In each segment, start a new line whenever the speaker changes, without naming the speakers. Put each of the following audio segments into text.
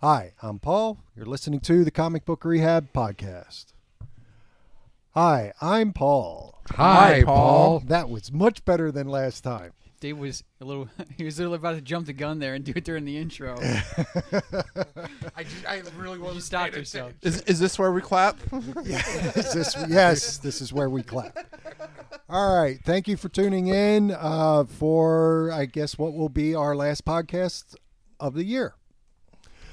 Hi, I'm Paul. You're listening to the Comic Book Rehab Podcast. Hi, I'm Paul.
Hi, Paul.
That was much better than last time.
Dave was a little. He was literally about to jump the gun there and do it during the intro.
I, just, I really wasn't.
you stopped
paying
yourself.
Is, is this where we clap?
Is this- yes, this is where we clap. All right. Thank you for tuning in uh, for, I guess, what will be our last podcast of the year.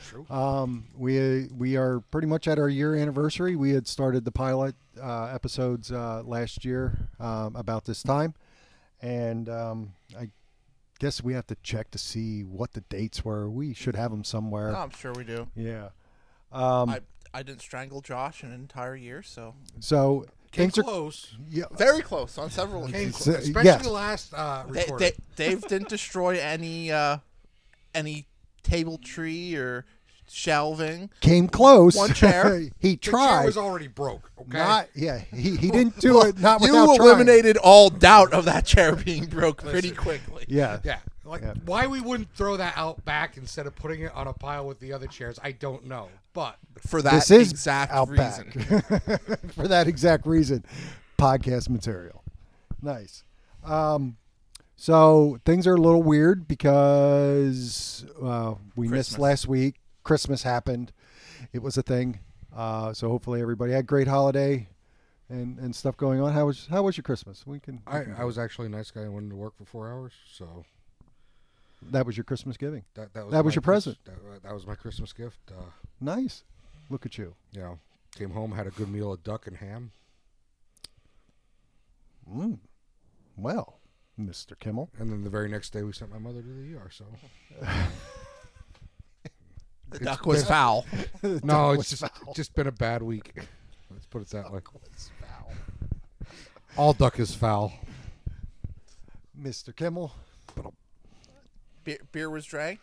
True.
Um, we we are pretty much at our year anniversary. We had started the pilot uh, episodes uh, last year um, about this time, and um, I guess we have to check to see what the dates were. We should have them somewhere.
Oh, I'm sure we do.
Yeah. Uh, Um,
I, I didn't strangle Josh an entire year, so
so
Came
things are
close.
yeah,
very close on several.
Came
occasions.
So,
close. Especially
yes.
the last uh,
Da-
recording.
Da- Dave didn't destroy any uh, any table tree or shelving.
came close.
One chair.
he
the
tried.
chair was already broke. Okay.
Not yeah. He, he didn't do it. Not
you
without trying.
eliminated all doubt of that chair being broke pretty
Listen.
quickly.
Yeah.
yeah. Like
Yeah.
why we wouldn't throw that out back instead of putting it on a pile with the other chairs, I don't know. But
For that
This is
exact
Outback.
reason.
for that exact reason. Podcast material. Nice. Um, so things are a little weird because uh, we missed
Christmas.
last week. Christmas happened. It was a thing. Uh, so hopefully everybody had a great holiday and, and stuff going on. How was how was your Christmas? We can,
I, I was actually a nice guy and wanted to work for four hours, so
that was your Christmas giving.
that that was
That was
my
your
Chris-
present.
That, that was my Christmas gift. Uh,
Nice. Look at you.
you know, came home, had a good meal of duck and ham.
Mm. Well, Mr. Kimmel.
And then the very next day, we sent my mother to the ER. So
The duck was foul.
no, it's just, just been a bad week. Let's put it that way. All duck is foul.
Mr. Kimmel.
Beer, beer was drank.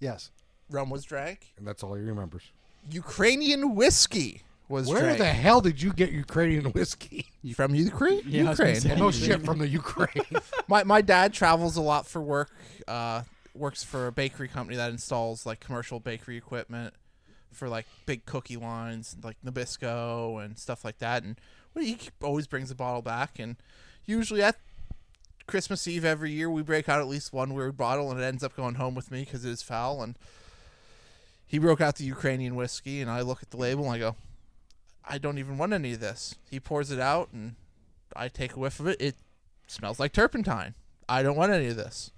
Yes.
Rum was drank.
And that's all he remembers.
Ukrainian whiskey was
Where
drank
the hell did you get Ukrainian whiskey?
from Ukraine.
Yeah, I was gonna
Ukraine.
say.
No shit from the Ukraine.
my my dad travels a lot for work. Uh, works for a bakery company that installs like commercial bakery equipment for like big cookie lines, like Nabisco and stuff like that. And well, he always brings a bottle back. And usually at Christmas Eve every year, we break out at least one weird bottle, and it ends up going home with me because it is foul. And he broke out the Ukrainian whiskey, and I look at the label and I go, I don't even want any of this. He pours it out, and I take a whiff of it. It smells like turpentine. I don't want any of this.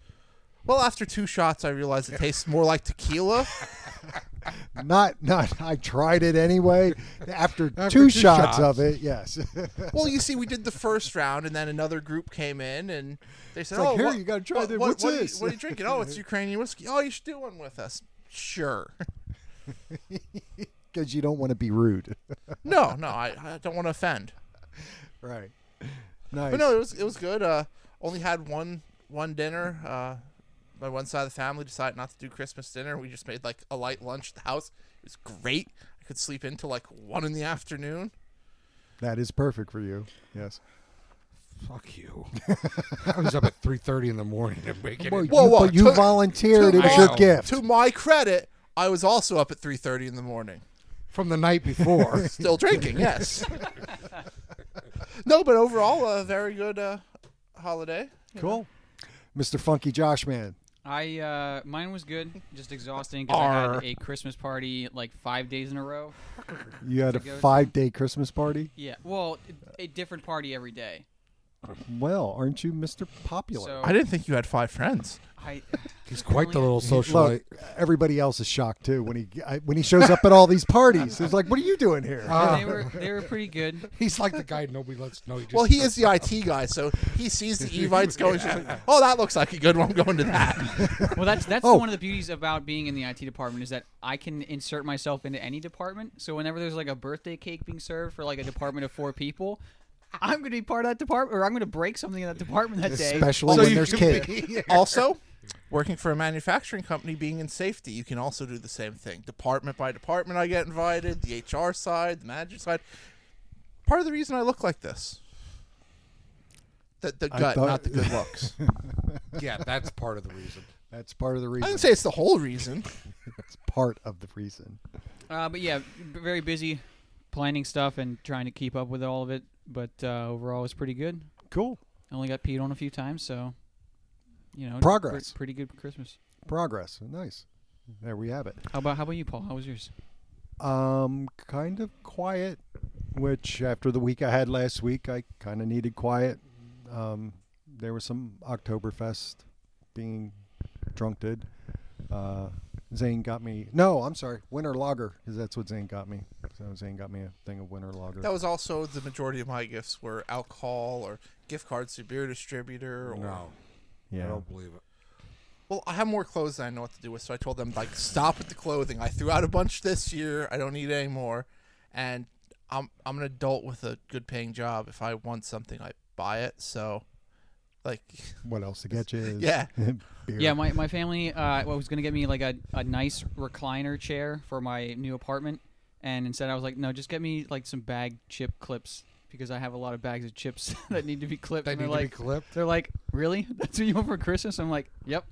Well, after two shots, I realized it tastes more like tequila.
Not, not. I tried it anyway. After, two,
two
shots,
shots.
of it, yes.
well, you see, we did the first round, and then another group came in, and they said,
It's like,
"Oh,
here,
what-
you gotta try
what,
this.
What,
What's
what are you-
this?"
what are you drinking? Oh, it's Ukrainian whiskey. Oh, you should do one with us. Sure.
Because you don't want to be rude.
No, no, I, I don't want to offend.
right. Nice.
But no, it was it was good. Uh, only had one one dinner. Uh, my one side of the family decided not to do Christmas dinner. We just made like a light lunch at the house. It was great. I could sleep in till like one in the afternoon.
that is perfect for you. Yes.
Fuck you. I was up at three thirty in the morning and waking.
Well,
it-
Whoa,
you,
whoa,
but you
to-
volunteered.
to
It was your
my-
gift.
To my credit, I was also up at 3:30 in the morning,
from the night before.
still drinking. Yes. no, but overall, a very good uh, holiday.
cool. Mr. Funky Josh Man.
I uh, mine was good, just exhausting because I had a Christmas party like five days in a row.
You had a
go to-
five day Christmas party?
Yeah, well, a- a different party every day.
Well, aren't you Mr. Popular?
So
I didn't think you had five friends.
I,
He's quite the little socialite.
Look, everybody else is shocked too when he I, when he shows up at all these parties. It's like, what are you doing here?
Uh,
they were they were pretty good.
He's like the guy nobody lets know. He just
Well, he is the IT guy, so he sees the Evites going. She's like, "Oh, that looks like a good one. I'm going to that."
Well, that's that's
Oh.
one of the beauties about being in the IT department is that I can insert myself into any department. So whenever there's like a birthday cake being served for like a department of four people, I'm going to be part of that department, or I'm going to break something in that department that day.
Especially
So
when
you
there's
can
kids.
also, working for a manufacturing company, being in safety, you can also do the same thing. Department by department, I get invited. The HR side, the manager side. Part of the reason I look like this. The, the
I
gut,
thought-
not the good looks.
yeah, that's part of the reason.
That's part of the
I
reason.
didn't say it's the whole reason.
part of the reason.
Uh, but yeah, b- very busy planning stuff and trying to keep up with all of it. But uh, overall, it was pretty good.
Cool.
I only got peed on a few times, so you know,
Progress.
pre- pretty good Christmas.
Progress. Nice. There we have it.
How about how about you, Paul? How was yours?
Um, kind of quiet, which after the week I had last week, I kind of needed quiet. Um, there was some Oktoberfest being drunk did. Uh, Zane got me. No, I'm sorry, Winter Lager, because that's what Zane got me. So Zane got me a thing of Winter Lager.
That was also the majority of my gifts were alcohol or gift cards to beer distributor. Or,
No, I
yeah.
don't believe it.
Well, I have more clothes than I know what to do with, so I told them like, stop with the clothing. I threw out a bunch this year. I don't need any more, and I'm I'm an adult with a good paying job. If I want something, I buy it. So, like,
What else to get you? Is
Yeah.
beer.
Yeah, my, my family uh, was going to get me like a, a nice recliner chair for my new apartment. And instead, I was like, no, just get me like some bag chip clips because I have a lot of bags of chips that need to be clipped.
They
and they're
need to be
like,
clipped.
they're like, really? That's what you want for Christmas? I'm like, yep.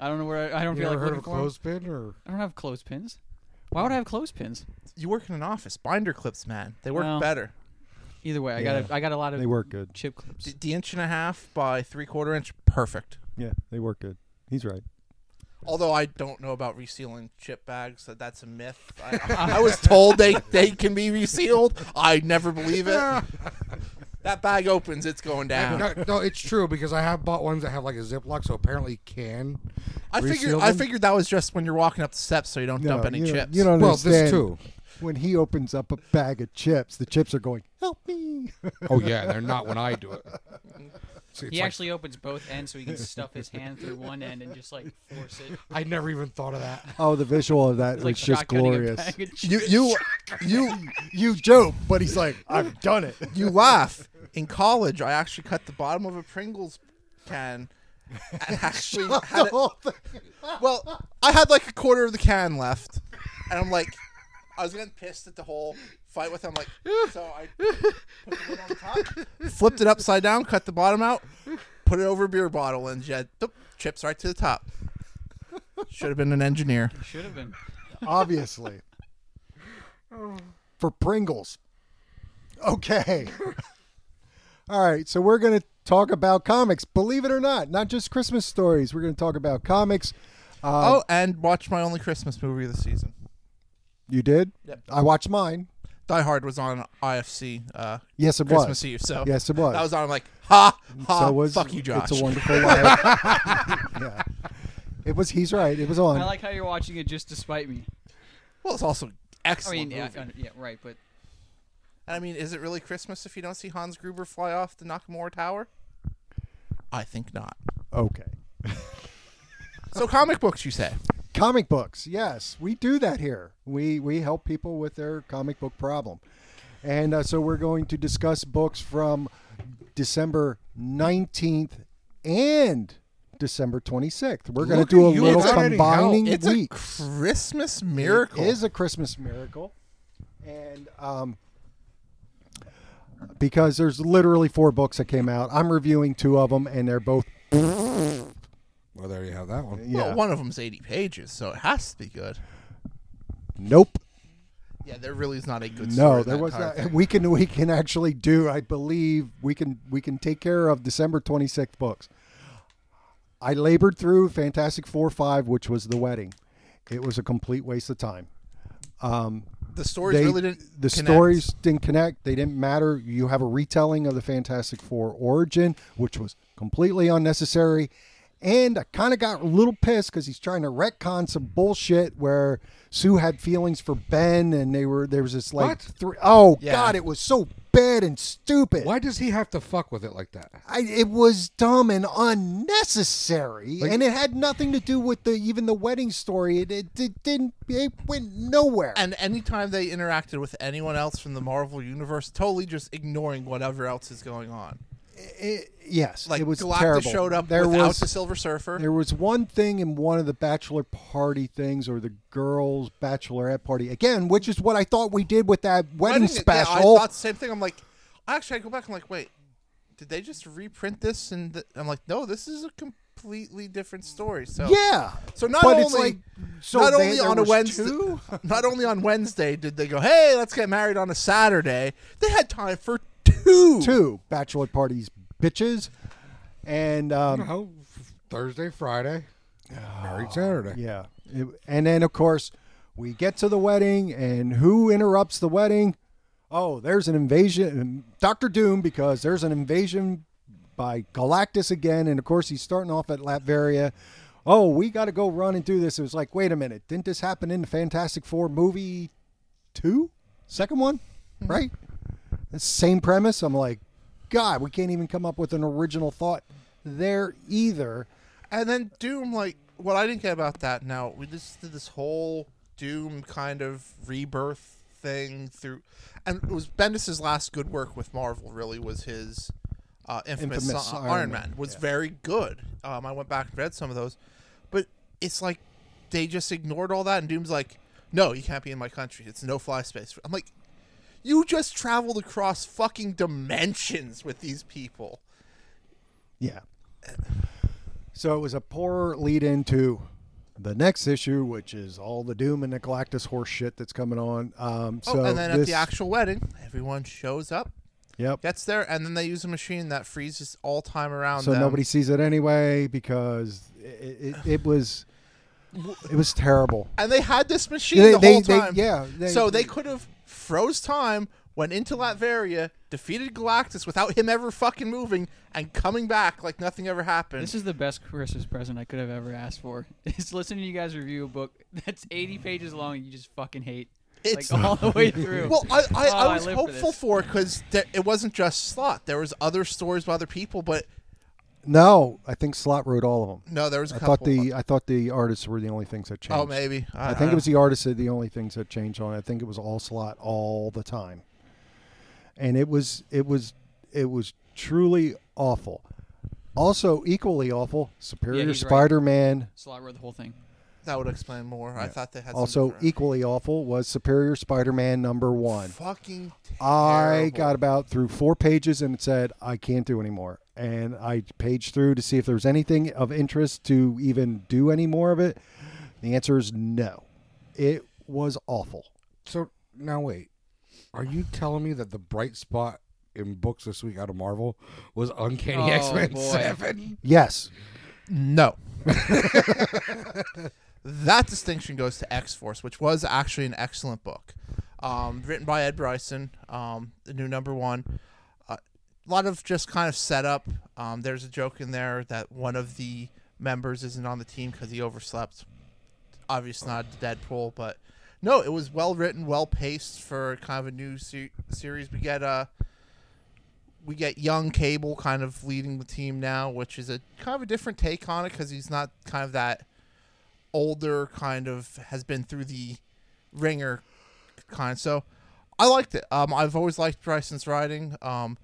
I don't know where I, I don't
You
feel
ever
like
heard of
looking
a
for 'em."
clothespin or
I don't have clothespins. Why would I have clothespins?
you work in an office, binder clips, man. They work
Well,
better.
Either way, I got
Yeah.
a, I got a lot of
they work good.
chip clips.
D- the inch and a half by three quarter inch, perfect.
Yeah, they work good. He's right.
Although I don't know about resealing chip bags, that that's a myth. I, I was told they, they can be resealed. I never believe it. that bag opens, it's going down.
no, no, it's true because I have bought ones that have like a Ziploc, so apparently you can.
I figured
Reseal
I
them?
figured that was just when you're walking up the steps, so you don't dump
No,
any
you,
chips.
You don't
Well, this
understand.
too.
When he opens up a bag of chips, the chips are going, "Help me!"
Oh yeah, they're not when I do it. See, it's
He
like-
actually opens both ends so he can stuff his hand through one end and just like force it.
I never even thought of that.
Oh, the visual of that was
It's like
just
shotgunning a
glorious.
bag of chips.
You you you you joke, but he's like, I've done it.
you laugh. In college, I actually cut the bottom of a Pringles can. And actually, had it, well, I had like a quarter of the can left, and I'm like, I was getting pissed at the whole fight with. Him. I'm like, so I put the lid on top, flipped it upside down, cut the bottom out, put it over a beer bottle, and jet doop, chips right to the top. Should have been an engineer.
Should have been.
Obviously.
Oh.
For Pringles. Okay. All right, so we're going to talk about comics. Believe it or not, not just Christmas stories. We're going to talk about comics. Uh,
Oh, and watch my only Christmas movie of the season.
You did?
Yep.
I watched mine.
Die Hard was on IFC uh,
Yes, it
Christmas
was.
Eve, so
Yes, it was.
That was on. I'm like, ha ha.
Ah,
so was
fuck you, Josh.
It's a Wonderful Life. yeah. It was. He's right. It was on.
I like how you're watching it just to spite me.
well, it's also
I
excellent.
mean, yeah,
movie.
uh, yeah, right, but
And I mean, is it really Christmas if you don't see Hans Gruber fly off the Nakamura Tower? I think not.
okay.
So comic books, you say?
comic books yes we do that here we we help people with their comic book problem and uh, so we're going to discuss books from december 19th and december 26th we're going to do
Look
a
at you
little
without
any help.
combining
It's
week
a Christmas miracle.
it is a Christmas miracle, and um, because there's literally four books that came out. I'm reviewing two of them, and they're both
Well, there you have that one.
yeah.
Well, one of them's 80 pages, so it has to be good.
nope.
Yeah, there really is not a good story.
No,
in
there
that
was
entire
not.
thing.
We can we can actually do. I believe we can we can take care of December twenty sixth books. I labored through Fantastic Four five, which was the wedding. It was a complete waste of time.
The stories
They-
really didn't.
the
connect.
stories didn't connect. They didn't matter. You have a retelling of the Fantastic Four origin, which was completely unnecessary. And I kind of got a little pissed because he's trying to retcon some bullshit where Sue had feelings for Ben, and they were there was this like
What?
three oh
Yeah.
god, it was so bad and stupid.
Why does he have to fuck with it like that?
I, it was dumb and unnecessary, and it had nothing to do with the even the wedding story. It, it, it didn't. It went nowhere.
And anytime they interacted with anyone else from the Marvel universe, totally just ignoring whatever else is going on.
It- yes,
Like
it was
Galactus
terrible.
showed up
there
without
was
the Silver Surfer.
there was one thing in one of the bachelor party things, or the girls' bachelorette party again, which is what I thought we did with that wedding
Wedding- yeah,
special.
I thought the same thing. I'm like, actually, I go back. I'm like, wait, did they just reprint this? And th- I'm like, no, this is a com- completely different story. So
yeah.
So not
But
only
it's like, so
not
they-
only
there
on a
was
Wednesday,
two?
not only on Wednesday did they go, "Hey, let's get married on a Saturday." They had time for two.
Two bachelor parties, bitches, and
Uh-huh.
um,
No, f- Thursday, Friday,
Married Saturday.
Yeah. It- and then, of course, we get to the wedding, and who interrupts the wedding? Oh, there's an invasion. um, Doctor Doom, because there's an invasion by Galactus again. And, of course, he's starting off at Latveria. Oh, we got to go run and do this. It was like, wait a minute. Didn't this happen in the Fantastic Four movie two? Second one? Right? The same premise. I'm like, God, we can't even come up with an original thought there either.
And then Doom, like, what I didn't get about that now, we just did this whole Doom kind of rebirth thing through. And it was Bendis' last good work with Marvel, really, was his uh, Infamous,
Infamous
uh,
Iron
Iron,
Man,
Man. was very good. Um, I went back and read some of those. But it's like they just ignored all that, and Doom's like, no, you can't be in my country. It's no fly space. I'm like, you just traveled across fucking dimensions with these people.
Yeah. So it was a poor lead into the next issue, which is all the Doom and the Galactus horse shit that's coming on. Um,
Oh,
so
and then at
this-
the actual wedding, everyone shows up.
yep.
gets there, and then they use a machine that freezes all time around.
So
them.
nobody sees it anyway because it, it, it was it was terrible.
And they had this machine
They-
the
they-
whole
they-
time.
yeah, they-
so they could have froze time, went into Latveria, defeated Galactus without him ever fucking moving, and coming back like nothing ever happened.
This is the best Christmas present I could have ever asked for. Is listening to you guys review a book that's 80 pages long and you just fucking hate.
It's-
like oh, all the way through.
well, I, I,
Oh,
I
I
was
live for
hopeful
this.
for because it wasn't just Slot. There was other stories by other people, but
No, I think Slot wrote all of them.
no, there was a
I
couple.
thought the I thought the artists were the only things that changed.
oh, maybe. I,
I
don't
think
know.
it was the artists that the only things that changed on. it. I think it was all slot all the time, and it was it was it was truly awful. Also, equally awful, Superior
he's right.
Spider-Man.
Slot wrote the whole thing.
that would explain more. I thought they had some
Also,
different-
equally awful was Superior Spider-Man number one.
fucking.
I
terrible.
got about through four pages and said I can't do anymore. And I paged through to see if there was anything of interest to even do any more of it. The answer is no. It was awful.
So now wait, are you telling me that the bright spot in books this week out of Marvel was Uncanny
Oh,
X Men
boy.
Seven?
Yes,
No. that distinction goes to X Force, which was actually an excellent book, um, written by Ed Bryson, um, the new number one. Uh, A lot of just kind of setup. Um, there's a joke in there that one of the members isn't on the team because he overslept. Obviously not Deadpool, but no, it was well written, well paced for kind of a new se- series. We get uh, we get young Cable kind of leading the team now, which is a kind of a different take on it because he's not kind of that older kind of has been through the ringer kind. So I liked it. Um, I've always liked Bryson's writing. Um,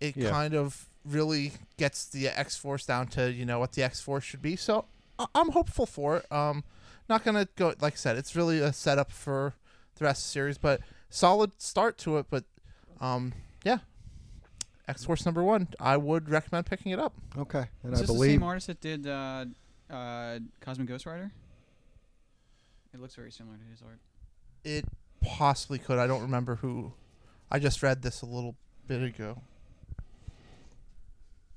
it
Yeah.
kind of really gets the X Force down to you know what the X Force should be. So I- I'm hopeful for it. Um, not gonna go like I said. It's really a setup for the rest of the series, but solid start to it. But um, yeah, X Force number one. I would recommend picking it up.
Okay, and
Is
I
this the
believe
same artist that did uh, uh, Cosmic Ghost Rider? It looks very similar to his art.
It possibly could. I don't remember who. I just read this a little bit ago.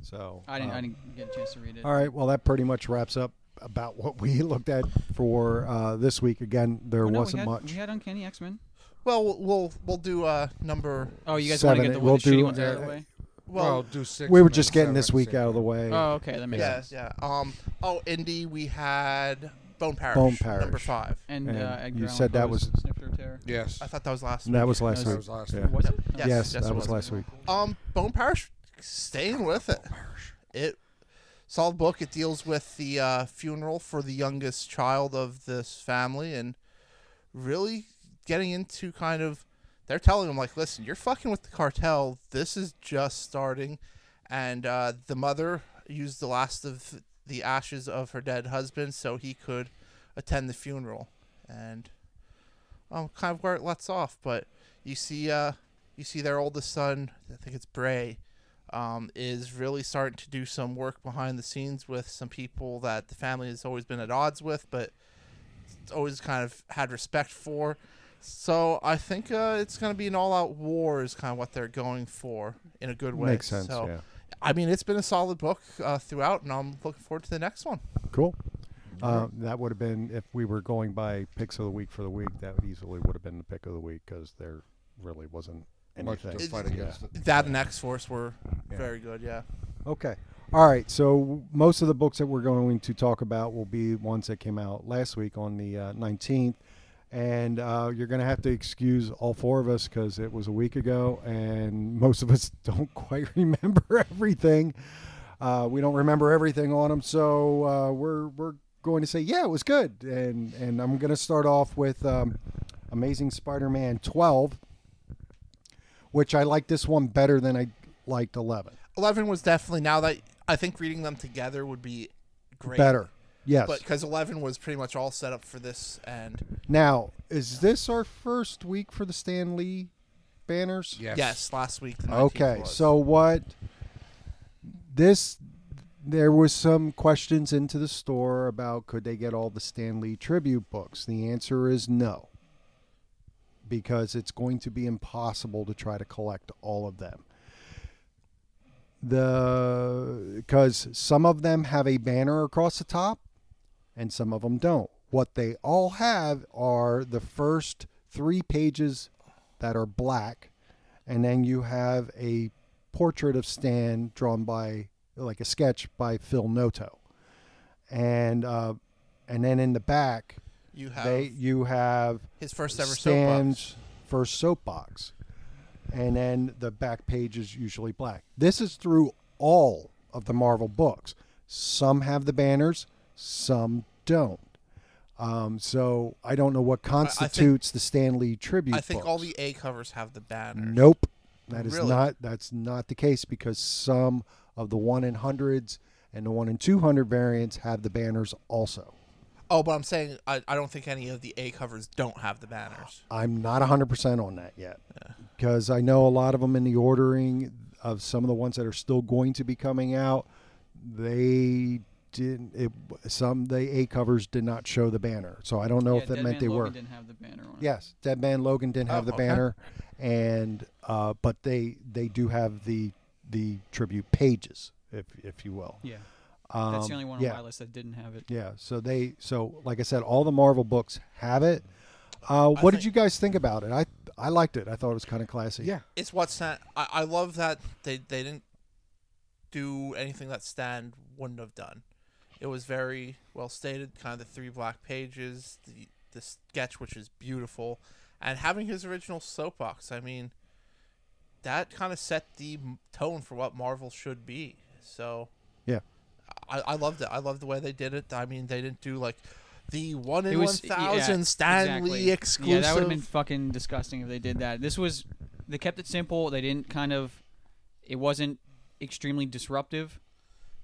so.
I didn't,
um,
I didn't get a chance to read it.
All right, well that pretty much wraps up about what we looked at for uh, this week. Again, there
Oh, no,
wasn't
we had,
much.
We had Uncanny X Men.
Well, we'll we'll, we'll do uh number.
Oh, you guys
Seven,
want to get the,
it-
one-
we'll
the shitty
do,
ones out of
uh,
the way?
well,
Well,
do six.
we were
and then
just getting this
seven at
week
the
out of the
same
way.
Oh, okay, that makes
yeah,
sense.
yeah. Um. Oh, Indy. We had Bone Parish.
Bone
Number
Parish.
five.
And,
And
uh, Edgar
you
Allan
said that
Poe's
was-
Snifter of Terror.
time. Yes.
I thought that was last.
And that
week.
was last
That
week.
was last
yeah.
week.
Was it?
Yes,
Yes,
yes,
that
it
was
was.
last week.
Um, Bone Parish, staying with it. It solid book. It deals with the uh, funeral for the youngest child of this family, and really getting into kind of they're telling him like, listen, you're fucking with the cartel. This is just starting, and uh, the mother used the last of the ashes of her dead husband so he could attend the funeral, and um, kind of where it lets off. But you see, uh, you see their oldest son. I think it's Bray. um, is really starting to do some work behind the scenes with some people that the family has always been at odds with, but it's always kind of had respect for. So I think uh, it's going to be an all-out war is kind of what they're going for in a good way.
Makes sense,
So,
yeah.
I mean, it's been a solid book uh, throughout, and I'm looking forward to the next one.
Cool.
Mm-hmm.
Uh, that would have been if we were going by picks of the week for the week. That easily would have been the pick of the week because there really wasn't
Much to
anything.
fight
Yeah.
against it.
That and X Force were very good. Yeah.
Okay. All right. So most of the books that we're going to talk about will be ones that came out last week on the uh, 19th. And uh, you're going to have to excuse all four of us because it was a week ago and most of us don't quite remember everything. Uh, we don't remember everything on them. So uh, we're, we're going to say, yeah, it was good. And, and I'm going to start off with um, Amazing Spider Man 12, which I like this one better than I liked 11.
Eleven was definitely now that I think reading them together would be great.
Better. Yes.
But because Eleven was pretty much all set up for this, and
Now, is this our first week for the Stan Lee banners?
yes, last week. The 19th
Okay,
was.
so what this there was some questions into the store about could they get all the Stan Lee tribute books? The answer is no. Because it's going to be impossible to try to collect all of them. The because some of them have a banner across the top and some of them don't. What they all have are the first three pages that are black, and then you have a portrait of Stan drawn by, like a sketch by Phil Noto, and uh, and then in the back,
you have
they you have
his first ever
Stan's
soapbox.
first soapbox, and then the back page is usually black. This is through all of the Marvel books. Some have the banners, some don't. Um, so I don't know what constitutes the Stan Lee tribute.
I think all
books.
the A covers have the banner.
Nope, that is
Really?
not. That's not the case because some of the one in hundreds and the one in two hundred variants have the banners also.
Oh, but I'm saying I, I don't think any of the A covers don't have the banners.
I'm not 100% on that yet because I know a lot of them in the ordering of some of the ones that are still going to be coming out. They didn't, it, some, the A covers did not show the banner. So I don't know if that meant they were.
Didn't have the banner on. it.
Yes, Dead Man Logan didn't have
Oh,
the
okay.
banner, and uh, but they they do have the the tribute pages, if if you will.
Yeah.
Um,
That's the only one on
yeah.
my list that didn't have it.
Yeah, so they so like I said, all the Marvel books have it. Uh, what did
think-
you guys think about it? I I liked it. I thought it was kind of classy.
Yeah.
It's what Stan. I, I love that they they didn't do anything that Stan wouldn't have done. It was very well stated. Kind of the three black pages, the the sketch which is beautiful, and having his original soapbox. I mean, that kind of set the m- tone for what Marvel should be. So
yeah.
I, I loved it. I loved the way they did it. I mean, they didn't do like the one in
It
one
was
thousand
yeah,
Stan
exactly.
Lee exclusive.
Yeah, that would have been fucking disgusting if they did that. This was they kept it simple. They didn't kind of. It wasn't extremely disruptive.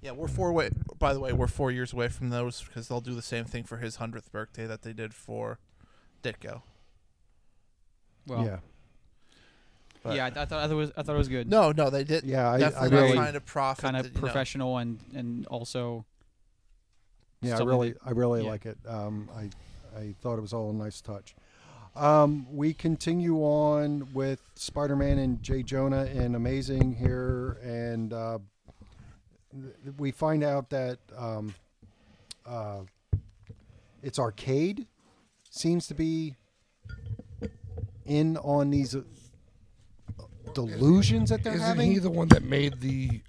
Yeah, we're four way. By the way, we're four years away from those because they'll do the same thing for his hundredth birthday that they did for Ditko.
Well,
yeah,
yeah,
But-
I, I thought I thought it was I thought it was good.
No, no, they did.
Yeah, I- I
definitely not
really-
trying to profit.
kind
the-
of
you know.
professional and and also.
yeah. I
something
really
that-
I really
yeah.
like it. Um, I I thought it was all a nice touch. Um, we continue on with Spider-Man and Jay Jonah and Amazing here, and uh, th- we find out that um, uh, it's arcade seems to be in on these uh, delusions that they're
Isn't
having.
he the one that made the?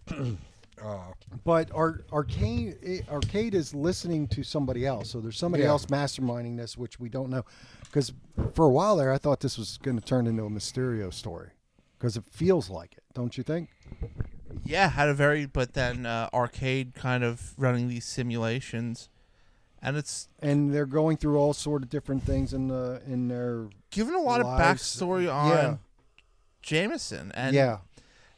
uh,
But Ar- arcade i- arcade is listening to somebody else, so there's somebody
Yeah.
else masterminding this, which we don't know. Because for a while there, I thought this was going to turn into a Mysterio story, because it feels like it, don't you think?
Yeah, had a very but then uh, arcade kind of running these simulations, and it's
And they're going through all sort of different things in the in their
given a lot of
Lives-
backstory on
yeah.
Jameson and
yeah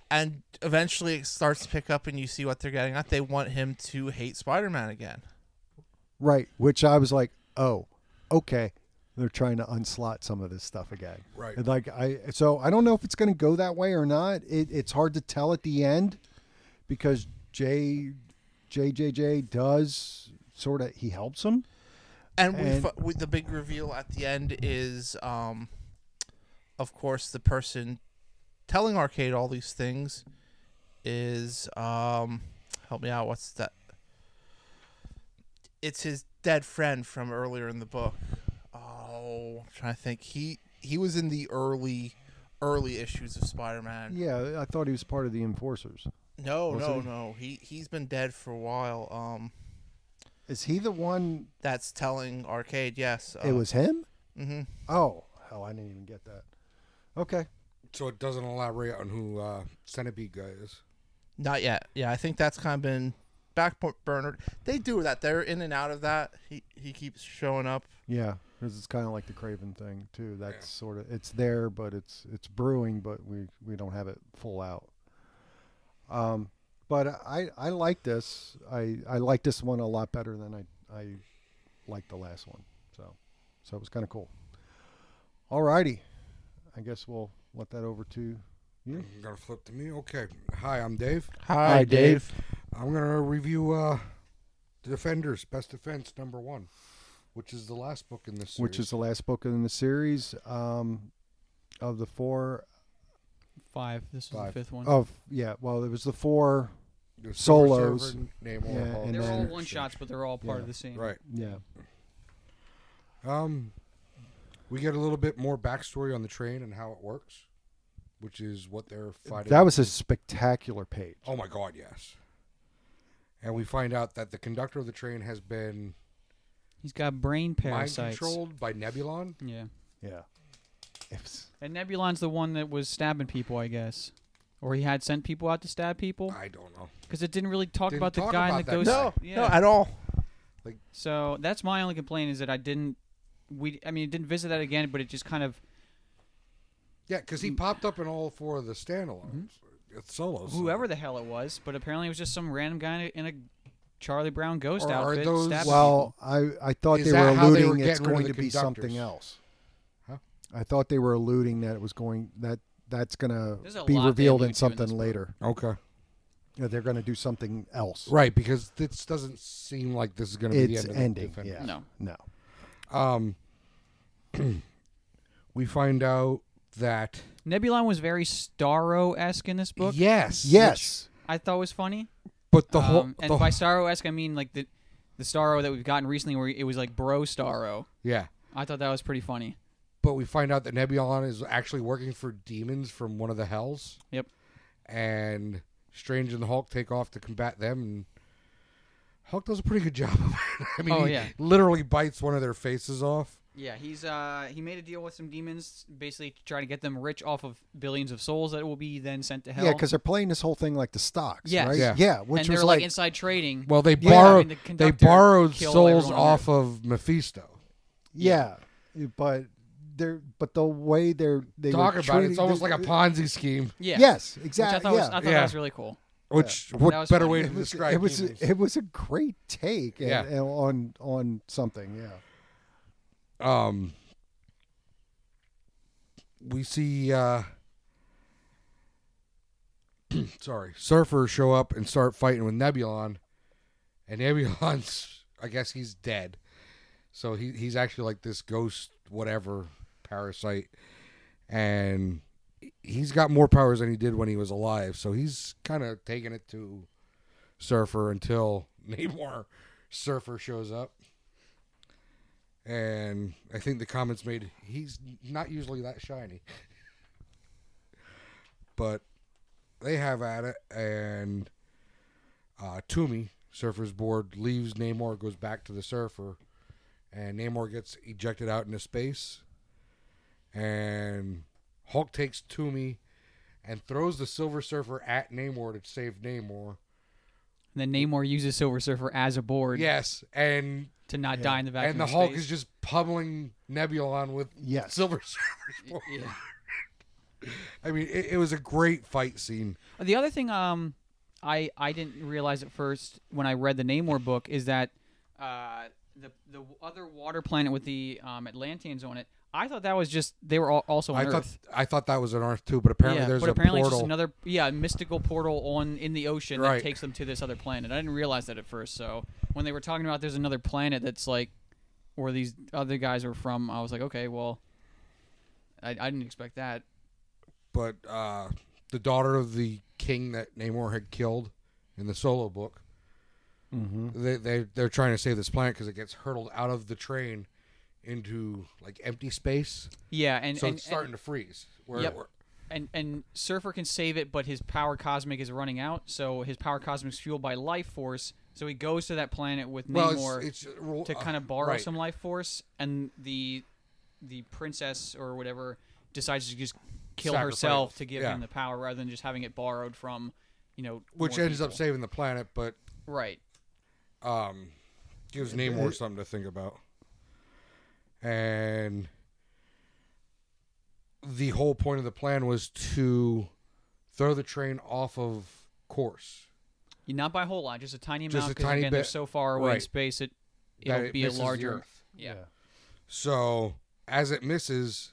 and eventually it starts to pick up and you see what they're getting at. They want him to hate Spider Man again.
right. Which I was like, oh, okay, they're trying to unslot some of this stuff again.
Right.
And, Like I so I don't know if it's going to go that way or not. It, it's hard to tell at the end because J JJJ does sort of he helps him.
And, we,
And-
fi- we the big reveal at the end is, um, of course, the person telling Arcade all these things is, um, help me out. What's that? It's his dead friend from earlier in the book. Oh, I'm trying to think. He he was in the early early issues of Spider-Man.
Yeah, I thought he was part of the enforcers.
No,
Was
no,
he?
no. He he's been dead for a while. Um,
Is he the one?
that's telling Arcade. Yes, uh,
it was him.
hmm
Oh hell, I didn't even get that. Okay.
So it doesn't elaborate on who uh, Centipede guy is.
Not yet. Yeah, I think that's kind of been back bu- burner. They do that. They're in and out of that. He he keeps showing up.
Yeah, because it's kind of like the Craven thing too. That's sort of it's there, but it's it's brewing, but we we don't have it full out. Um, but I I like this. I I like this one a lot better than I I liked the last one. So so it was kind of cool. Alrighty, I guess we'll let that over to you.
I'm gonna flip to me. Okay. Hi, I'm Dave.
Hi,
Dave.
I'm gonna review uh, Defenders Best Defense number one, which is the last book in this. Series.
Which is the last book in the series. Um, of the four,
Five. This was
Five.
the fifth one.
of yeah, well, there was the four.
The Silver
solos.
Surfer, Namor,
Yeah,
Hulk,
and
they're all
then-
one shots, but they're all part of
Yeah.
the same.
Right.
Yeah,
Um, we get a little bit more backstory on the train and how it works, which is what they're fighting.
that was a spectacular page.
Oh my God! Yes. And we find out that the conductor of the train has been
He's got brain
mind
parasites.
controlled by Nebulon.
Yeah.
Yeah. It was-
And Nebulon's the one that was stabbing people, I guess. Or he had sent people out to stab people
I don't know.
because it didn't really talk
Didn't
about the
talk
guy
about
in the
that
ghost.
guy.
No,
yeah.
no, at all.
So that's my only complaint is that I didn't. We, I mean, it didn't visit that again, but it just kind of
Yeah, because he popped up in all four of the standalones,
Mm-hmm.
uh, solos.
whoever the hell it was, but apparently it was just some random guy in a Charlie Brown ghost
Or are
outfit.
those-
stabbing
Well, I, I thought
Is
they were
that how they
alluding
were
it's
getting rid of
going
the
to be something
conductors?
else.
Huh?
I thought they were alluding that it was going that that's going
There's a
to be
lot they
revealed
allude
in
to in this
something
book.
later.
Okay.
Yeah, they're going to do something else.
Right, because this doesn't seem like this is going to be the
It's
end of
ending.
The
Yeah.
defense.
No.
No.
Um, we find out that
Nebulon was very Starro esque in this book.
yes,
Yes.
I thought was funny.
but the whole
Um, and
the-
by Starro esque, I mean like the the Starro that we've gotten recently, where it was like Bro Starro.
yeah.
I thought that was pretty funny.
But we find out that Nebulon is actually working for demons from one of the hells.
Yep.
And Strange and the Hulk take off to combat them, and Hulk does a pretty good job. Of it. I mean,
Oh,
he
yeah.
literally bites one of their faces off.
Yeah, he's uh he made a deal with some demons, basically trying to get them rich off of billions of souls that will be then sent to hell.
Yeah, because they're playing this whole thing like the stocks,
Yes.
right?
Yeah.
which
and
was
they're like, inside trading.
Well, they
Yeah.
borrowed
And the
they
conductor
borrowed
killed
souls
everyone on
off of Mephisto.
yeah, but they're but the way they're they were
Talk about it, it's
treating- uh,
almost like a Ponzi scheme.
Yeah.
Yes,
Which I
exactly.
thought was I
yeah.
thought that
Yeah.
was really cool.
Which what
That was
better
funny.
way to
it was,
describe
it was
demons?
it was a great take and,
Yeah.
and on on something yeah
um we see uh sorry surfer show up and start fighting with nebulon and nebulon's i guess he's dead so he, he's actually like this ghost whatever parasite and he's got more powers than he did when he was alive so he's kind of taking it to surfer until namor surfer shows up and I think the comments made he's not usually that shiny. but they have at it, and uh, Toomey, Surfer's board, leaves Namor, goes back to the Surfer, and Namor gets ejected out into space. And Hulk takes Toomey and throws the Silver Surfer at Namor to save Namor.
And then Namor uses Silver Surfer as a board
Yes, and
to not die in the vacuum.
and the
of
Hulk
space.
is just pummeling Nebulon with
Yes.
Silver Surfer's board.
Yeah.
I mean, it, it was a great fight scene.
The other thing, um, I I didn't realize at first when I read the Namor book is that uh, the the other water planet with the um, Atlanteans on it. I thought that was just they were all, also on
I
Earth.
thought I thought that was an Earth too, but apparently
yeah,
there's
but
a
apparently it's
portal.
just another yeah mystical portal on in the ocean
Right.
that takes them to this other planet. I didn't realize that at first. So when they were talking about there's another planet that's like where these other guys are from, I was like, okay, well, I, I didn't expect that.
but uh, the daughter of the king that Namor had killed in the solo book,
Mm-hmm.
they they they're trying to save this planet because it gets hurtled out of the train into like empty space,
Yeah, and
so
and,
it's starting to freeze. Where,
Yep.
where-
and and Surfer can save it, but his power cosmic is running out. So his power cosmic is fueled by life force. So he goes to that planet with
well,
Namor
it's, it's ro-
to
uh,
kind of borrow
right.
some life force, and the the princess or whatever decides to just kill
Sacrifice,
herself to give
yeah.
him the power rather than just having it borrowed from you know
which
more
ends up
people.
saving the planet, but
right.
um, gives Namor something to think about. And the whole point of the plan was to throw the train off of course.
Not by a whole lot, just a tiny
Just
amount.
a
Because
tiny
again, they're
bit.
so far away in
Right.
space, it
that
it'll
it
be a
misses the
larger.
Earth.
Yeah.
So as it misses,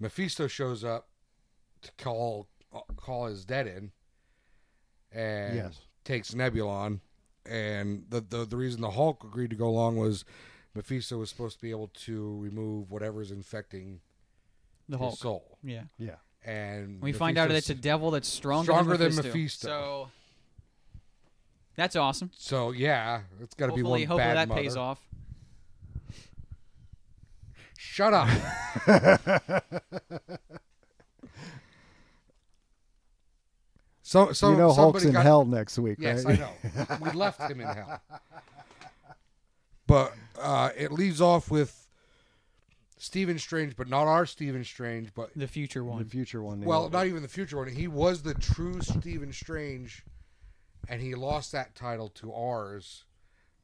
Mephisto shows up to call call his dead in, and
Yes.
takes Nebulon. And the, the the reason the Hulk agreed to go along was Mephisto was supposed to be able to remove whatever's infecting
the Hulk.
his soul.
Yeah.
Yeah.
And
We find out that it's
Mephisto's-
a devil that's stronger,
Stronger
than,
than
Mephisto.
Mephisto.
So that's awesome.
so yeah, it's got to be one
Hopefully, hopefully
bad
that
mother.
pays off.
Shut up. so, so
you know Hulk's
somebody
in
got-
hell next week,
Yes,
right?
I know. We left him in hell. But uh, it leaves off with Stephen Strange, but not our Stephen Strange, but
The future
The
one.
future one. yeah.
well, not even the future one. He was the true Stephen Strange, and he lost that title to ours.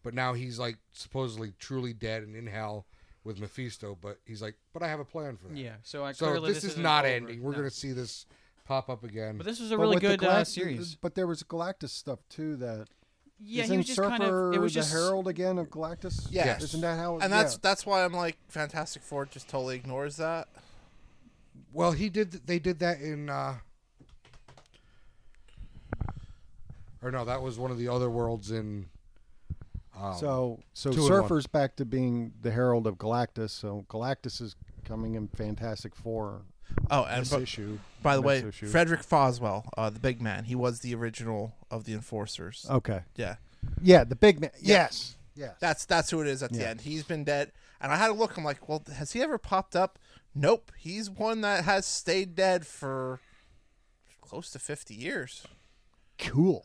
But now he's like supposedly truly dead and in hell with Mephisto. But he's like, but I have a plan for that.
Yeah. So I
So
clearly
this, is
isn't
not
over.
ending. We're
No.
gonna see this pop up again.
But this was a
But
really
with the
good uh,
Galact-
series.
But there was Galactus stuff too. That
Yeah,
isn't
he was just
Surfer
kind of. It was just
the herald again of Galactus.
Yes.
isn't that how? it-
And that's
yeah.
that's why I'm like Fantastic Four just totally ignores that.
well, he did. They did that in. uh Or no, that was one of the other worlds in. Um,
so so
two in one.
Surfer's back to being the herald of Galactus. So Galactus is coming in Fantastic Four
Oh, and
this
bu-
issue.
by the way,
next issue.
Frederick Foswell, uh, the big man, he was the original of the Enforcers.
Okay.
Yeah,
Yeah, the big man. Yes. Yes.
that's that's who it is at the
Yeah.
end. He's been dead, and I had to look. I'm like, well, has he ever popped up? Nope. He's one that has stayed dead for close to 50 years.
cool.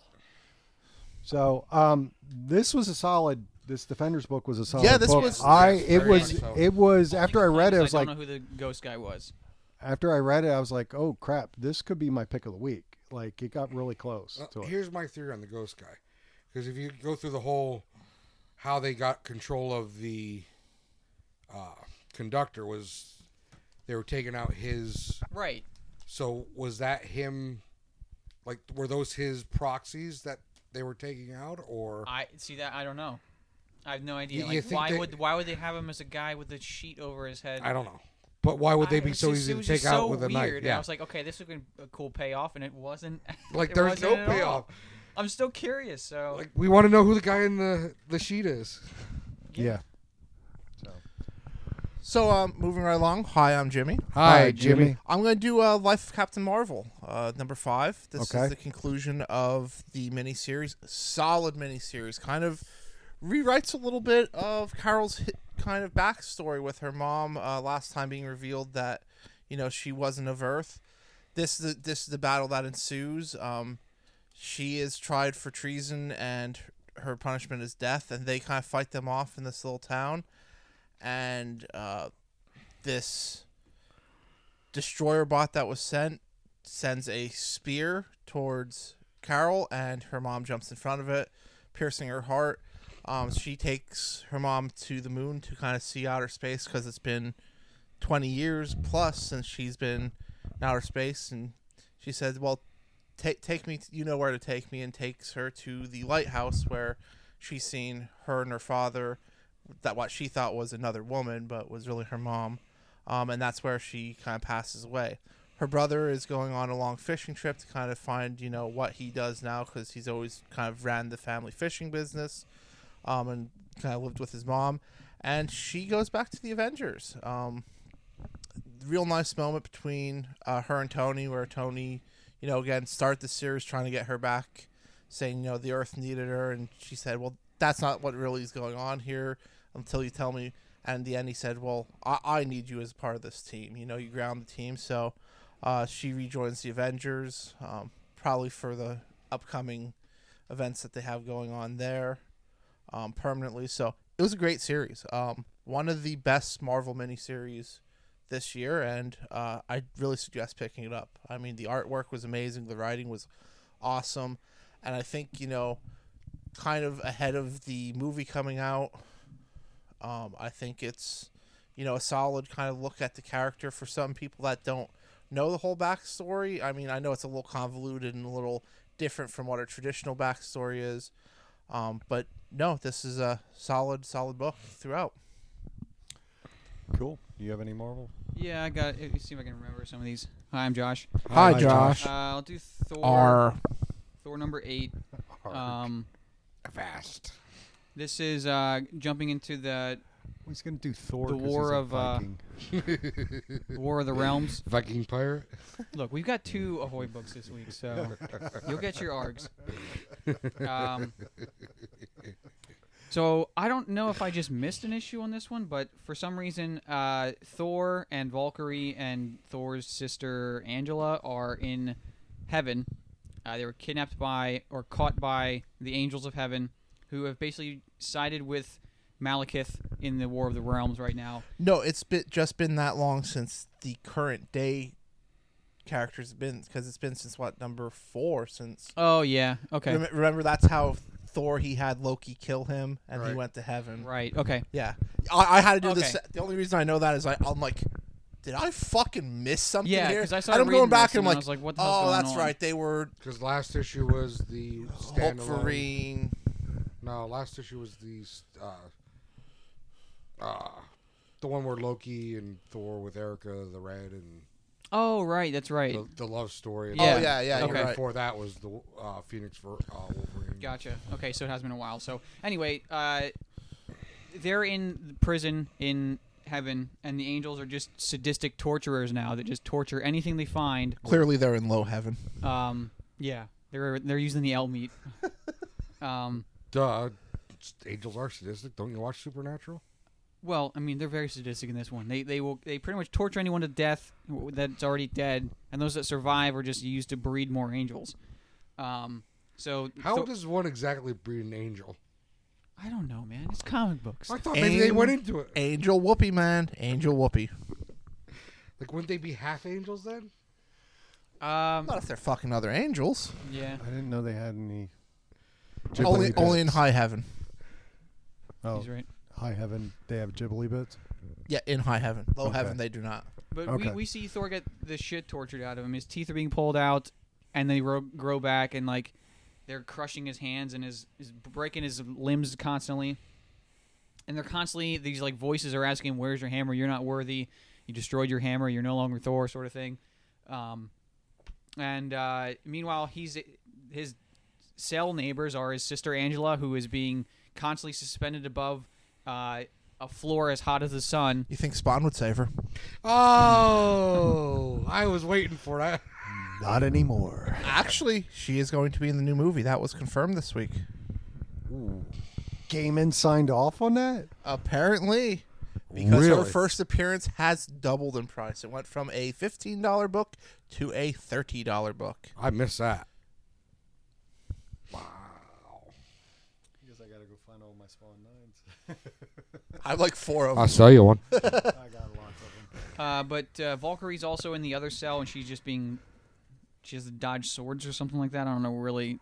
So um, this was a solid. This Defenders book was a solid.
Yeah, this
book.
was-
I
Yes,
it
very
was
much so.
it was after I read it. I was
I
like,
don't know who the ghost guy was.
after I read it, I was like, oh crap, this could be my pick of the week. Like it got really close
Uh,
Well,
to it.
Uh, Here's my theory on the ghost guy, because if you go through the whole how they got control of the uh, conductor was they were taking out his.
Right.
So was that him? Like, were those his proxies that they were taking out, or
I see that. I don't know. I have no idea.
You-
Like,
you think
why
they-
would why would they have him as a guy with a sheet over his head?
I don't know. But why would they
I-
be
it's
so
just-
easy
it
to
was
take
just
out
so
with a knife?
weird, and
Yeah,
I was like, okay, this would be a cool payoff, and it wasn't.
like
it
there's
wasn't
no
at all.
payoff.
I'm still curious. So
Like we want to know who the guy in the the sheet is.
Yeah.
So, um, moving right along. Hi, I'm Jimmy.
Hi, Jimmy. Jimmy.
I'm going to do uh, Life of Captain Marvel, uh, number five. This
Okay.
is the conclusion of the miniseries. Solid miniseries. Kind of rewrites a little bit of Carol's hi kind of backstory with her mom uh, last time being revealed that, you know, she wasn't of Earth. This is the, this is the battle that ensues. Um, she is tried for treason and her punishment is death, and they kind of fight them off in this little town. And uh, this destroyer bot that was sent sends a spear towards Carol, and her mom jumps in front of it, piercing her heart. Um, she takes her mom to the moon to kind of see outer space because it's been 20 years plus since she's been in outer space. And she said, Well, take take me, you know where to take me, and takes her to the lighthouse where she's seen her and her father that what she thought was another woman, but was really her mom. Um, and that's where she kind of passes away. Her brother is going on a long fishing trip to kind of find, you know, what he does now because he's always kind of ran the family fishing business um, and kind of lived with his mom. And she goes back to the Avengers. Um, real nice moment between uh, her and Tony, where Tony, you know, again started the series trying to get her back, saying you know the Earth needed her, and she said, "Well, that's not what really is going on here until you tell me." And in the end, he said, "Well, I, I need you as part of this team. You know, you ground the team." So uh, she rejoins the Avengers, um, probably for the upcoming events that they have going on there um, permanently. So it was a great series. Um, one of the best Marvel miniseries this year, and uh, I really suggest picking it up. I mean, the artwork was amazing, the writing was awesome, and I think you know, kind of ahead of the movie coming out, um, I think it's you know a solid kind of look at the character for some people that don't know the whole backstory. I mean, I know it's a little convoluted and a little different from what a traditional backstory is, um, but no, this is a solid, solid book throughout.
Cool. Do you have any Marvel?
Yeah, I got. It, see if I can remember some of these. Hi, I'm Josh.
Hi, Hi, Josh.
Uh, I'll do Thor. Thor number eight. Um,
Vast.
this is uh, jumping into the
He's gonna do Thor.
The
'cause he's
War
a
of, uh,
Viking.
War of the Realms.
Viking pirate.
Look, we've got two Ahoy books this week, so you'll get your args. Um, so I don't know if I just missed an issue on this one, but for some reason, uh, Thor and Valkyrie and Thor's sister Angela are in heaven. Uh, they were kidnapped by or caught by the angels of heaven, who have basically sided with Malekith in the War of the Realms right now.
No, it's been, just been that long since the current day characters have been because it's been since what number four since.
Oh yeah, okay,
Rem- remember that's how Thor he had Loki kill him and he
Right.
went to heaven.
right, okay.
Yeah, I, I had to do this.
Okay.
The only reason I know that is I, I'm like, did I fucking miss something
Yeah,
here?
'cause I started
and I'm going
reading
back
this
and I'm
and I
like,
was like, what the hell's
oh,
going
that's
on?"
right. They were
Because last issue was the standalone.
Wolverine.
No, last issue was the uh, uh, the one where Loki and Thor with Erica the Red and
Oh right, that's right.
the, the love story.
Yeah.
Oh yeah, yeah.
And
You're
Okay.
right.
Before that was the uh, Phoenix for uh, Wolverine.
Gotcha. Okay, so it has been a while. So anyway, uh, they're in prison in heaven, and the angels are just sadistic torturers now that just torture anything they find.
Clearly, they're in low heaven.
Um, yeah, they're they're using the L meat. Um,
Duh. it's- Angels are sadistic. Don't you watch Supernatural?
well, I mean, they're very sadistic in this one. They they will they pretty much torture anyone to death w- that's already dead, and those that survive are just used to breed more angels. Um, so
How
so-
does one exactly breed an angel?
I don't know, man. It's comic books.
I thought maybe they went into it.
Angel Whoopi, man. Angel Whoopi.
Like, wouldn't they be half angels then?
Um,
Not if they're fucking other angels.
yeah.
I didn't know they had any. Ghibli
Only,
bits.
only in high heaven.
Oh,
He's right.
high heaven. They have Ghibli bits.
Yeah, in high heaven. Low
Okay.
heaven, they do not.
But
Okay.
we, we see Thor get the shit tortured out of him. His teeth are being pulled out, and they grow, grow back, and like they're crushing his hands and his, his breaking his limbs constantly. And they're constantly these like voices are asking, "Where's your hammer? You're not worthy. You destroyed your hammer. You're no longer Thor," sort of thing. Um, and uh, meanwhile, he's his cell neighbors are his sister Angela, who is being constantly suspended above uh, a floor as hot as the sun.
You think Spawn would save her?
Oh, I was waiting for that.
Not anymore.
Actually, she is going to be in the new movie. That was confirmed this week.
Gaiman signed off on that.
Apparently. Because her
Really?
first appearance has doubled in price. It went from a $15 book to a $30 book.
I missed that.
I guess I gotta go find all my Spawn nines.
I have like four of them.
I'll sell you one.
I got lots of them.
Uh, but uh, Valkyrie's also in the other cell, and she's just being she has to dodge swords or something like that. I don't know really.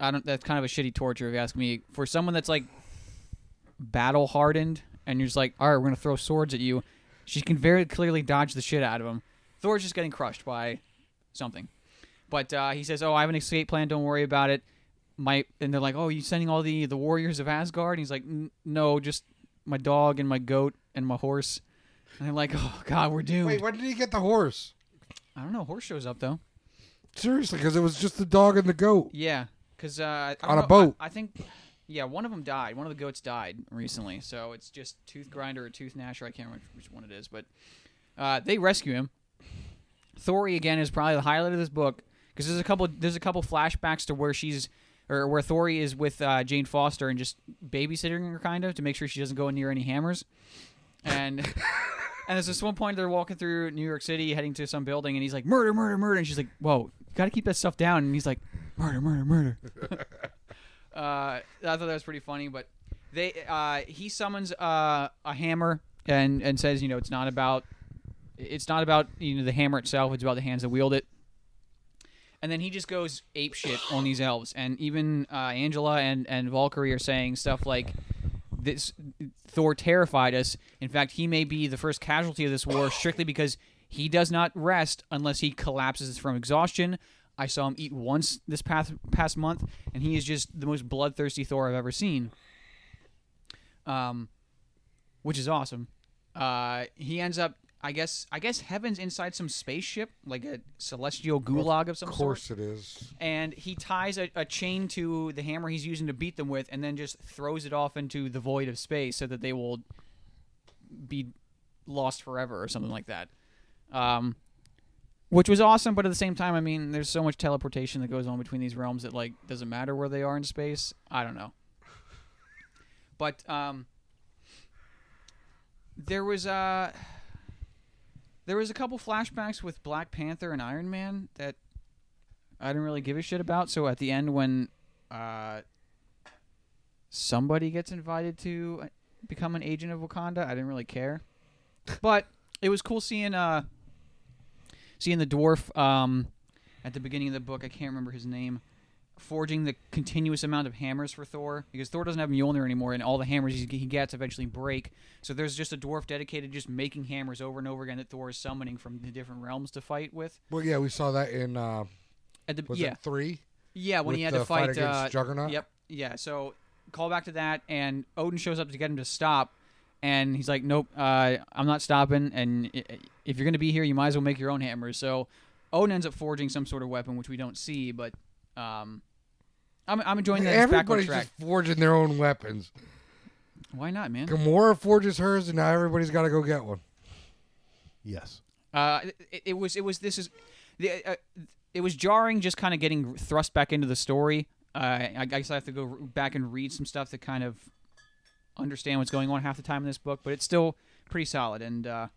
I don't. That's kind of a shitty torture, if you ask me. For someone that's like battle hardened, and you're just like, all right, we're gonna throw swords at you. She can very clearly dodge the shit out of him. Thor's just getting crushed by something. But uh, he says, "Oh, I have an escape plan. Don't worry about it." My and they're like, "Oh, you sending all the the warriors of Asgard?" And he's like, N- "No, just my dog and my goat and my horse. And I'm like, oh god, we're doomed.
Wait, when did he get the horse?
I don't know. Horse shows up though.
Seriously, because it was just the dog and the goat.
Yeah, because uh, I
On
don't
a
know, I-
boat.
I, think, yeah, one of them died. One of the goats died recently, so it's just tooth grinder or tooth gnasher. I can't remember which one it is, but uh, they rescue him. Thori again is probably the highlight of this book because there's a couple there's a couple flashbacks to where she's or where Thori is with uh, Jane Foster and just babysitting her kind of to make sure she doesn't go near any hammers, and. And there's this one point they're walking through New York City, heading to some building, and he's like, "Murder, murder, murder!" And she's like, "Whoa, you gotta keep that stuff down." And he's like, "Murder, murder, murder." uh, I thought that was pretty funny, but they uh, he summons uh, a hammer and and says, you know, it's not about it's not about you know the hammer itself; it's about the hands that wield it. And then he just goes ape shit on these elves, and even uh, Angela and and Valkyrie are saying stuff like, this Thor terrified us. In fact, he may be the first casualty of this war strictly because he does not rest unless he collapses from exhaustion. I saw him eat once this past, past month, and he is just the most bloodthirsty Thor I've ever seen. Um, which is awesome. Uh, he ends up, I guess, I guess heaven's inside some spaceship, like a celestial gulag of some
Of
sort
course it is.
and he ties a, a chain to the hammer he's using to beat them with and then just throws it off into the void of space so that they will be lost forever or something like that um, which was awesome but at the same time i mean there's so much teleportation that goes on between these realms that like doesn't matter where they are in space i don't know but um, there was uh, there was a couple flashbacks with black panther and iron man that I didn't really give a shit about. So at the end, when uh, somebody gets invited to uh, become an agent of Wakanda, I didn't really care. But it was cool seeing uh, seeing the dwarf um, at the beginning of the book. I can't remember his name. Forging the continuous amount of hammers for Thor because Thor doesn't have Mjolnir anymore, and all the hammers he he gets eventually break. So there's just a dwarf dedicated just making hammers over and over again that Thor is summoning from the different realms to fight with.
Well, yeah, we saw that in uh,
At the,
was
yeah,
it three?
yeah, when
with
he had
the
to fight,
against
uh,
Juggernaut.
Yep. Yeah. So call back to that, and Odin shows up to get him to stop, and he's like, "Nope, uh, I'm not stopping. And i- i- if you're gonna be here, you might as well make your own hammers." So Odin ends up forging some sort of weapon, which we don't see, but um, I'm, I'm enjoying that it's back on
Everybody's
track.
just forging their own weapons.
Why not, man?
Gamora forges hers, and now everybody's got to go get one.
Yes.
Uh, it, it was it was this is the uh, it was jarring just kind of getting thrust back into the story. Uh, I guess I have to go back and read some stuff to kind of understand what's going on half the time in this book, but it's still pretty solid and uh,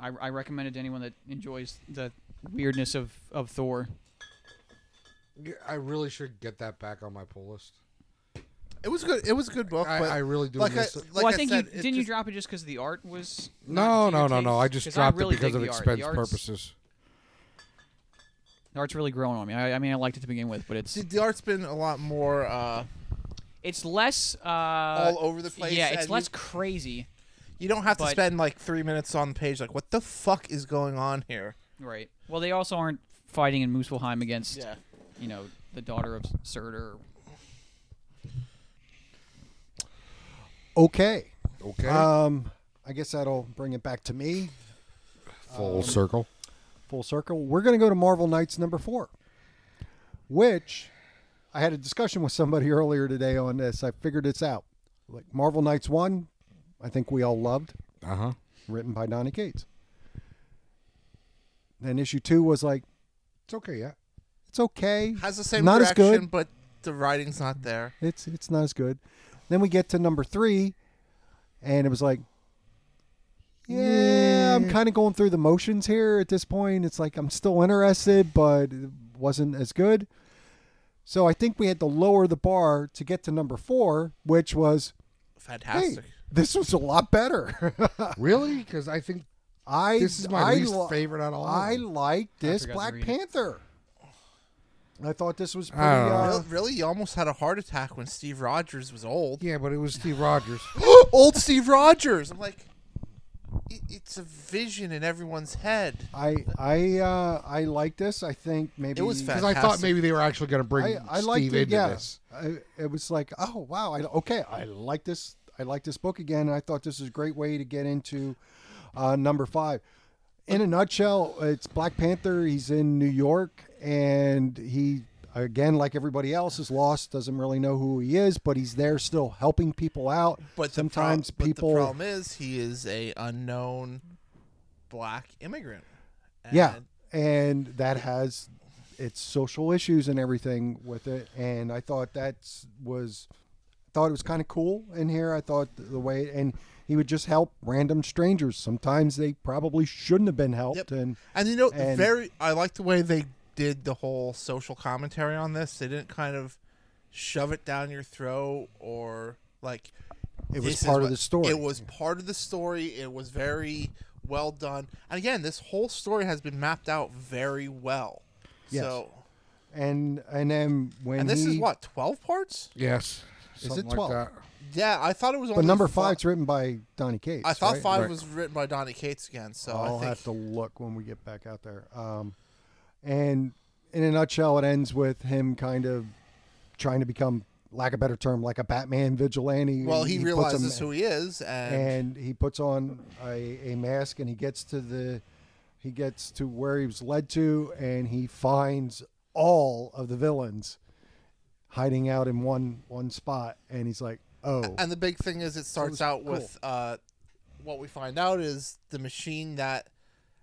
I, I recommend it to anyone that enjoys the weirdness of, of Thor.
Yeah, I really should get that back on my pull list.
It was good. It was a good book,
I,
but
I really do
like, I,
miss
like
it.
well, I think
said,
you
it
didn't you
just-
drop it just because the art was
No,
not to
no,
your
no, no.
taste?
I just
'Cause
dropped
really
it because
dig
of
the art.
expense
The art's-
purposes.
The art's really growing on me. I, I mean, I liked it to begin with, but it's
the, the art's been a lot more uh,
it's less uh,
all over the place.
Yeah, it's
and
less
You,
crazy.
you don't have to
but-
spend like three minutes on the page. Like, what the fuck is going on here?
Right. Well, they also aren't fighting in Muspelheim against, you know, the daughter of Surtur.
Okay.
Okay.
Um, I guess that'll bring it back to me
Full circle.
full circle. We're going to go to Marvel Knights number four, which I had a discussion with somebody earlier today on this. I figured this out. Like Marvel Knights one, I think we all loved,
Uh huh.
written by Donny Cates. Then issue two was like,
It's okay. Yeah.
it's okay.
Has the same
Not as
direction,
good.
but the writing's not there.
It's it's not as good. Then we get to number three, and it was like, yeah, I'm kind of going through the motions here at this point. It's like I'm still interested, but it wasn't as good. So I think we had to lower the bar to get to number four, which was, hey,
Fantastic.
this was a lot better.
Really? Because I think
I
This is my
I
least
li-
favorite out of all of
I
them.
like this
forgot to
Black
read it.
Panther. I thought this was pretty.
don't know.
uh,
Real- really, you almost had a heart attack when Steve Rogers was old.
yeah, but it was Steve Rogers.
old Steve Rogers. I'm like, it, it's a vision in everyone's head.
I I uh, I like this. I think maybe
It was
Because I thought
Fantastic.
maybe they were actually going to bring
I, I
Steve
liked it.
into
Yeah,
this.
I, it was like, oh wow, I, okay, I like this. I like this book again, and I thought this is a great way to get into uh, number five. In a nutshell, it's Black Panther. He's in New York, and he, again, like everybody else, is lost. Doesn't really know who he is, but he's there still helping people out.
But the pro-
sometimes
but
people,
the problem is he is a unknown black immigrant.
yeah,
And
and that has its social issues and everything with it. And I thought that was thought it was kind of cool in here. I thought the, the way and he would just help random strangers. Sometimes they probably shouldn't have been helped. And
And you know,
And-
very I like the way they did the whole social commentary on this. They didn't kind of shove it down your throat or like
It was
this is
part of
what-
the story.
It was part of the story. It was very well done. And again, this whole story has been mapped out very well.
Yes.
So
and and then when
and this
he,
is what, twelve parts?
Yes.
Is it
Something
12?
Like that.
Yeah, I thought it was
But
only
number
fi-
five's written by Donny Cates.
I thought
right?
five
Right.
was written by Donny Cates again, so I
I'll
think
have to look when we get back out there. Um, and in a nutshell, it ends with him kind of trying to become, lack of better term, like a Batman vigilante.
Well, he,
puts a
realizes
ma-
who he is, and,
and he puts on a, a mask and he gets to the he gets to where he was led to and he finds all of the villains hiding out in one one spot and he's like oh
and the big thing is it starts
it's
out with uh, what we find out is the machine that,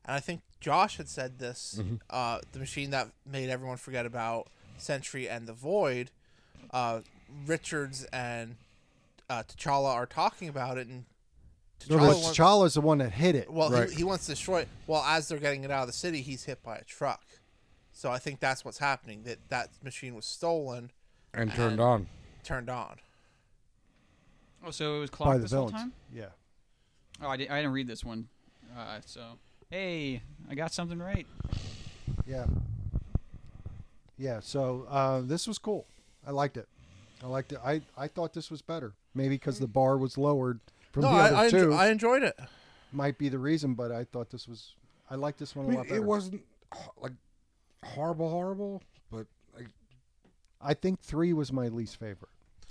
and I think Josh had said this,
Mm-hmm.
uh, the machine that made everyone forget about Sentry and the Void. Uh, Richards and uh, T'Challa are talking about it, and
no,
T'Challa
the
wants-
T'Challa's the one that hit it
Well,
Right.
he, he wants to destroy it. Well, as they're getting it out of the city, he's hit by a truck. So I think that's what's happening. That that machine was stolen,
And turned on.
turned on.
Oh, so it was
by
clocked
the
this whole
villains
time.
yeah
Oh, I didn't, I didn't read this one. Uh, so hey, I got something right.
Yeah. Yeah. So uh, this was cool. I liked it. I liked it. I, I thought this was better. Maybe because the bar was lowered from
no,
the
I,
other
I, enjo-
two
I enjoyed it.
might be the reason, but I thought this was. I liked this one
I
a
mean,
lot better.
it wasn't h- like horrible, horrible, but like,
I think three was my least favorite.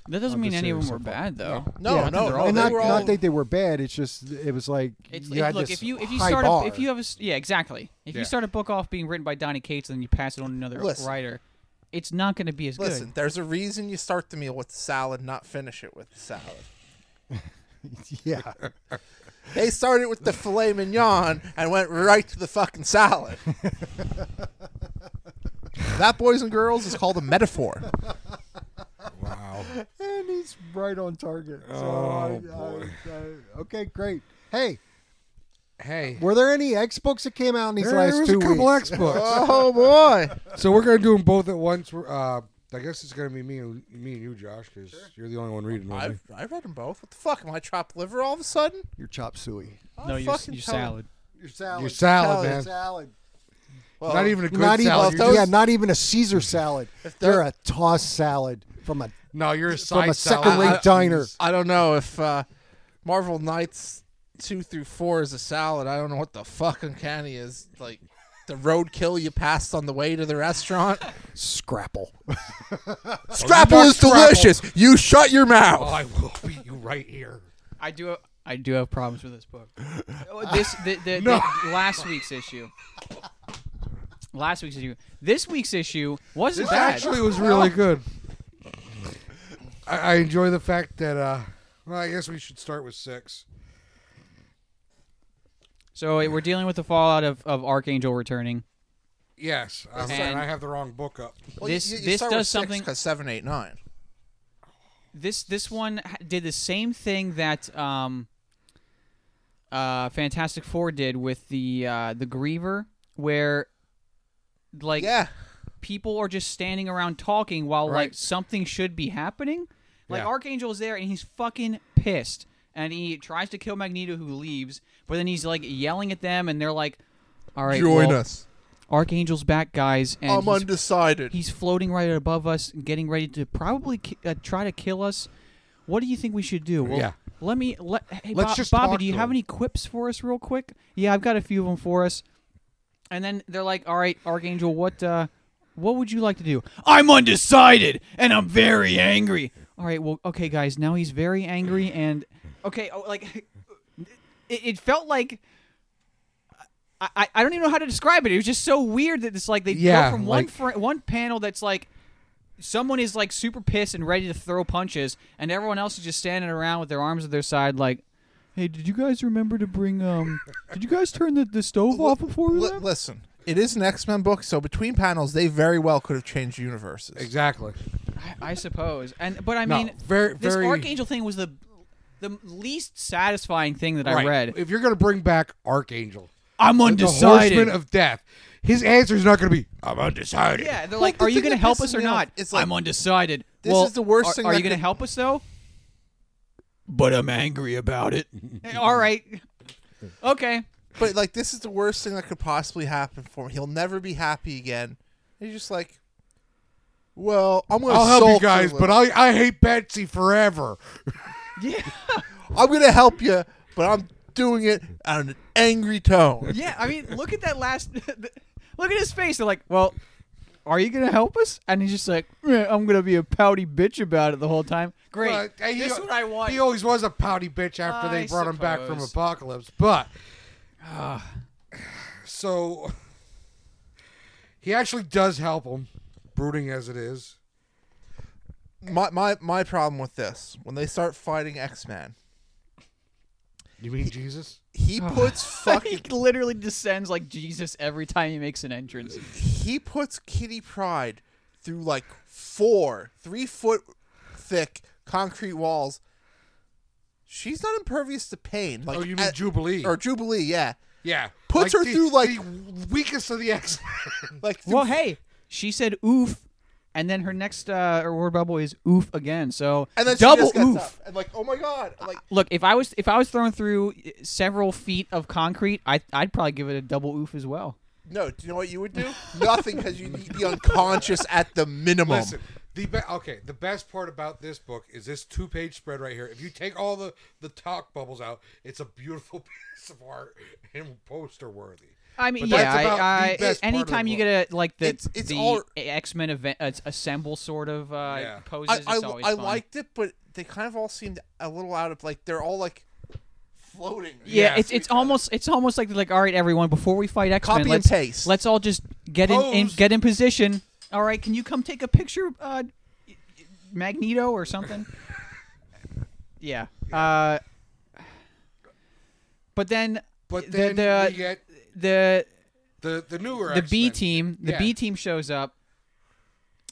That doesn't
I'm
mean
just
any of them
serious so
were
far.
bad though.
No,
Yeah,
no,
they're
no,
all-
they
and not
were all-
not that they were bad. It's just it was like
It's,
you
it-
had
look
this
if you if you
high
start a,
bar.
if you have a s- yeah exactly if
Yeah.
you start a book off being written by Donny Cates and then you pass it on to another
Listen.
writer, it's not going to be as
Listen,
good.
there's a reason you start the meal with the salad, not finish it with the salad.
yeah
They started with the filet mignon and went right to the fucking salad. that, boys and girls, is called a metaphor.
wow.
and he's right on target. So I,
Oh, boy.
I, I, okay, great. Hey,
Hey.
were there any X books that came out in these
There
last
was
two
a couple
weeks?
X books.
Oh boy!
so we're gonna do them both at once. We're, Uh, I guess it's gonna be me and me and you, Josh, because you're the only one reading with
I
me.
I read them both. What the fuck? Am I chopped liver all of a sudden?
Your chop suey.
I'm
no, your,
fucking
your
telling-
salad.
Your salad.
Your salad,
Your
man.
salad.
Well,
not even a good
not
salad.
even
you're
yeah,
just-
not even a Caesar salad. They're a toss salad from a
no, you're a
from
side
a
salad.
second
I-
rate diner.
I don't know if uh, Marvel Knights two through four is a salad. I don't know what the fuck uncanny is. Like the roadkill you passed on the way to the restaurant.
Scrapple.
Scrapple is delicious. You shut your
Oh,
mouth.
I will beat you right here.
I do have, I do have problems with this book. Oh, this the, the, the last week's issue. Last week's issue. This week's issue wasn't
This
bad.
actually was really good. I, I enjoy the fact that. uh Well, I guess we should start with six.
so eh, we're dealing with the fallout of, of Archangel returning.
Yes, I'm sorry,
And-
I have the wrong book up.
this this does something.
because seven, eight, nine.
this this one ha- did the same thing that um, uh, Fantastic Four did with the uh, the Griever, where like
Yeah,
people are just standing around talking while like
Right.
something should be happening. Like
Yeah.
Archangel is there and he's fucking pissed, and he tries to kill Magneto, who leaves, but then he's like yelling at them, and they're like, "All right, well,
us.
Archangel's back, guys." And
I'm
he's
undecided.
He's floating right above us, getting ready to probably ki- uh, try to kill us. What do you think we should do? Well,
Yeah.
Let me. Let, hey,
Let's
Bo-
just
Bobby,
talk
do you
to
have
him.
any quips for us, real quick? Yeah, I've got a few of them for us. And then they're like, "All right, Archangel, what? Uh, What would you like to do? I'm undecided and I'm very angry. All right, well, okay, guys, now he's very angry and okay, oh, like it, it felt like I, I, I don't even know how to describe it. It was just so weird that it's like they
Yeah,
go from
like-
one fr- one panel that's like someone is like super pissed and ready to throw punches, and everyone else is just standing around with their arms at their side, like. Hey, did you guys remember to bring um? Did you guys turn the, the stove off before we
Li-
left?
listen, it is an X Men book, so between panels, they very well could have changed universes.
Exactly.
I suppose. And but I
No,
mean,
very-
this
very-
archangel thing was the the least satisfying thing that I
Right.
read.
If you're gonna bring back Archangel,
I'm
the horseman of death, his answer is not gonna be "I'm undecided."
yeah, they're
Well,
like,
the
are you
thing
going to
that
help us
pisses
or
me off
not?
is, like,
I'm undecided.
this
Well,
is the worst
are,
thing
Are
that
you going to
could-
help us though? But I'm angry about it. All right. Okay.
But like, this is the worst thing that could possibly happen for him. He'll never be happy again. And he's just like, well, I'm gonna.
I'll help you
sulk for a
guys, but
little-
I I hate Betsy forever.
Yeah.
I'm gonna help you, but I'm doing it on an angry tone.
Yeah. I mean, look at that last. look at his face. They're like, well. Are you gonna help us? And he's just like, "Eh, I'm gonna be a pouty bitch about it the whole time. Great,
Well, he-
this is what I want.
He always was a pouty bitch after they
I
brought him back from
suppose.
Apocalypse, but uh, so he actually does help him, brooding as it is.
My my my problem with this when they start fighting X Men,
You mean Jesus?
he
Oh.
puts fucking
he literally descends like Jesus every time he makes an entrance.
he puts Kitty Pride through like four, three foot thick concrete walls. She's not impervious to pain. Like
oh, you mean
at-
Jubilee?
or Jubilee? Yeah,
yeah,
puts her
the-
through, like-
the weakest of the X.
like through,
Well, hey, she said oof, and then her next uh, word bubble is oof again. So
and then
double
she just gets
oof.
up and like, oh my god, like
Look, if I was if I was thrown through several feet of concrete, I I'd probably give it a double oof as well.
no. Do you know what you would do? Nothing because you need the unconscious at the minimum.
Listen, the be- okay. The best part about this book is this two-page spread right here. If you take all the the talk bubbles out, it's a beautiful piece of art and poster worthy.
I mean,
But
yeah.
that's about the
I, I,
best part of
anytime
the
you
book.
get a like the
It's- it's
the
all-
X Men event uh, assemble sort of uh,
Yeah.
poses,
I I,
it's always
I
fun.
liked it, but they kind of all seemed a little out of like they're all like floating.
Yeah,
Yeah,
it's
to
it's
each other.
almost it's almost like like all right, everyone. Before we fight X
Copy
Men,
and
let's
paste.
let's all just get in, in
Pose.
get in position. All right, can you come take a picture, uh, Magneto or something? yeah. Uh, but then, the
But then
the
we get
the,
the the newer
the B
X-Men.
team the
Yeah.
B team shows up,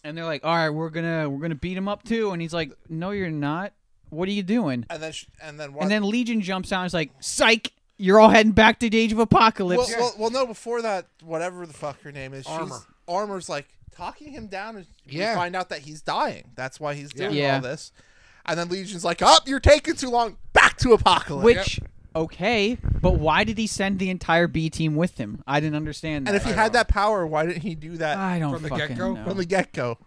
and they're like, all right, we're gonna we're gonna beat him up too. And he's like, no, you're not. What are you doing?
and then sh- and then what?
And then Legion jumps out and is like, psych. You're all heading back to the Age of Apocalypse.
Well, well, well, no. Before that, whatever the fuck her name is, she's
Armor.
armor's like talking him down, and we
Yeah.
find out that he's dying. That's why he's doing
Yeah.
all this. And then Legion's like, "Up, you're taking too long. Back to Apocalypse."
Which okay, but why did he send the entire B team with him? I didn't understand that.
and if he
I
had
don't know.
that power, why didn't he do that
I don't
From the
fucking
get-go?
know.
from the get go?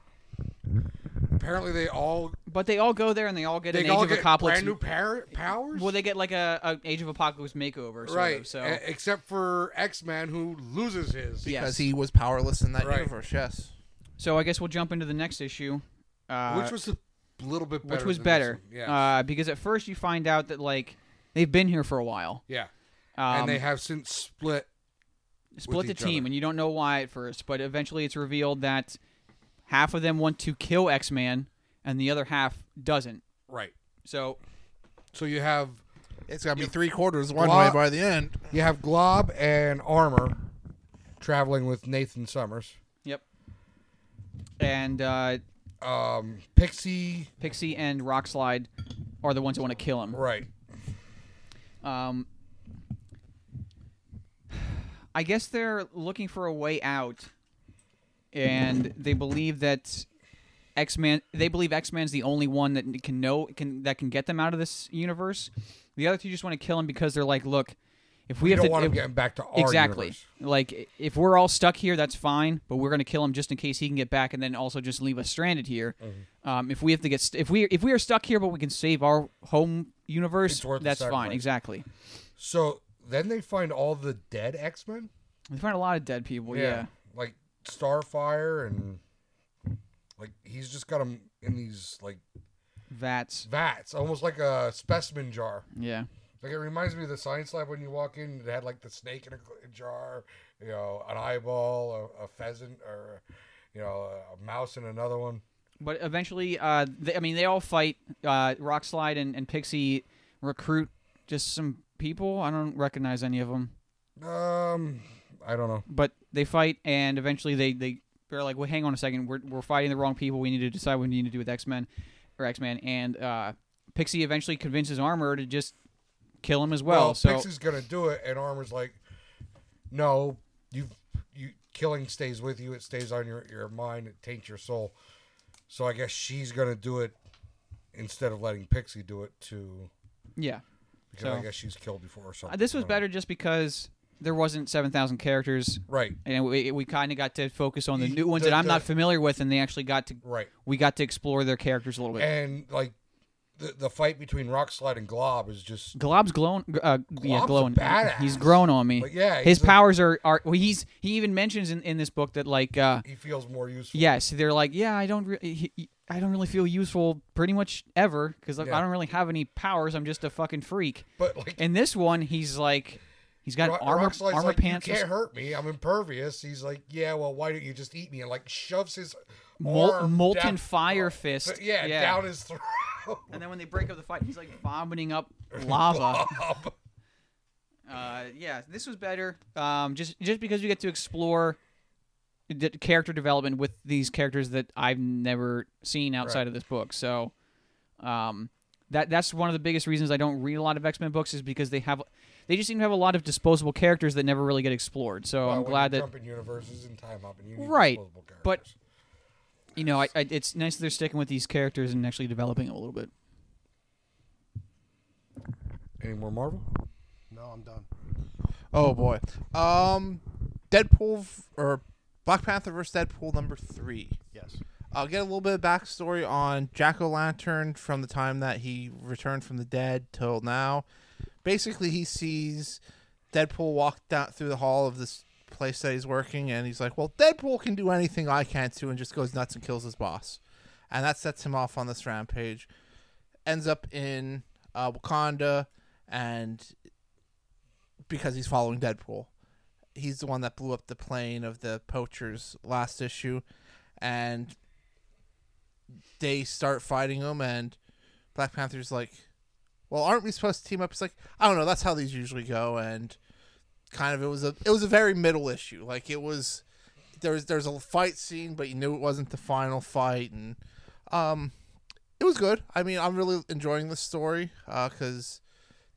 Apparently, they all
but they all go there and they all get
they
an
all
Age of
get
Apocalypse.
brand new par- powers.
well, they get like a, a Age of Apocalypse makeover, sort
right,
Of, so
e- except for X-Man who loses his.
Yeah.
Because
Yes.
he was powerless in that
Right.
universe. Yes.
so I guess we'll jump into the next issue, uh,
which was a little bit better.
which was
than this
better,
one. Yeah,
uh, because at first you find out that like they've been here for a while.
yeah,
Um,
and they have since split.
split
with
the
each
team,
other.
and you don't know why at first, but eventually it's revealed that half of them want to kill X Man, and the other half doesn't.
Right,
So
so you have
It's got to be three quarters one
Well,
way
I-
by the end.
you have Glob and Armor traveling with Nathan Summers.
Yep. And uh,
Um, Pixie,
Pixie and Rockslide are the ones that want to kill him.
right?
Um, I guess they're looking for a way out, and they believe that X Man. They believe X Man's the only one that can know can that can get them out of this universe. The other two just want to kill him because they're like, look, if we,
You
have
don't
to,
want him
if-
getting back to our
exactly
universe.
like if we're all stuck here that's fine but we're gonna kill him just in case he can get back and then also just leave us stranded here
Mm-hmm.
um, if we have to get st- if we if we are stuck here but we can save our home universe
It's worth the
that's fine
sacrifice.
exactly
So then they find all the dead X Men.
we find a lot of dead people yeah,
like Starfire and like he's just got them in these like
Vats.
vats, almost like a specimen jar.
Yeah.
Like it reminds me of the science lab when you walk in, it had like the snake in a, gl- jar, you know, an eyeball, a, a pheasant, or you know, a, a mouse in another one.
But eventually, uh, they, I mean, they all fight. Uh, Rockslide and, and Pixie recruit just some people. I don't recognize any of them,
Um, I don't know.
but they fight, and eventually they they they're like, "Well, hang on a second, we're we're fighting the wrong people. We need to decide what we need to do with X Men, or X Men." And uh, Pixie eventually convinces Armor to just kill him as well. so
Pixie's gonna do it, and Armor's like, no, you, you, killing stays with you. It stays on your your mind. It taints your soul. So I guess she's gonna do it instead of letting Pixie do it too,
yeah,
because I
So-
guess she's killed before or something.
Uh, this was
I don't know.
better just because there wasn't seven thousand characters.
Right,
And we, we kind of got to focus on the
You-
new ones
the-
that I'm
the-
not familiar with, and they actually got to
right.
we got to explore their characters a little bit.
and like the the fight between Rockslide and Glob is just
Glob's glowing. Uh,
Glob's
yeah,
a
glowing.
badass.
He's grown on me.
Like, yeah,
his
he's a-
powers are are. Well, he's he even mentions in, in this book that like uh,
he feels more useful.
yes, they're like yeah, I don't really I don't really feel useful pretty much ever because like, I
Yeah.
don't really have any powers. I'm just a fucking freak.
but like
In this one, he's like he's got
Rock,
armor
Rockslide's
armor
like,
pants. or
you can't
s-
hurt me. I'm impervious. He's like, yeah, well, why don't you just eat me? And like shoves his
Mol-
arm
molten
down-
fire
uh,
fist.
th- Yeah,
Yeah.
down his throat.
And then when they break up the fight, he's like vomiting up lava.
Up.
uh, yeah, this was better. Um, just just because we get to explore d- character development with these characters that I've never seen outside
Right.
of this book. So, um, that that's one of the biggest reasons I don't read a lot of X Men books is because they have they just seem to have a lot of disposable characters that never really get explored. So
Well,
I'm
when
glad
you
that
jump in universes and time up, and you need
Right,
disposable
but-
characters.
you know I, I, it's nice that they're sticking with these characters and actually developing them a little bit.
any more Marvel?
No, I'm done.
Oh boy. Um, Deadpool v- or Black Panther versus Deadpool number three.
Yes.
I'll get a little bit of backstory on Jack O' Lantern from the time that he returned from the dead till now. Basically, he sees Deadpool walk down through the hall of this place that he's working, and he's like, "Well, Deadpool can do anything I can't do," and just goes nuts and kills his boss, and that sets him off on this rampage. Ends up in uh, Wakanda, and because he's following Deadpool, he's the one that blew up the plane of the poachers last issue, and they start fighting him and Black Panther's like, "Well, aren't we supposed to team up?" It's like, "I don't know, that's how these usually go." And kind of it was a it was a very middle issue. Like it was there was there's a fight scene, but you knew it wasn't the final fight and um it was good. I mean, I'm really enjoying this story uh, cuz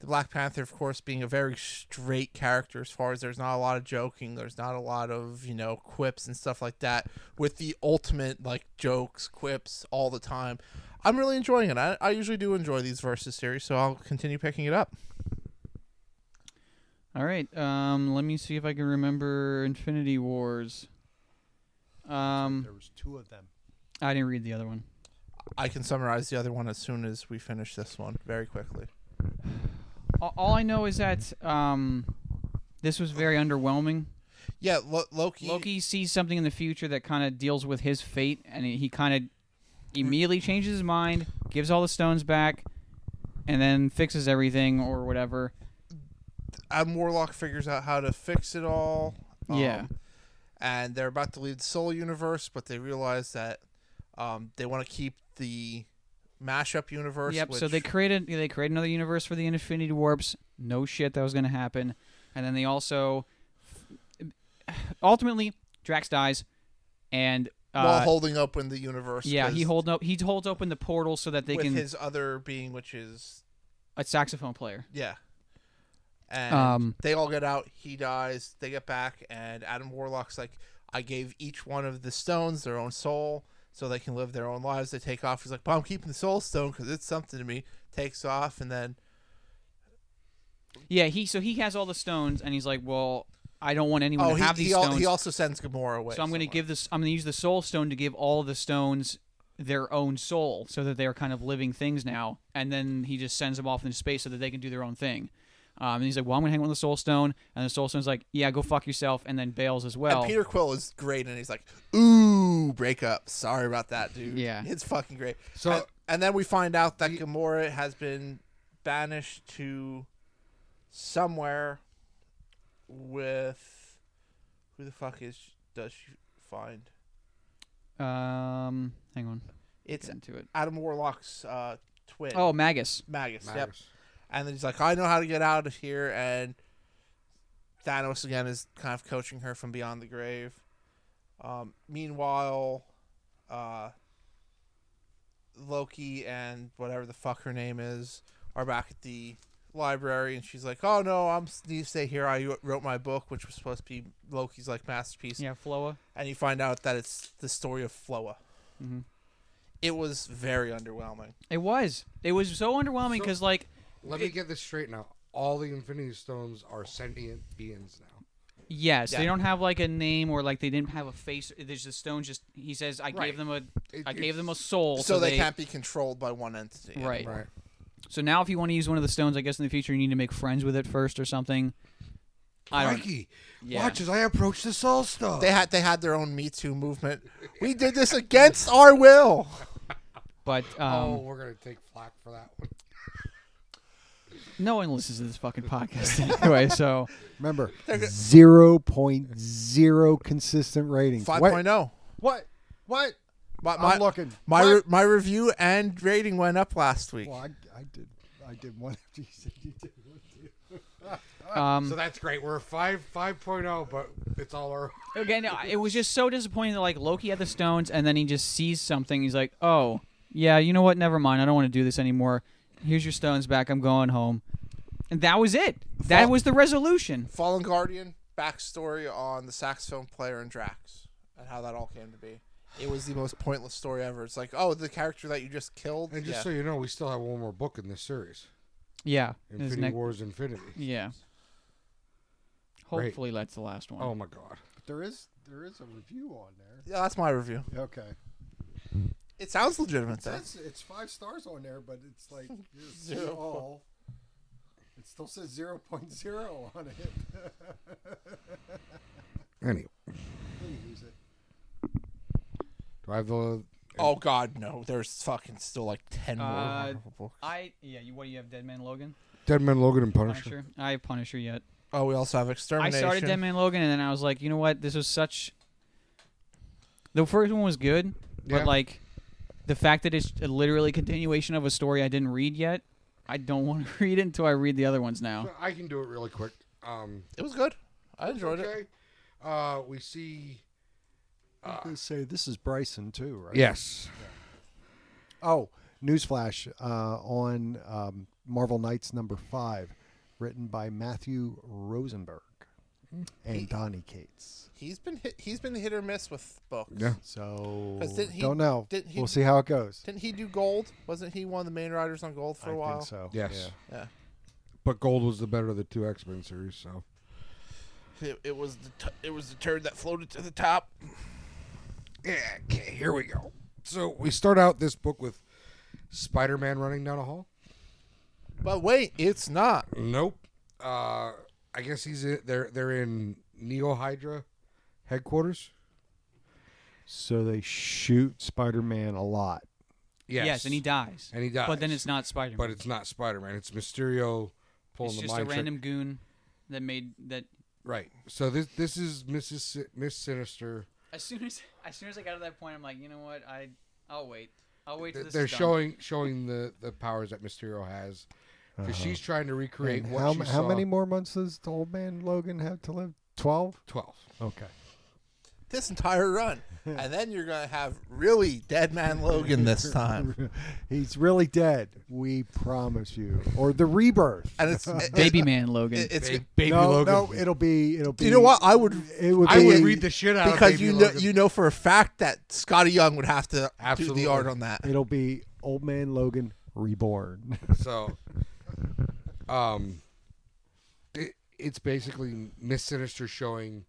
the Black Panther, of course, being a very straight character as far as there's not a lot of joking, there's not a lot of, you know, quips and stuff like that, with the ultimate, like, jokes, quips all the time. I'm really enjoying it. I, I usually do enjoy these versus series, so I'll continue picking it up.
All right. Um, let me see if I can remember Infinity Wars. Um,
There was two of them.
I didn't read the other one.
I can summarize the other one as soon as we finish this one very quickly.
All, all I know is that um, this was very underwhelming.
Yeah, Lo- Loki.
Loki sees something in the future that kind of deals with his fate, and he, he kind of immediately changes his mind, gives all the stones back, and then fixes everything or whatever.
Um, Warlock figures out how to fix it all. um,
Yeah.
And they're about to leave the Soul Universe, but they realize that um, they want to keep the mashup universe.
Yep. So
which-
they created they create another universe for the Infinity Warps. No shit, that was going to happen. And then they also ultimately Drax dies, and uh,
while holding open the universe.
yeah,
'cause
he holds up he holds open the portal so that they
with
can
his other being, which is
a saxophone player.
yeah. And
Um,
they all get out. He dies. They get back, and Adam Warlock's like, "I gave each one of the stones their own soul, so they can live their own lives." They take off. He's like, "But I'm keeping the soul stone because it's something to me." Takes off, and then
Yeah, he so he has all the stones, and he's like, well, I don't want anyone
oh,
to
he
have
he,
these
al-
stones,
he also sends Gamora away.
so I'm going to
somewhere.
give this. I'm going to use the soul stone to give all the stones their own soul, so that they are kind of living things now. And then he just sends them off into space so that they can do their own thing. Um, and he's like, "Well, I'm gonna hang out with the Soul Stone," and the Soul Stone's like, "Yeah, go fuck yourself," and then bails as well.
And Peter Quill is great, and he's like, "Ooh, breakup. Sorry about that, dude.
Yeah.
it's fucking great."
So-
and, and then we find out that Gamora has been banished to somewhere with who the fuck is does she find?
um, hang on,
It's
get into it.
Adam Warlock's uh, twin.
Oh, Magus.
Magus. Yep.
Matters.
And then he's like, I know how to get out of here. And Thanos, again, is kind of coaching her from beyond the grave. Um, meanwhile, uh, Loki and whatever the fuck her name is are back at the library. And she's like, Oh, no, I'm s- need to stay here. I wrote my book, which was supposed to be Loki's like masterpiece.
Yeah, Floa.
And you find out that it's the story of Floa.
Mhm.
It was very underwhelming.
It was. It was so underwhelming
So-
because like
Let me get this straight now. All the Infinity Stones are sentient beings now.
Yes, they
Yeah.
don't have like a name or like they didn't have a face. There's the stones. Just he says, "I
Right.
gave them a,
It-
I gave
it's-
them a soul."
So, they, can't be controlled by one entity.
Right.
Right.
So now, if you want to use one of the stones, I guess in the future you need to make friends with it first or something. I don't.
Mikey,
Yeah.
watch as I approach the Soul Stone.
They had they had their own Me Too movement. We did this against our will.
But um,
oh, we're gonna take flack for that one.
no one listens to this fucking podcast anyway. So
Remember, zero point zero consistent ratings.
Five
What-
point oh.
What? What?
My
I'm
my,
looking.
my, re-
What?
my review and rating went up last week.
Well, I, I did. I did one after you said you did one too.
um,
So that's great. We're five five point oh, but it's all our.
again, I- it was just so disappointing that like Loki had the stones and then he just sees something. He's like, "Oh, yeah, you know what? Never mind. I don't want to do this anymore. Here's your stones back. I'm going home." And that was it. That
Fuck.
was the resolution.
Fallen Guardian backstory on the saxophone player and Drax and how that all came to be. It was the most pointless story ever. It's like, oh, the character that you just killed.
And just
Yeah.
so you know, we still have one more book in this series:
Yeah. His
Infinity
neck-
Wars Infinity.
Yeah.
Great.
Hopefully that's the last one.
Oh my God.
But there is there is a review on there.
yeah, that's my review.
Okay.
It sounds legitimate though.
That's it's five stars on there, but it's like just
Zero.
all. It still says 0.0 on it.
Anyway,
Use it.
do I have the?
Oh God, no! There's fucking still like ten more
Uh,
wonderful books.
I yeah, you what do you have Dead Man Logan?
Dead Man Logan and Punisher.
Punisher? I have Punisher yet.
Oh, we also have
I
extermination.
started Dead Man Logan and then I was like, you know what? This was such The first one was good,
Yeah.
but like the fact that it's literally a continuation of a story I didn't read yet, I don't want to read it until I read the other ones now.
I can do it really quick. Um,
It was good. I enjoyed it.
okay. Uh, we see.
Uh,
I was gonna say this is Bryson too, right?
Yes.
Oh, newsflash uh, on um, Marvel Knights number five, written by Matthew Rosenberg
Hmm.
and Donnie Cates.
He's been hit, he's been hit or miss with books.
Yeah.
So
'Cause didn't he-
don't know.
didn't he-
we'll see how it goes.
Didn't he do gold? Wasn't he one of the main writers on gold for a
I
while?
think so.
Yes.
Yeah.
Yeah.
But Gold was the better of the two X Men series, so
It, it was the t- it was the turd that floated to the top.
yeah. Okay, here we go. So we start out this book with Spider Man running down a hall.
But wait, it's not.
Nope. Uh, I guess he's in, they're they're in Neo Hydra headquarters.
So they shoot Spider-Man a lot.
Yes.
and he dies.
And he dies.
But then it's not Spider-Man.
But it's not Spider Man. It's Mysterio pulling
it's
the
just a
mind trick.
random goon that made that
Right. So this this is Mrs. Si- Miss Sinister.
as soon as as soon as I got to that point, I'm like, you know what? I I'll wait. I'll wait till
Th-
this
They're
is done.
showing showing the the powers that Mysterio has. 'Cause she's trying to recreate
And
what
how
she
how
saw.
many more months does Old Man Logan have to live? Twelve.
Twelve.
Okay.
This entire run, and then you're gonna have really Dead Man Logan this time.
He's really dead. We promise you. Or the rebirth.
And it's it,
Baby Man Logan.
it- it's
Ba- baby
no,
Logan.
no, it'll be. It'll be.
you know what I would
It would.
I
be,
would read the shit out of
because
Baby
you know
Logan.
you know for a fact that Scotty Young would have to do
Absolutely.
the art on that.
It'll be Old Man Logan reborn.
So, um, it, it's basically Miss Sinister showing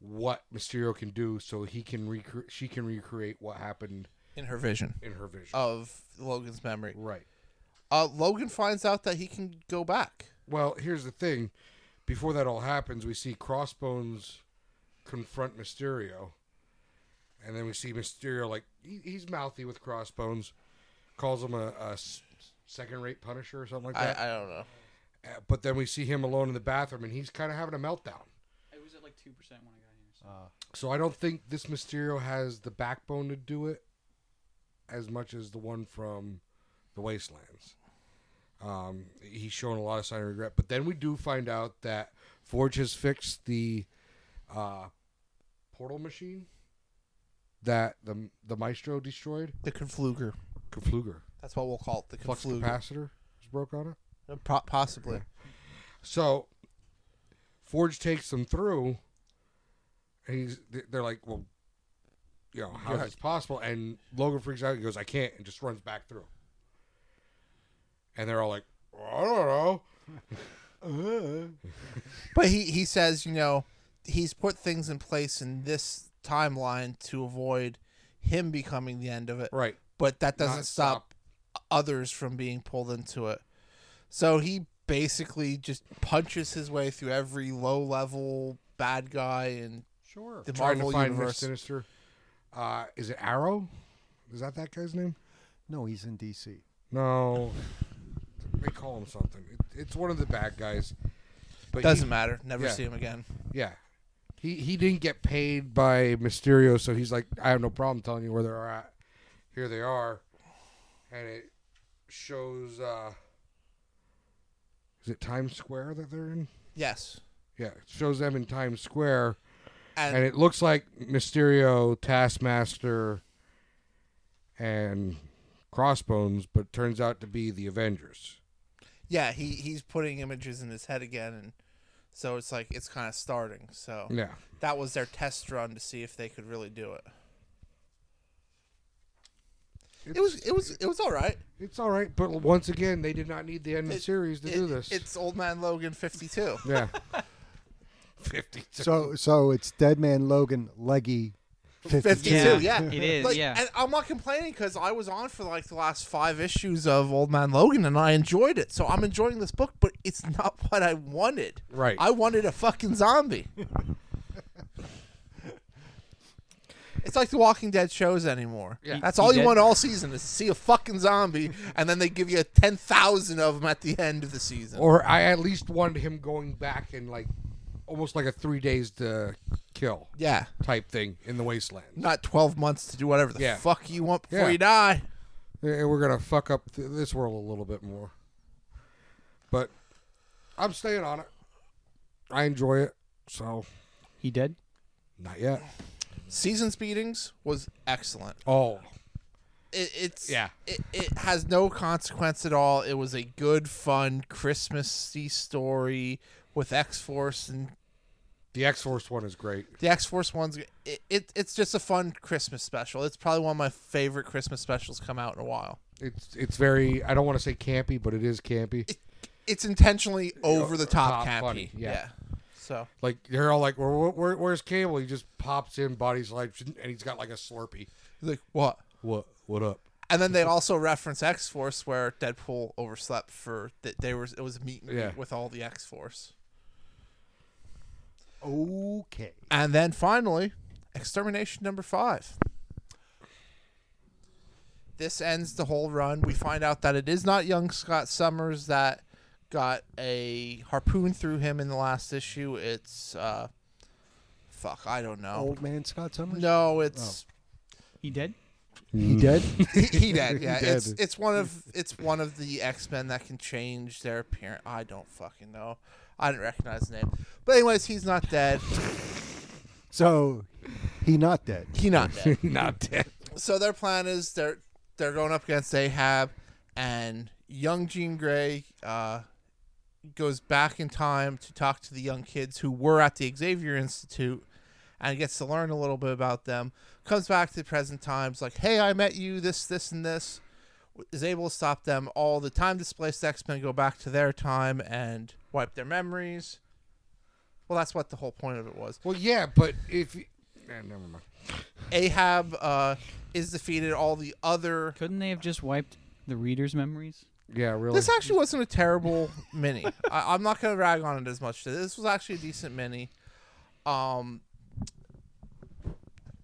what Mysterio can do, so he can recre- she can recreate what happened
In her vision
in her
Uh,
vision.
of Logan's memory,
right.
uh, Logan finds out that he can go back.
Well, here's the thing. Before that all happens, we see Crossbones confront Mysterio. And then we see Mysterio, like, he, he's mouthy with Crossbones, calls him a, second rate Punisher or something like that.
I, I don't know.
Uh, but then we see him alone in the bathroom, and he's kind of having a meltdown.
It was at like two percent when I got here. So.
So I don't think this Mysterio has the backbone to do it as much as the one from the Wastelands. Um, he's shown a lot of sign of regret. But then we do find out that Forge has fixed the uh, portal machine that the the Maestro destroyed.
The Confluger.
Confluger.
That's what we'll call it. The
Flux
Confluger.
capacitor is broke on it.
Uh, po- possibly.
So Forge takes them through, and he's they're like, "Well, you know, how is this possible?" And Logan freaks out. He goes, "I can't," and just runs back through. And they're all like, well, "I don't know."
But he, he says, you know, he's put things in place in this timeline to avoid him becoming the end of it.
Right.
But that doesn't
Not
stop, others from being pulled into it. So he basically just punches his way through every low level bad guy and
Sure.
the
Trying
Marvel
to find Miss
universe.
Sinister. Uh, is it Arrow? Is that that guy's name?
No, he's in DC.
No. They call him something. It, it's one of the bad guys. But he-
Doesn't matter. Never
Yeah.
see him again.
Yeah. He he didn't get paid by Mysterio, so he's like, I have no problem telling you where they're at. Here they are. And it shows uh Is it Times Square that they're in?
Yes.
Yeah, it shows them in Times Square.
And,
And it looks like Mysterio, Taskmaster, and Crossbones, but turns out to be the Avengers.
yeah, he, he's putting images in his head again and so it's like it's kind of starting. So
Yeah.
that was their test run to see if they could really do it. It was it was it was all right.
It's all right, but once again, they did not need the end of the
It-
series to
It-
do this.
It's Old Man Logan 52.
Yeah. 52.
So so it's Dead Man Logan Leggy 52.
52,
Yeah,
yeah.
it is,
Like,
yeah.
And I'm not complaining because I was on for like the last five issues of Old Man Logan and I enjoyed it. So I'm enjoying this book, but it's not what I wanted.
Right.
I wanted a fucking zombie. it's like the Walking Dead shows anymore.
Yeah.
That's
You
all you
did-
want all season is to see a fucking zombie, and then they give you 10,000 of them at the end of the season.
or I at least wanted him going back in like almost like a three days to kill
yeah.
type thing in the wasteland.
Not 12 months to do whatever the
Yeah.
fuck you want before
Yeah.
you die.
And we're gonna fuck up th- this world a little bit more, but I'm staying on it. I enjoy it, so
He did.
not yet.
Season's Beatings was excellent.
Oh,
It, it's
Yeah.
It, it has no consequence at all. It was a good, fun Christmassy story with X Force, and
the X Force one is great.
the X Force ones. It, it it's just a fun Christmas special. It's probably one of my favorite Christmas specials come out in a while.
It's it's very I don't want to say campy, but it is campy.
It's intentionally over the top,
top
campy.
funny, yeah.
So
Like they're all like, where, where, where's Cable? He just pops in, bodies like, and he's got like a Slurpee.
like what?
What what up?
And then they also reference X Force where Deadpool overslept for that they were it was a meet and greet
Yeah.
with all the X Force.
Okay.
And then finally, extermination number five. This ends the whole run. We find out that it is not young Scott Summers that got a harpoon through him in the last issue. It's uh fuck, I don't know.
Old man Scott Summers.
Oh. No, it's
He did.
He dead.
he, he dead. Yeah,
He
it's
dead.
it's one of it's one of the X Men that can change their appearance. I don't fucking know. I didn't recognize the name. But anyways, he's not dead.
So he not dead.
He not dead.
not dead.
so their plan is they're they're going up against Ahab, and young Jean Grey uh, goes back in time to talk to the young kids who were at the Xavier Institute, and gets to learn a little bit about them. Comes back to the present times, like, hey, I met you, this, this, and this. Is able to stop them. All the time displaced X Men go back to their time and wipe their memories. Well, that's what the whole point of it was.
Well, yeah, but if you, eh, never mind.
Ahab uh, is defeated. All the other
Couldn't they have just wiped the reader's memories?
Yeah, really.
This actually wasn't a terrible mini. I, I'm not gonna rag on it as much. This was actually a decent mini. Um,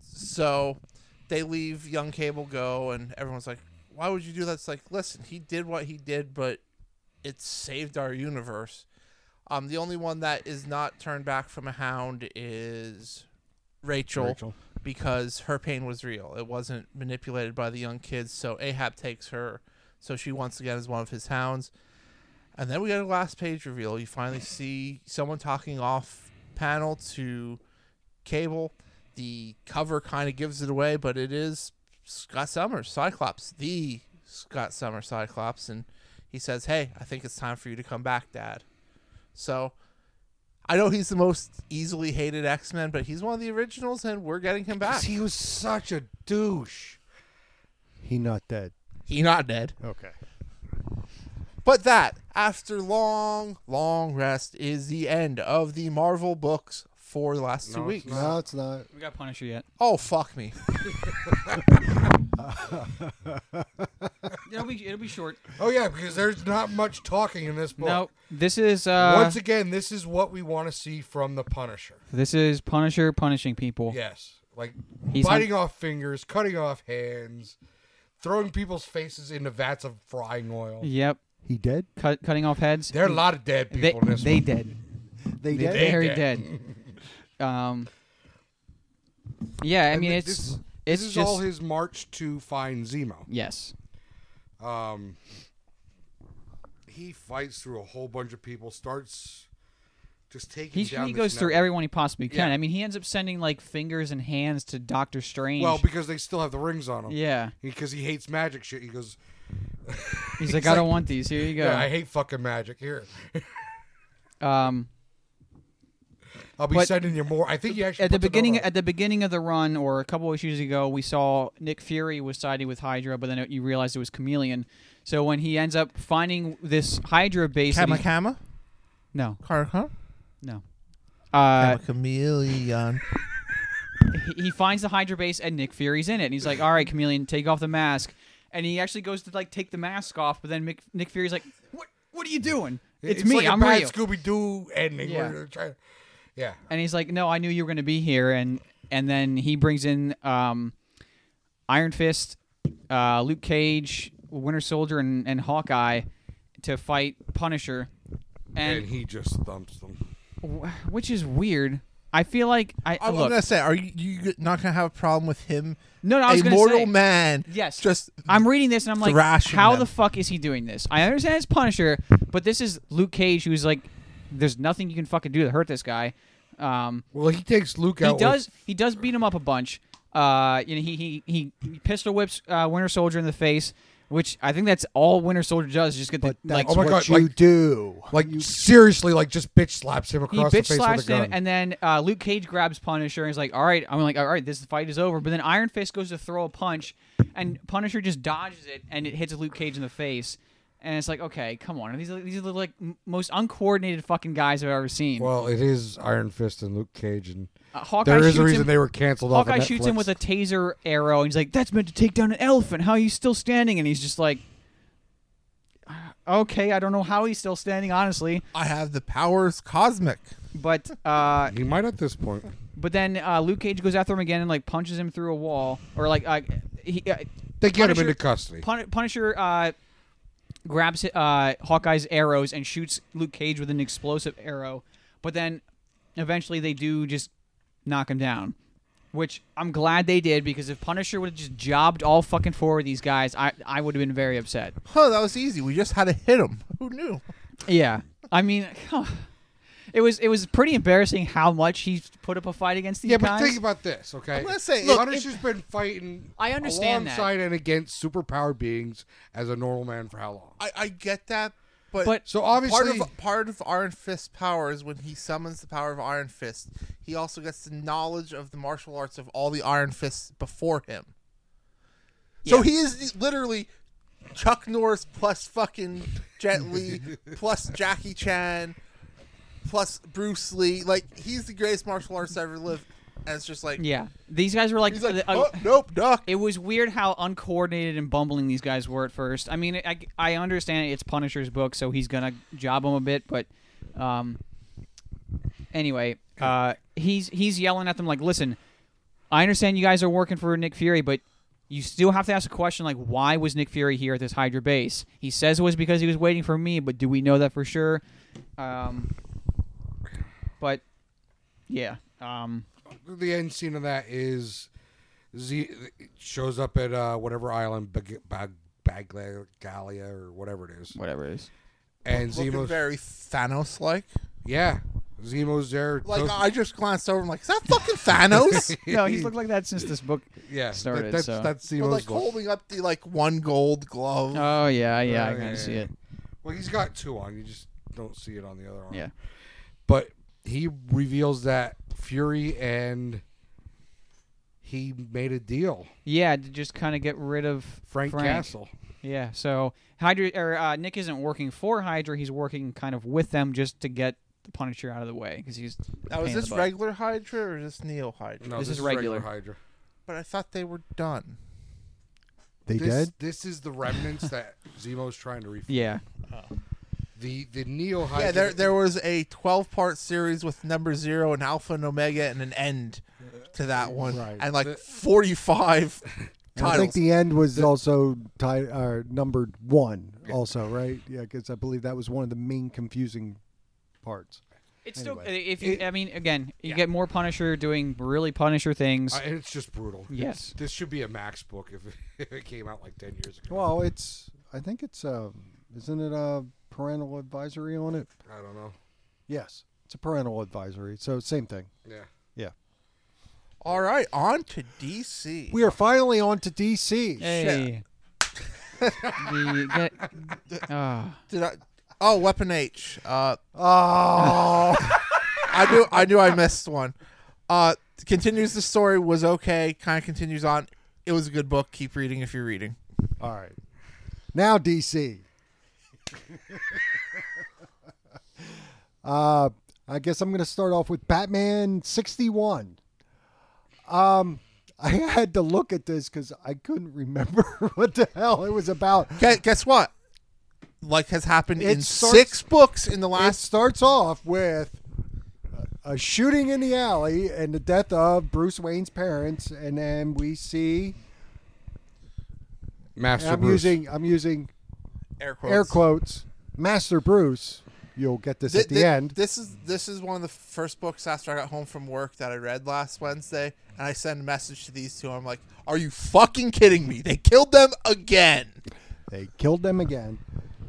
so they leave young Cable go, and everyone's like, "Why would you do that?" It's like, listen, he did what he did, but it saved our universe. Um, the only one that is not turned back from a hound is Rachel,
Rachel.
because her pain was real. It wasn't manipulated by the young kids. So Ahab takes her. So she once again is one of his hounds. And then we get a last page reveal. You finally see someone talking off panel to Cable. The cover kind of gives it away, but it is Scott Summers, Cyclops, the Scott Summers Cyclops. And he says, Hey, I think it's time for you to come back, Dad. So I know he's the most easily hated X Men, but he's one of the originals, and we're getting him back.
he was such a douche.
He not dead.
He not dead.
Okay.
But that, after long, long rest, is the end of the Marvel books for the last two
No, it's
weeks.
not.
No, it's not.
We got Punisher yet.
Oh fuck me!
It'll be it'll be short.
Oh yeah, because there's not much talking in this book.
No, this is uh
Once again, this is what we want to see from the Punisher.
this is Punisher punishing people.
Yes, like
He's
biting off fingers, cutting off hands, throwing people's faces into vats of frying oil.
Yep,
He dead?
cut cutting off heads.
There are a lot of dead
They
people in this
they
one.
dead.
They
They
dead?
very dead. Um. Yeah, I
And
mean
thi-
it's
this, is-
it's
this is
just
all his march to find Zemo.
yes.
Um, he fights through a whole bunch of people. Starts just taking.
He's,
down
he
this
goes through
network.
everyone he possibly can.
Yeah.
I mean, he ends up sending like fingers and hands to Doctor Strange.
Well, because they still have the rings on him.
yeah,
Because he hates magic shit. He goes,
he's like, I don't want these. Here you go.
Yeah, I hate fucking magic. Here,
um,
I'll be
But-
sending you more. I think you actually
at the
puts it
beginning,
over.
at the beginning of the run, or a couple issues ago, we saw Nick Fury was siding with Hydra, but then it, you realized it was Chameleon. So when he ends up finding this Hydra base, that he's-
Kama,
no,
Kama,
no, uh,
chameleon.
he- he finds the Hydra base and Nick Fury's in it. And he's like, "All right, Chameleon, take off the mask." And he actually goes to like take the mask off, but then Mick, Nick Fury's like, "What? What are you doing? It's, me.
like a
I'm
bad
real."
Scooby Doo ending.
Yeah.
Where they're trying, yeah.
and he's like, "No, I knew you were going to be here." And and then he brings in um, Iron Fist, uh, Luke Cage, Winter Soldier, and, and Hawkeye to fight Punisher,
and,
and
he just thumps them.
wh- which is weird. I feel like I
I'm
look.
gonna say, are you, you not gonna have a problem with him?
No, no, I
a
was gonna
mortal
say-
man.
Yes.
just
I'm reading this and I'm like,
thrashing
how
them.
the fuck is he doing this? I understand it's Punisher, but this is Luke Cage, who's like, there's nothing you can fucking do to hurt this guy. Um,
Well, he takes Luke
he
out.
does he does beat him up a bunch. Uh, you know, he he he pistol whips uh, Winter Soldier in the face, which I think that's all Winter Soldier does. Just get the
But
like
that's
my
what
God,
you
like-
do.
Like seriously, like just bitch slaps him
he
across the
bitch
face
slashed
with a gun.
him, and then uh, Luke Cage grabs Punisher and is like, "All right," I'm like, "All right, this fight is over." But then Iron Fist goes to throw a punch, and Punisher just dodges it, and it hits Luke Cage in the face, and it's like, "Okay, come on, these are, these are the like m- most uncoordinated fucking guys I've ever seen."
Well, it is Iron Fist and Luke Cage, and
Uh, Hawkeye
there is
shoots
a reason
him,
they were canceled off.
Hawkeye
of
shoots him
Netflix.
with a taser arrow, and he's like, "That's meant to take down an elephant. How are you still standing?" And he's just like. "Uh, Okay, I don't know how he's still standing, honestly,
I have the powers cosmic.
but uh,
He might at this point.
But then uh, Luke Cage goes after him again and like punches him through a wall, or like uh, he, uh,
They get
Punisher-
him into custody.
Pun- Punisher uh, grabs uh, Hawkeye's arrows and shoots Luke Cage with an explosive arrow. But then eventually they do just knock him down, which I'm glad they did because if Punisher would have just jobbed all fucking four of these guys, I I would have been very upset.
Oh, that was easy. We just had to hit him. Who knew?
Yeah, I mean. It was it was pretty embarrassing how much he put up a fight against these
Yeah,
guys.
but think about this, okay?
I'm gonna say,
Look,
if-
Punisher's been fighting
I understand that.
alongside and against superpowered beings as a normal man for how long?
I, I get that, but,
But-
So obviously,
part of part of Iron Fist's power is when he summons the power of Iron Fist. He also gets the knowledge of the martial arts of all the Iron Fists before him. So
Yeah.
he is literally Chuck Norris plus fucking Jet Li plus Jackie Chan plus Bruce Lee. Like he's the greatest martial arts ever lived And it's just like
Yeah, these guys were like,
he's like,
uh,
oh, nope, duck.
it was weird how uncoordinated and bumbling these guys were at first. I mean, I, I understand it's Punisher's book, so he's gonna job him a bit, but um, anyway, uh, he's he's yelling at them like, "Listen, I understand you guys are working for Nick Fury, but you still have to ask a question like, why was Nick Fury here at this Hydra base? He says it was because he was waiting for me, but do we know that for sure? Um, but yeah, um,
the end scene of that is Z shows up at uh, whatever island, Bag- Bag- Baglia or whatever it is,
whatever it is.
and
Looking
Zemo's
very Thanos like.
yeah, Zemo's there.
Like
Toth-
I just glanced over, I'm like, is that fucking Thanos?
No, he's looked like that since this book.
yeah, that-
started,
that's
so.
that's
But,
Zemo's
like
look.
holding up the like one gold glove.
Oh yeah, yeah, I
Yeah,
can
yeah,
see
yeah.
it.
Well, he's got two on. You just don't see it on the other arm.
Yeah.
But he reveals that Fury and he made a deal.
Yeah, to just kind of get rid of
Frank, Castle.
Yeah, so Hydra or uh, Nick isn't working for Hydra; he's working kind of with them just to get the Punisher out of the way because he's. a
now
pain
is
in the
this
butt.
regular Hydra or is this Neo Hydra?
No,
This is regular.
Hydra.
But I thought they were done.
They
this,
did.
This is the remnants that Zemo's trying to refuse.
Yeah,
The the Neo Hydra.
Yeah, there there was a twelve part series with number zero and alpha and omega and an end to that one,
Right.
and like
The-
forty five
I think
titles.
the end was also tied, uh, numbered one, also right? Yeah, because I believe that was one of the main confusing parts.
it's still.
Anyway.
If you,
It-
I mean, again, you
Yeah.
get more Punisher doing really Punisher things.
Uh, and it's just brutal.
Yes.
It's- this should be a Max book if, if it came out like ten years ago.
Well, it's I think it's uh, isn't it a parental advisory on it?
I don't know.
Yes, it's a parental advisory. So same thing.
Yeah.
Yeah,
All right, on to DC.
we are finally on to DC.
hey. the, get, ah.
Did I? Oh, Weapon H. Uh,
Oh,
I knew I knew I missed one. Uh, continues the story was okay. Kind of continues on. It was a good book. Keep reading if you're reading.
all right. Now DC. uh, I guess I'm going to start off with Batman 61. Um, I had to look at this because I couldn't remember what the hell it was about.
Gu- Guess what? Like has happened
It
in
starts-
six books in the
It
last
starts off with a shooting in the alley and the death of Bruce Wayne's parents, and then we see.
Master
I'm using I'm using
air quotes.
air quotes, Master Bruce. You'll get this
Thi-
at the
thi-
end.
This is this is one of the first books after I got home from work that I read last Wednesday, and I sent a message to these two. I'm like, "Are you fucking kidding me? They killed them again."
they killed them again,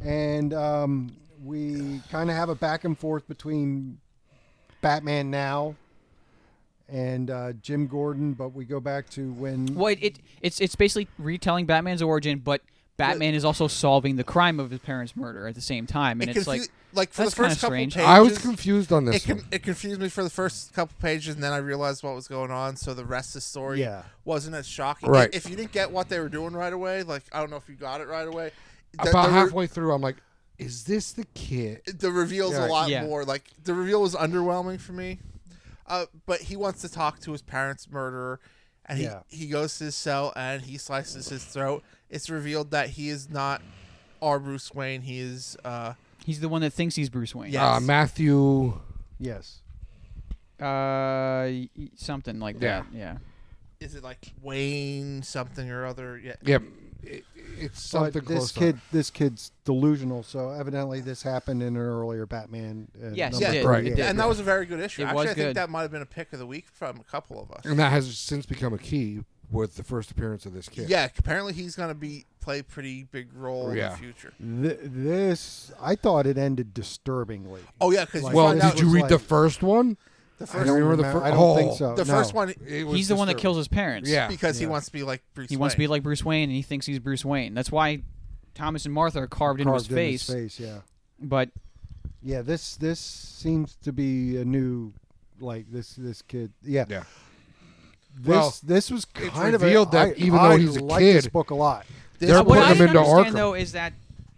and um, we kind of have a back and forth between Batman now and uh, Jim Gordon, but we go back to when
Well, it, it it's it's basically retelling Batman's origin, but Batman is also solving the crime of his parents' murder at the same time, and
It
it's like,
confu- like for the
that's kinda
first couple
strange.
pages,
I was confused on
It,
this
con-
one.
it confused me for the first couple pages, and then I realized what was going on. So the rest of the story
Yeah.
wasn't as shocking.
Right.
If you didn't get what they were doing right away, like I don't know if you got it right away. the-
About
the re-
halfway through, I'm like, is this the kid?
the reveal's
Yeah.
a lot
Yeah.
more like the reveal was underwhelming for me uh, but he wants to talk to his parents murderer and he,
Yeah.
he goes to his cell and he slices his throat it's revealed that he is not our bruce wayne he is uh
he's the one that thinks he's Bruce Wayne.
Yeah.
Uh, Matthew.
yes,
Uh, y- y- something like
Yeah.
that. Yeah.
is it like wayne something or other yeah
Yeah, it, it's
but
something
this
close.
kid this kid's delusional. So evidently, this happened in an earlier Batman. Uh,
Yes, it
number
did.
Right.
It did.
and that was a very good issue
It
actually
was
i think
good.
that might have been a pick of the week from a couple of us
and that has since become a key with the first appearance of this
yeah,
kid.
apparently he's gonna be play a pretty big role in
Yeah.
the future
Th- this I thought it ended disturbingly.
oh yeah because
Like,
Well,
Find
did
out
you
was
read the
like-
first one?
the
I
first
don't,
remember the
remember-
fir-
I don't
Oh,
think so.
the
no.
first one
It was
He's the one that
disturbing.
kills his parents.
Yeah.
because he
Yeah.
wants to be like Bruce.
He wants to
Wayne.
be like Bruce Wayne, and he thinks he's Bruce Wayne. That's why Thomas and Martha are carved, into his
carved in
face.
his face. Yeah,
But
yeah. This this seems to be a new, like this this kid. Yeah,
Yeah.
This
Well,
this was kind of a-
revealed that
I-
even though
I
he's a
like this
kid-
book a lot.
This
They're
one-
what
putting
I
him
didn't
into
understand
Arkham.
though is that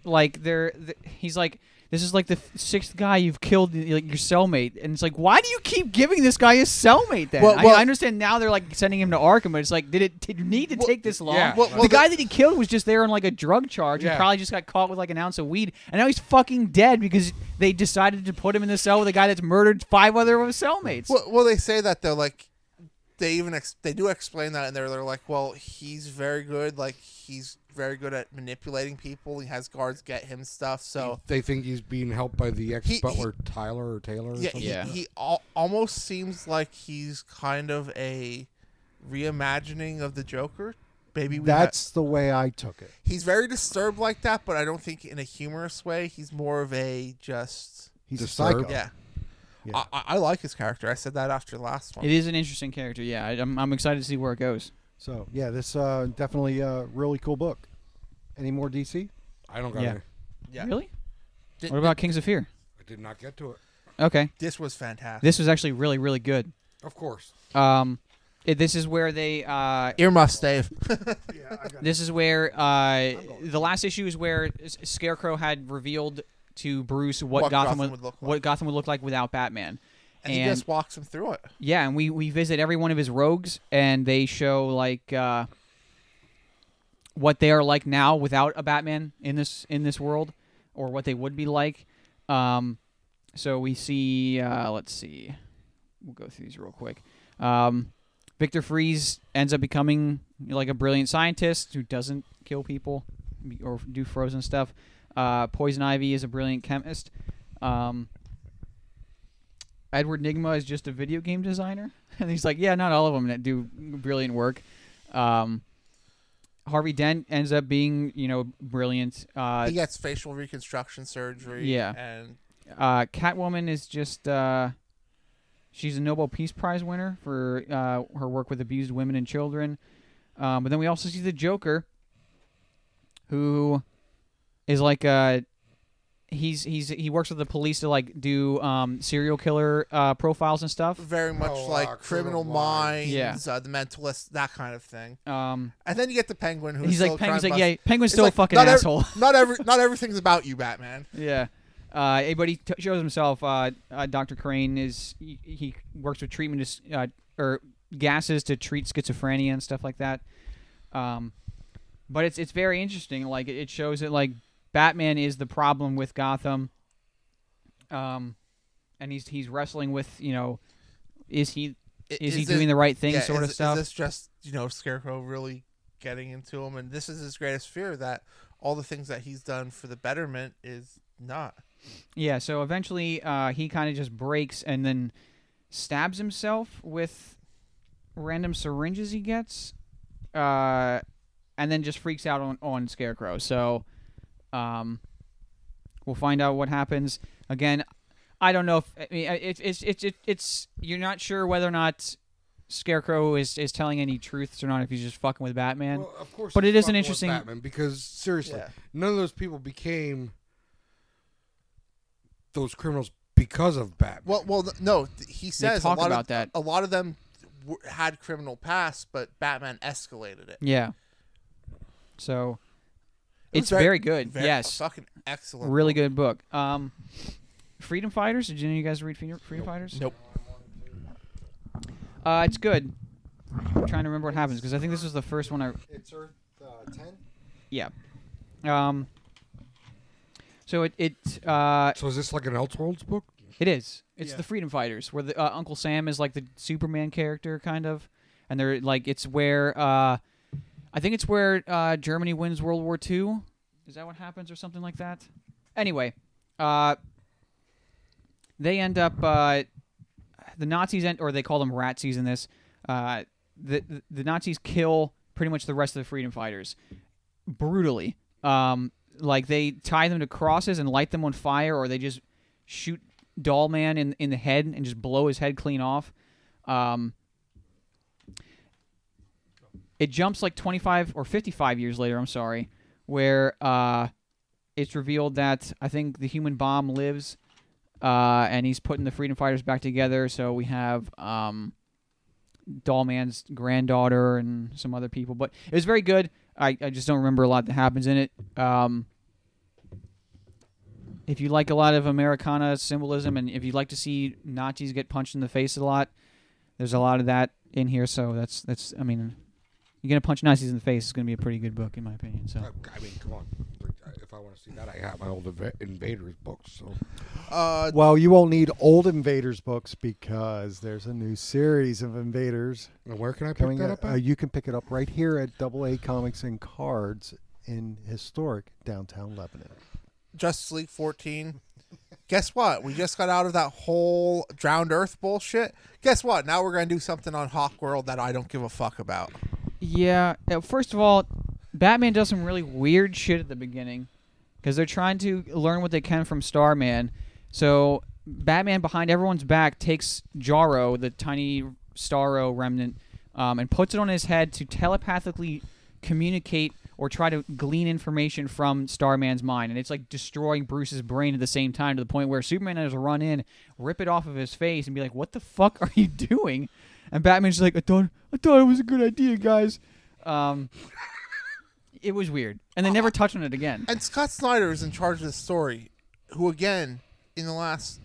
like they're th- he's like this is like the f- sixth guy you've killed, like your cellmate, and it's like, why do you keep giving this guy his cellmate? Then
Well-
I-
well-
I, understand now they're like sending him to Arkham, but it's like, did it did you need to take this long?
yeah.
Well- well,
the
the-
guy that he killed was just there on like a drug charge
Yeah.
and probably just got caught with like an ounce of weed, and now he's fucking dead because they decided to put him in the cell with a guy that's murdered five other of his cellmates.
Well, well, they say that though. Like, they even ex- they do explain that, and they're they're like, well, he's very good. Like, he's very good at manipulating people. He has guards get him stuff. So
They think he's being helped by the ex butler Tyler or Taylor or
yeah,
something.
he, he al- almost seems like he's kind of a reimagining of the Joker. Maybe we ha-
That's the way I took it.
he's very disturbed like that, but I don't think in a humorous way. He's more of a just
He's a
Disturbed?
psycho.
yeah.
Yeah.
I- I, I like his character. I said that after the last one.
it is an interesting character. Yeah, I, I'm, I'm excited to see where it goes.
So yeah, this uh, definitely a really cool book. Any more DC?
I don't got
Yeah.
any.
Yeah.
Really?
Did-
what about Kings of Fear?
I did not get to it.
Okay,
This was fantastic.
this was actually really really good.
Of course.
Um, it- this is where they uh,
Earmuffs, Dave.
This is where uh, the last issue is where S- Scarecrow had revealed to Bruce what, Gotham, would,
look like.
what Gotham would look like without Batman.
and he just walks him through it.
yeah, and we we visit every one of his rogues, and they show like uh, what they are like now without a Batman in this in this world, or what they would be like. Um, so we see. Uh, let's see. We'll go through these real quick. Um, Victor Freeze ends up becoming like a brilliant scientist who doesn't kill people or do frozen stuff. Uh, Poison Ivy is a brilliant chemist. Um, Edward Nigma is just a video game designer, and he's like, yeah, not all of them that do brilliant work. Um, Harvey Dent ends up being, you know, brilliant. Uh,
he gets facial reconstruction surgery.
Yeah.
and
uh, Catwoman is just uh, she's a Nobel Peace Prize winner for uh, her work with abused women and children. Um, but then we also see the Joker, who is like uh he's he's he works with the police to like do um, serial killer uh, profiles and stuff.
very much
Oh, uh,
like
Criminal
criminal
Minds.
minds,
Yeah.
uh, the mentalist, that kind of thing.
Um,
And then you get the Penguin, who's
he's
still
like
a crime
Penguin's like
buster.
yeah, Penguin's
It's
still
like,
a fucking
not ev-
asshole.
not every, not everything's about you, Batman.
Yeah. Uh, everybody t- shows himself. Uh, uh, Doctor Crane is he, he works with treatment is, uh, or gases to treat schizophrenia and stuff like that. Um, but it's it's very interesting. Like it- it shows that like Batman is the problem with Gotham. Um, and he's he's wrestling with you know, is he
I-
is, he
this-
doing the right thing
yeah,
sort
is,
of stuff?
Is this just you know Scarecrow really getting into him? And this is his greatest fear that all the things that he's done for the betterment is not.
Yeah, so eventually uh, he kind of just breaks and then stabs himself with random syringes he gets, uh, and then just freaks out on, on Scarecrow. So um, we'll find out what happens. Again, I don't know if I mean, it, it's it's it, it's you're not sure whether or not Scarecrow is, is telling any truths or not if he's just fucking with Batman.
Well, of course.
But it
he's
is an
fucking with
interesting-
Batman because seriously,
Yeah.
none of those people became those criminals because of Batman.
Well, well, th- no, th- he says
talk
a lot
about
of,
that.
A lot of them w- had criminal past, but Batman escalated it.
yeah. So
It was
it's very, good.
very-
yes.
fucking excellent.
Really good book. Um, Freedom Fighters. Did any of you guys read Freedom, Freedom Fighters?
Nope.
Uh, it's good. I'm trying to remember what happens because I think this was the first one I.
It's Earth uh, ten.
Yeah. Um. So it it uh
so is this like an Elseworlds book?
it is. It's the Freedom Fighters where the uh, Uncle Sam is like the Superman character kind of, and they're like it's where uh, I think it's where uh Germany wins World War Two. Is that what happens or something like that? Anyway, uh, they end up uh, the Nazis end, or they call them Ratsies in this. Uh, the the Nazis kill pretty much the rest of the freedom fighters brutally. Um, like they tie them to crosses and light them on fire, or they just shoot Doll Man in in the head and just blow his head clean off. Um, it jumps like 25 or 55 years later. I'm sorry, where uh, it's revealed that I think the human bomb lives, uh, and he's putting the freedom fighters back together. So we have um, Dollman's granddaughter and some other people, but it was very good. I, I just don't remember a lot that happens in it. Um, if you like a lot of Americana symbolism and if you like to see Nazis get punched in the face a lot, there's a lot of that in here. So that's that's I mean, you're gonna punch Nazis in the face. It's gonna be a pretty good book in my opinion. So
I, I mean, come on. If I want to see that, I got my old Inva- Invaders books. So
Uh,
Well, you won't need old Invaders books because there's a new series of Invaders
and where can I pick
coming.
that
out-
up? eh?
uh,
at?
you can pick it up right here at Double A Comics and Cards in historic downtown Lebanon.
Justice League 14. Guess what? We just got out of that whole drowned Earth bullshit. Guess what? Now we're gonna do something on Hawk World that I don't give a fuck about.
yeah, uh, first of all, Batman does some really weird shit at the beginning because they're trying to learn what they can from Starman. So Batman behind everyone's back takes Jaro, the tiny Starro remnant, um, and puts it on his head to telepathically communicate or try to glean information from Starman's mind. And it's like destroying Bruce's brain at the same time to the point where Superman has to run in, rip it off of his face, and be like, "What the fuck are you doing?" And Batman's just like, "I thought, I thought it was a good idea, guys." Um, it was weird, and they never touched on it again.
And Scott Snyder is in charge of this story, who again, in the last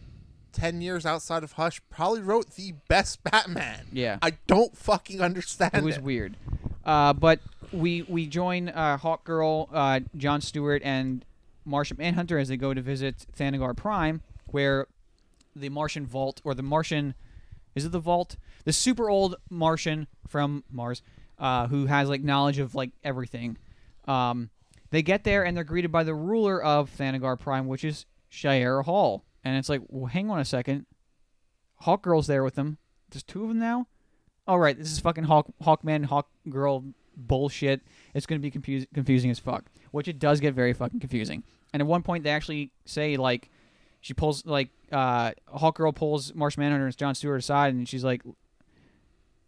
ten years outside of Hush, probably wrote the best Batman.
Yeah.
I don't fucking understand.
it was
it.
weird. Uh, but we we join uh, Hawk Girl, uh, John Stewart, and Martian Manhunter as they go to visit Thanagar Prime, where the Martian Vault or the Martian is it the Vault? The super old Martian from Mars, uh, who has like knowledge of like everything. Um, they get there and they're greeted by the ruler of Thanagar Prime, which is Shiera Hall. And it's like, well, hang on a second. Hawk Girl's there with them. There's two of them now all right, this is fucking Hawk Hawkman Hawk Girl bullshit. It's going to be confus- confusing as fuck, which it does get very fucking confusing. And at one point, they actually say like, she pulls like uh, Hawk Girl pulls Marsh Manhunter and John Stewart aside, and she's like,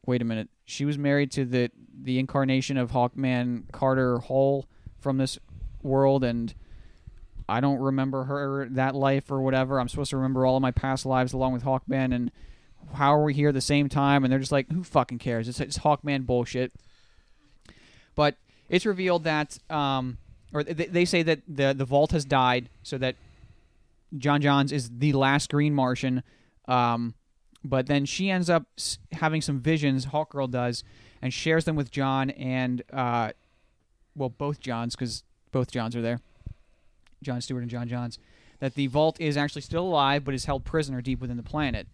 "Wait a minute, she was married to the the incarnation of Hawkman Carter Hull from this world, and." I don't remember her that life or whatever. I'm supposed to remember all of my past lives along with Hawkman and how are we here at the same time? And they're just like, who fucking cares? It's, it's Hawkman bullshit. But it's revealed that, um, or th- they say that the the vault has died, so that John Johns is the last Green Martian. Um, but then she ends up s- having some visions. Hawkgirl does, and shares them with John and, uh, well, both Johns, because both Johns are there, John Stewart and John Johns. That the vault is actually still alive, but is held prisoner deep within the planet.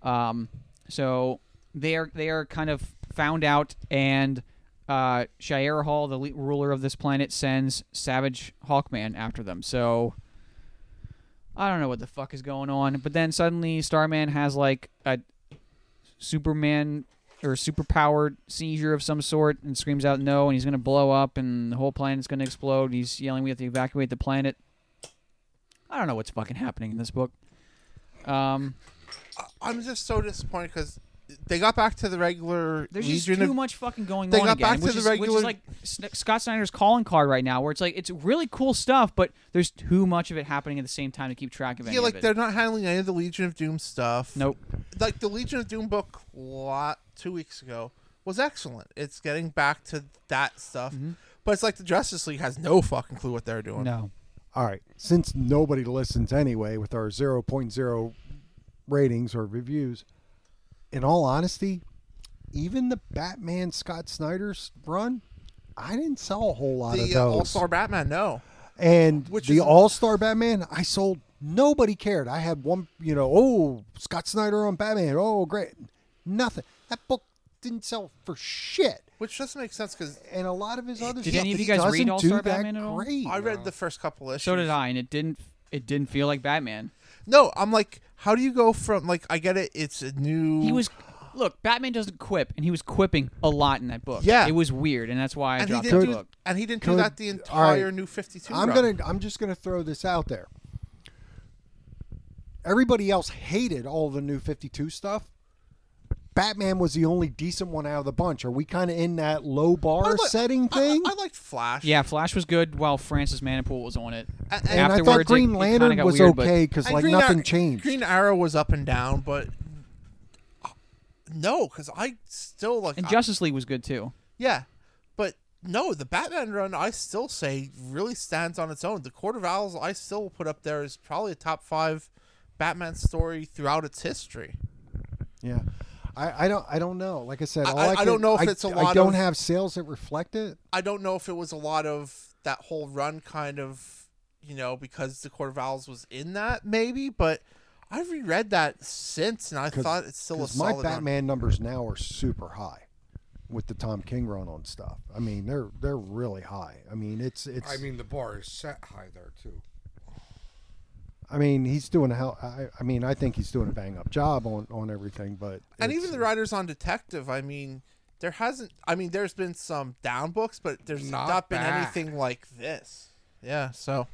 Um, so they are they are kind of found out, and uh, Shiera Hall, the le- ruler of this planet, sends Savage Hawkman after them. So I don't know what the fuck is going on, but then suddenly Starman has like a Superman or superpowered seizure of some sort and screams out no, and he's gonna blow up, and the whole planet's gonna explode. He's yelling, "We have to evacuate the planet." I don't know what's fucking happening in this book. Um,
I'm just so disappointed because they got back to the regular
There's just
Legion
too
of
much fucking going
They
on
got
again,
back to
which,
the
is, which
regular-
is like Sn- Scott Snyder's calling card right now, where it's like it's really cool stuff, but there's too much of it happening at the same time to keep track of any
Yeah, like
of
they're
it.
not handling any of the Legion of Doom stuff.
Nope.
Like the Legion of Doom book lot two weeks ago was excellent. It's getting back to that stuff. But it's like the Justice League has no fucking clue what they're doing.
Mm-hmm. No.
All right. Since nobody listens anyway with our 0.0 ratings or reviews, in all honesty, even the Batman Scott Snyder's run, I didn't sell a whole lot of
The
those.
uh, All Star Batman, no.
and
Which
the
is-
All Star Batman, I sold. Nobody cared. I had one, you know, oh, Scott Snyder on Batman. Oh, great. Nothing. That book didn't sell for shit.
Which doesn't make sense because
And a lot of his other
Eh, Did
stuff
any of
he
you guys
doesn't
read
do
All-Star
that
Batman at all?
great.
I read the first couple issues.
So did I, and it didn't. It didn't feel like Batman.
No, I'm like, how do you go from like I get it? It's a new.
He was. Look, Batman doesn't quip, and he was quipping a lot in that book.
Yeah.
It was weird, and that's why I
and he
dropped
didn't
the
do,
book.
and he didn't do
Could-
that the
all right.
entire New Fifty Two.
I'm gonna I'm just gonna throw this out there. Everybody else hated all the new 52 stuff. Batman was the only decent one out of the bunch. Are we kind of in that low bar setting thing?
I, liked Flash.
Yeah, Flash was good while Francis Manipool was on it.
A- and-
and I
Afterwards,
thought
it- it
Green
kinda
Lantern
got
was
weird, but-
okay because
And
like
Green
nothing
Ar-
changed.
Green Arrow was up and down, but no, because I still like
And
I-
Justice League was good too.
yeah, but no, the Batman run I still say really stands on its own. The Court of Owls I still will put up there is probably a top five Batman story throughout its history.
Yeah. I, I don't I don't know. Like I said,
I-
all
I- I
can-
don't know if
I,
it's a
I
lot
don't
of-
have sales that reflect it.
I don't know if it was a lot of that whole run kind of you know because the Court of Owls was in that maybe, but I reread that since and I
'Cause-
thought it's still a
Because my
solid. run.
Batman numbers now are super high with the Tom King run on stuff. I mean, they're they're really high. I mean, it's it's.
I mean, the bar is set high there too.
I mean, he's doing a hell. I, I mean, I think he's doing a bang up job on on everything. But
and
it's-
even the writers on Detective, I mean, there hasn't. I mean, there's been some down books, but there's
Not
not, been
bad.
anything like this. Yeah, so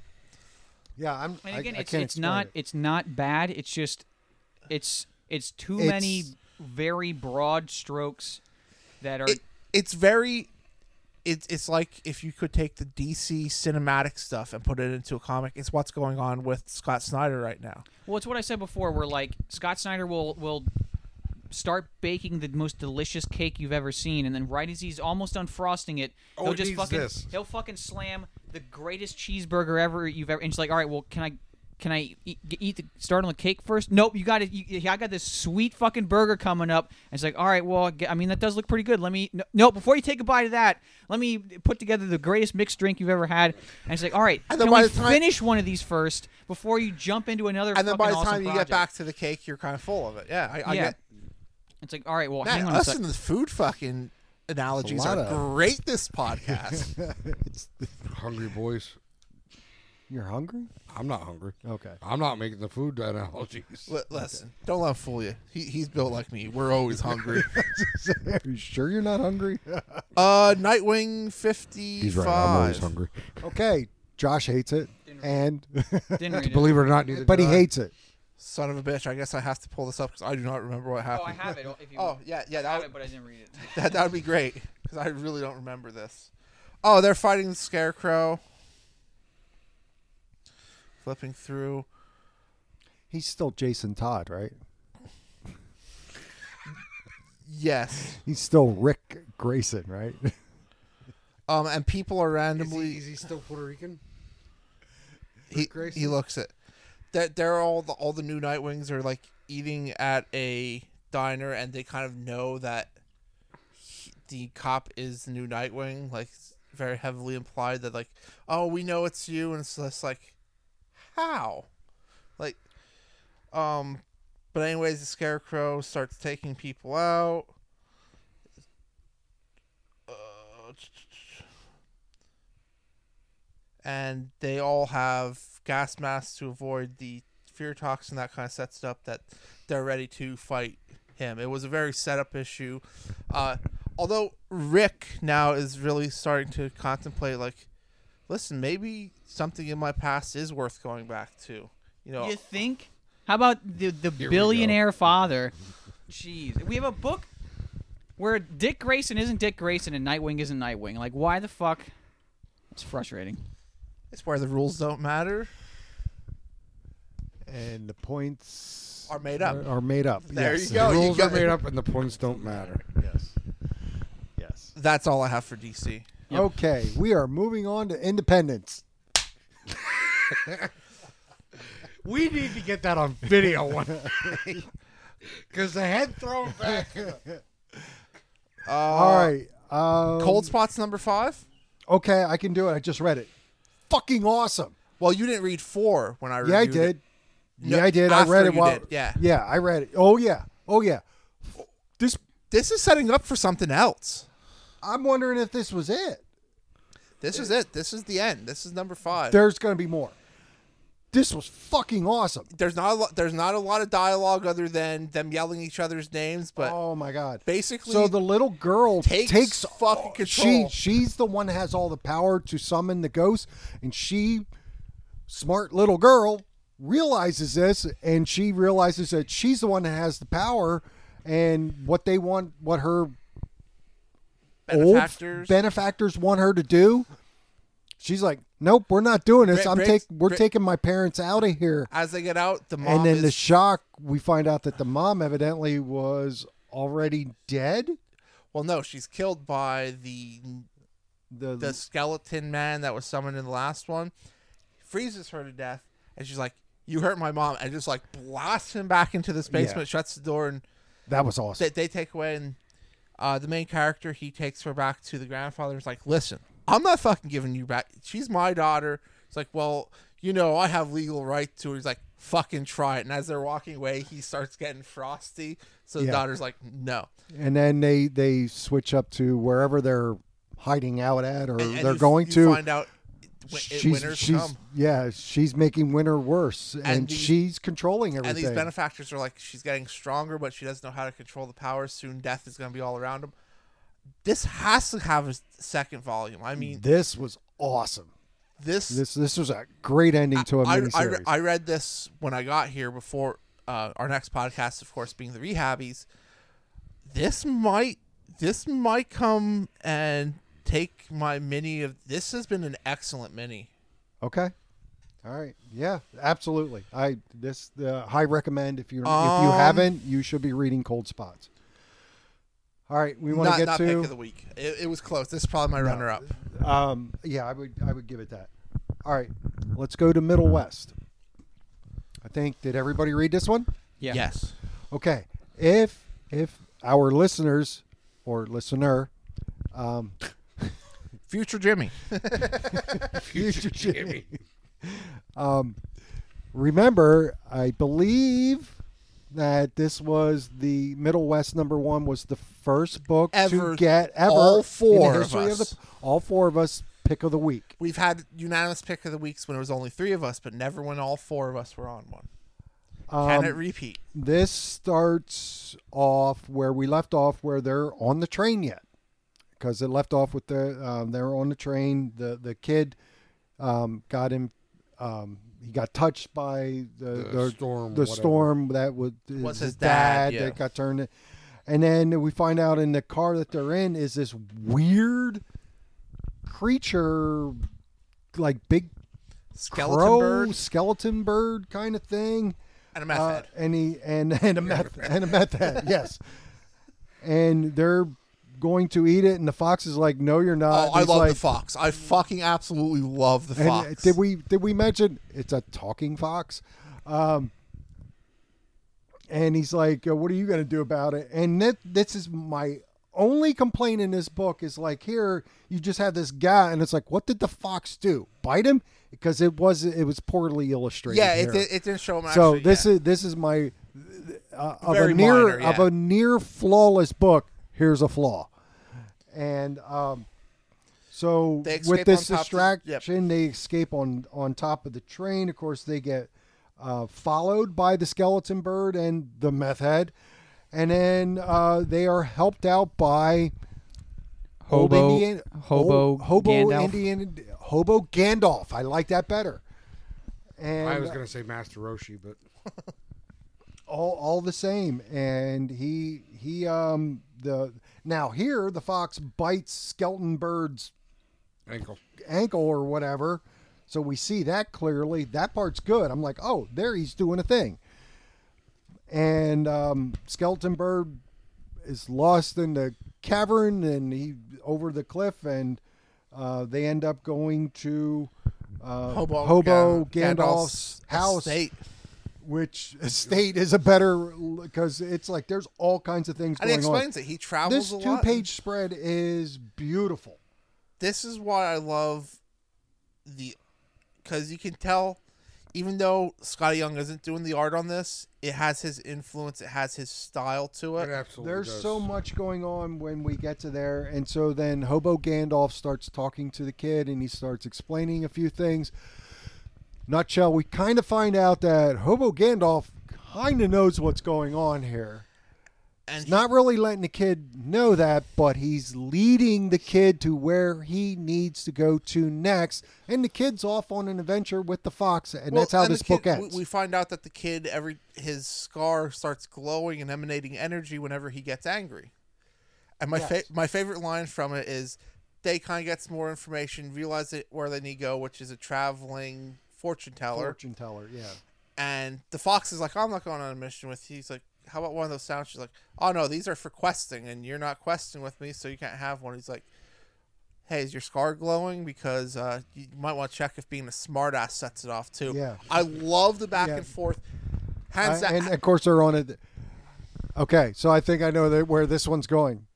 yeah, I'm.
And again,
I, I
it's,
can't
it's
explain
not
it.
it's not bad. It's just it's it's too
It's-
many very broad strokes that are
it, it's very. It's it's like if you could take the DC cinematic stuff and put it into a comic. It's what's going on with Scott Snyder right now.
well. It's what I said before. Where like Scott Snyder will will start baking the most delicious cake you've ever seen, and then right as he's almost done frosting it,
Oh,
he'll
it
just
needs
fucking
this.
he'll fucking slam the greatest cheeseburger ever you've ever. And she's like, all right, well, can I? Can I eat, eat the start on the cake first? Nope, you got it. You, I got this sweet fucking burger coming up. And it's like, all right, well, I gue- I mean that does look pretty good. Let me no, no before you take a bite of that, let me put together the greatest mixed drink you've ever had. And it's like, all right,
And then
can
by
we
the time-
finish one of these first before you jump into another?
And
fucking
then by the
awesome
time you
project?
get back to the cake, you're kind of full of it. Yeah, I, I
Yeah.
get.
It's like, all right, well, hang
Man,
on a
us
sec.
and the food fucking analogies
lot
are
of-
great. This podcast.
It's-
Hungry boys.
you're hungry.
I'm not hungry.
Okay.
I'm not making the food analogies.
L- listen, don't let him fool you. He, he's built like me. We're always hungry.
Are you sure you're not hungry?
uh, Nightwing fifty-five.
He's right. I'm always hungry.
okay. Josh hates it, and
Didn't read it.
Believe it or not, neither
but he
did I.
hates it.
Son of a bitch! I guess I have to pull this up because I do not remember what
Oh, I
happened.
have it. If you
Oh, yeah, yeah,
I have
that-
it, but I didn't read it.
that that would be great because I really don't remember this. Oh, they're fighting the Scarecrow. Flipping through.
He's still Jason Todd, right?
Yes.
He's still Rick Grayson, right?
Um, and people are
Is he,
randomly.
is he still Puerto Rican?
he,
Grayson?
he looks it. They're, they're all the all the new Nightwings are like eating at a diner, and they kind of know that he- the cop is the new Nightwing. Like it's very heavily implied that like, oh, we know it's you, and it's just like, how, like, um, but anyways, the Scarecrow starts taking people out. Uh, and they all have gas masks to avoid the fear toxin that kind of sets it up that they're ready to fight him it was a very setup issue uh, although rick now is really starting to contemplate like listen maybe something in my past is worth going back to you know
You think? How about the the
Here we
billionaire father? Jeez, we have a book where Dick Grayson isn't Dick Grayson and Nightwing isn't Nightwing. Like, why the fuck? It's frustrating.
it's where the rules don't matter
and the points
Are made up.
Are, are made up.
There
yes.
you go.
the rules
got
are made up and the points don't matter.
Yes. Yes.
that's all i have for dc
Yep.
Okay, we are moving on to Independence.
We need to get that on video one Because the head thrown back.
uh,
All right. Um,
cold spots number five
Okay, I can do it. I just read it. Fucking awesome.
well you didn't read four when i
Yeah, I
reviewed it.
did.
No,
yeah, I did. I
after
read it
you
while.
did, yeah.
Yeah, I read it. Oh yeah. Oh yeah.
this this is setting up for something else.
I'm wondering if this was it.
This is it. This is the end. This is number five.
There's gonna be more. This was fucking awesome.
there's not a lot, there's not a lot of dialogue other than them yelling each other's names, but
oh my god.
basically,
So the little girl
takes
takes,
fucking
She
control.
she's the one that has all the power to summon the ghost, and she, smart little girl, realizes this, and she realizes that she's the one that has the power, and what they want, what her
benefactors.
old benefactors want her to do. She's like, nope, we're not doing this.
Brit-
I'm
Brit-
take we're
Brit-
taking my parents out of here.
as they get out, the mom
And then
is
the shock, we find out that the mom evidently was already dead.
well, no, she's killed by the
the,
the skeleton man that was summoned in the last one freezes her to death and she's like you hurt my mom and just like blasts him back into this basement shuts the door and
that was awesome.
they, they take away and uh, the main character he takes her back to the grandfather and is like listen i'm not fucking giving you back she's my daughter it's like well you know i have legal right to her he's like fucking try it and as they're walking away he starts getting frosty so the
Yeah.
daughter's like no
and then they they switch up to wherever they're hiding out at or
And- and
they're
you-
going
you
to
find out it- it,
she's
winners
she's
come
yeah she's making winter worse and,
these-
she's controlling everything
and these benefactors are like she's getting stronger but she doesn't know how to control the powers soon death is going to be all around him this has to have a s- second volume i mean
this was awesome
this
this this was a great ending to a
I,
miniseries
I, I read this when i got here before uh, our next podcast of course being the rehabbies this might this might come and take my mini of this has been an excellent mini
okay all right yeah absolutely i this uh, high recommend if you if you
Um,
haven't you should be reading cold spots all right we want
not,
to get
not
to
pick of the week it, it was close this is probably my runner up
Um, yeah, I would I would give it that. All right, let's go to Middle West. I think did everybody read this one?
Yeah.
yes
Okay, if if our listeners or listener, um,
future jimmy
Future um, remember, I believe that this was the Middle West number one was the first book
Ever.
to get ever
All
in the
four of
history the-
us.
all four of us pick of the week.
We've had unanimous pick of the weeks when it was only three of us, but never when all four of us were on one. Can
Um,
it repeat?
this starts off where we left off where they're on the train yet because it left off with the um, they were on the train the the kid um, got him um, he got touched by the,
The storm,
the
whatever.
storm that was,
Was his dad, yeah.
that got turned and then we find out in the car that they're in is this weird creature like big
Skeleton
crow
bird
skeleton bird kind of thing
and a meth
uh,
head.
and he and and a meth and a meth head, yes. And they're going to eat it, and the fox is like, "No, you're not."
Oh, I
He's
love
like,
the fox. I fucking absolutely love the
And uh,
fox.
did we did we mention it's a talking fox? Um, and he's like, uh, "What are you going to do about it?" And that, this is my only complaint in this book is like, here you just have this guy, and it's like, what did the fox do? Bite him? Because it was it was poorly illustrated.
yeah, it,
here.
did, it didn't show him.
So
actually,
this
yeah.
is this is my uh, of
Very
a near
minor,
of
yeah.
a near flawless book. Here's a flaw, and um, so
They
with
escape
this
on top of- yep.
distraction, they escape on on top of the train. Of course, they get uh, followed by the skeleton bird and the meth head, and then uh, they are helped out by old
Hobo-
Indian,
Hobo
old- hobo
Gandalf.
Indian hobo Gandalf. I like that better. And
I was gonna say Master Roshi, but
all all the same and he he um the now here the fox bites skeleton bird's
ankle.
ankle or whatever so we see that clearly that part's good i'm like oh there he's doing a thing and um skeleton bird is lost in the cavern and he over the cliff and uh, they end up going to uh,
Hobo,
Hobo
Gan-
Gandalf's, house
estate.
which state is a better because it's like there's all kinds of things
and he
going on.
explains it. He travels
This
a lot.
two page spread is beautiful.
this is why I love the because you can tell even though Scotty Young isn't doing the art on this, it has his influence, it has his style to
It
it.
absolutely
There's
does.
so much going on when we get to there, and so then Hobo Gandalf starts talking to the kid, and he starts explaining a few things. Nutshell, we kind of find out that Hobo Gandalf kind of knows what's going on here.
And
Not really letting the kid know that, but he's leading the kid to where he needs to go to next. And the kid's off on an adventure with the fox, and
Well,
that's how
and the
this book
kid- we-
ends.
We find out that the kid every his scar starts glowing and emanating energy whenever he gets angry. And my fa- my favorite line from it is they kind of gets more information, realize it where they need to go, which is a traveling fortune teller.
Fortune teller, yeah.
And the fox is like, I'm not going on a mission with you. He's like, How about one of those sounds? She's like, Oh no, these are for questing, and you're not questing with me, so you can't have one. He's like, hey, is your scar glowing? Because uh, you might want to check if being a smartass sets it off too.
Yeah.
I love the back
Yeah.
and forth.
I-
Hands down-
and uh, of course they're on it. Okay, so I think I know that where this one's going.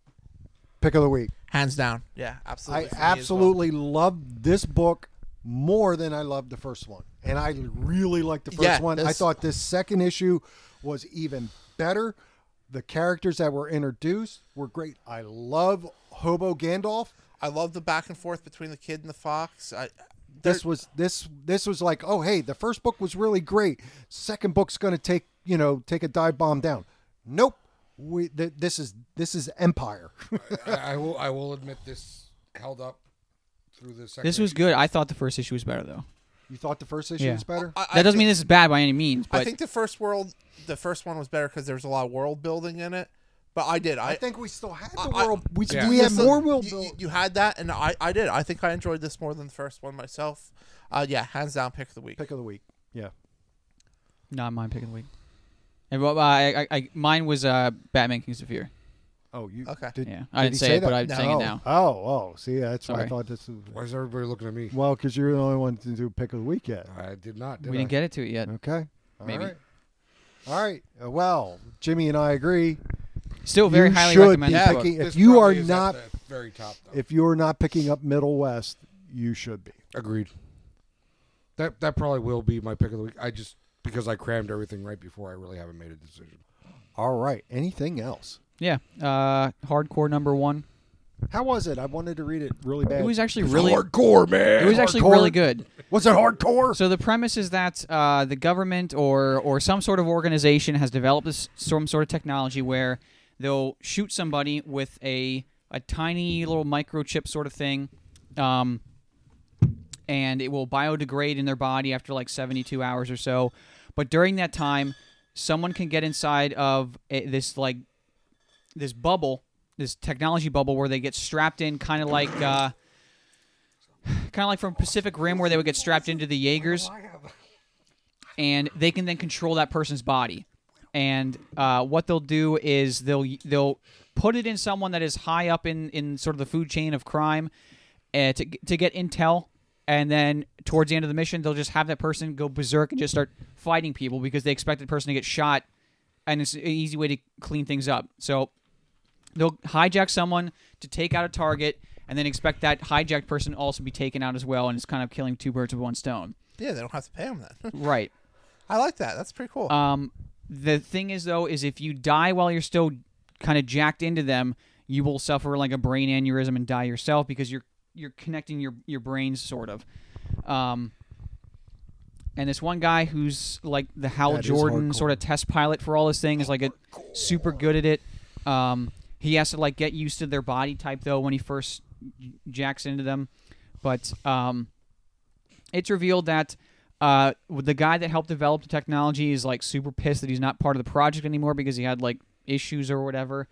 Pick of the week.
hands down. Yeah, absolutely.
I
for me as well.
absolutely loved this book more than I loved the first one, and I really liked the first
Yeah,
one. I
this-
thought this second issue was even better. The characters that were introduced were great. I love Hobo Gandalf.
I love the back and forth between the kid and the fox. I uh,
This was this this was like, oh hey, the first book was really great. Second book's going to take you know take a dive bomb down. Nope. We, th- this is this is Empire.
I, I will. I will admit this held up through the second.
This was
issue.
good. I thought the first issue was better though.
you thought the first issue
Yeah.
was better?
I, I
That doesn't
thi-
mean this is bad by any means,
I
but
think the first world, the first one was better because there was a lot of world building in it. But I did. I,
I think we still had the
I- I-
world. we
Yeah.
we had
Listen,
more world
you-
building.
You, you had that, and I, I did. I think I enjoyed this more than the first one myself. Uh, yeah, hands down, pick of the week.
pick of the week. Yeah.
not mine pick of the week. And well, I, I, I, mine was uh, Batman Kings of Fear.
Oh, you.
Okay.
Did,
Yeah, I
did
didn't
he
say,
say
it, but
that?
I'm saying
No.
it now.
Oh, oh, see, that's why I
Sorry.
thought this was.
Why is everybody looking at me?
Well, because you're the only one to do pick of the week yet.
I did not. Did
We
I?
didn't get it to it
Mm,
yet.
Okay. All
Maybe.
right. All right. Uh, well, Jimmy and I agree.
Still very
you
highly
should
recommend.
be
this book.
picking. If
This
you are
probably is at
not,
the very top. Though.
if you're not picking up Middle West, you should be.
Agreed. That that probably will be my pick of the week. I just because I crammed everything right before I really haven't made a decision.
All right. Anything else?
Yeah, uh, hardcore number one.
How was it? I wanted to read it really bad.
It was actually really,
hardcore, man.
it was actually
hardcore.
really good.
was it hardcore?
So the premise is that uh, the government or or some sort of organization has developed this some sort of technology where they'll shoot somebody with a a tiny little microchip sort of thing, um, and it will biodegrade in their body after like 72 hours or so. But during that time, someone can get inside of a, this like this bubble, this technology bubble where they get strapped in, kind of like. Uh, Kind of like from Pacific Rim, where they would get strapped into the Jaegers, and they can then control that person's body. And uh, what they'll do is they'll they'll put it in someone that is high up in, in sort of the food chain of crime uh, to to get intel, and then towards the end of the mission they'll just have that person go berserk and just start fighting people because they expect the person to get shot, and it's an easy way to clean things up. So they'll hijack someone to take out a target, and then expect that hijacked person to also be taken out as well, and it's kind of killing two birds with one stone.
Yeah, they don't have to pay him then.
Right.
I like that. That's pretty cool.
Um, the thing is, though, is if you die while you're still kind of jacked into them, you will suffer like a brain aneurysm and die yourself because you're you're connecting your your brains sort of. Um, and this one guy who's like the Hal
That is
Jordan
hardcore.
sort of test pilot for all this thing is like a super good at it. Um, he has to like get used to their body type though when he first j- jacks into them, but um, it's revealed that uh, the guy that helped develop the technology is like super pissed that he's not part of the project anymore because he had like issues or whatever.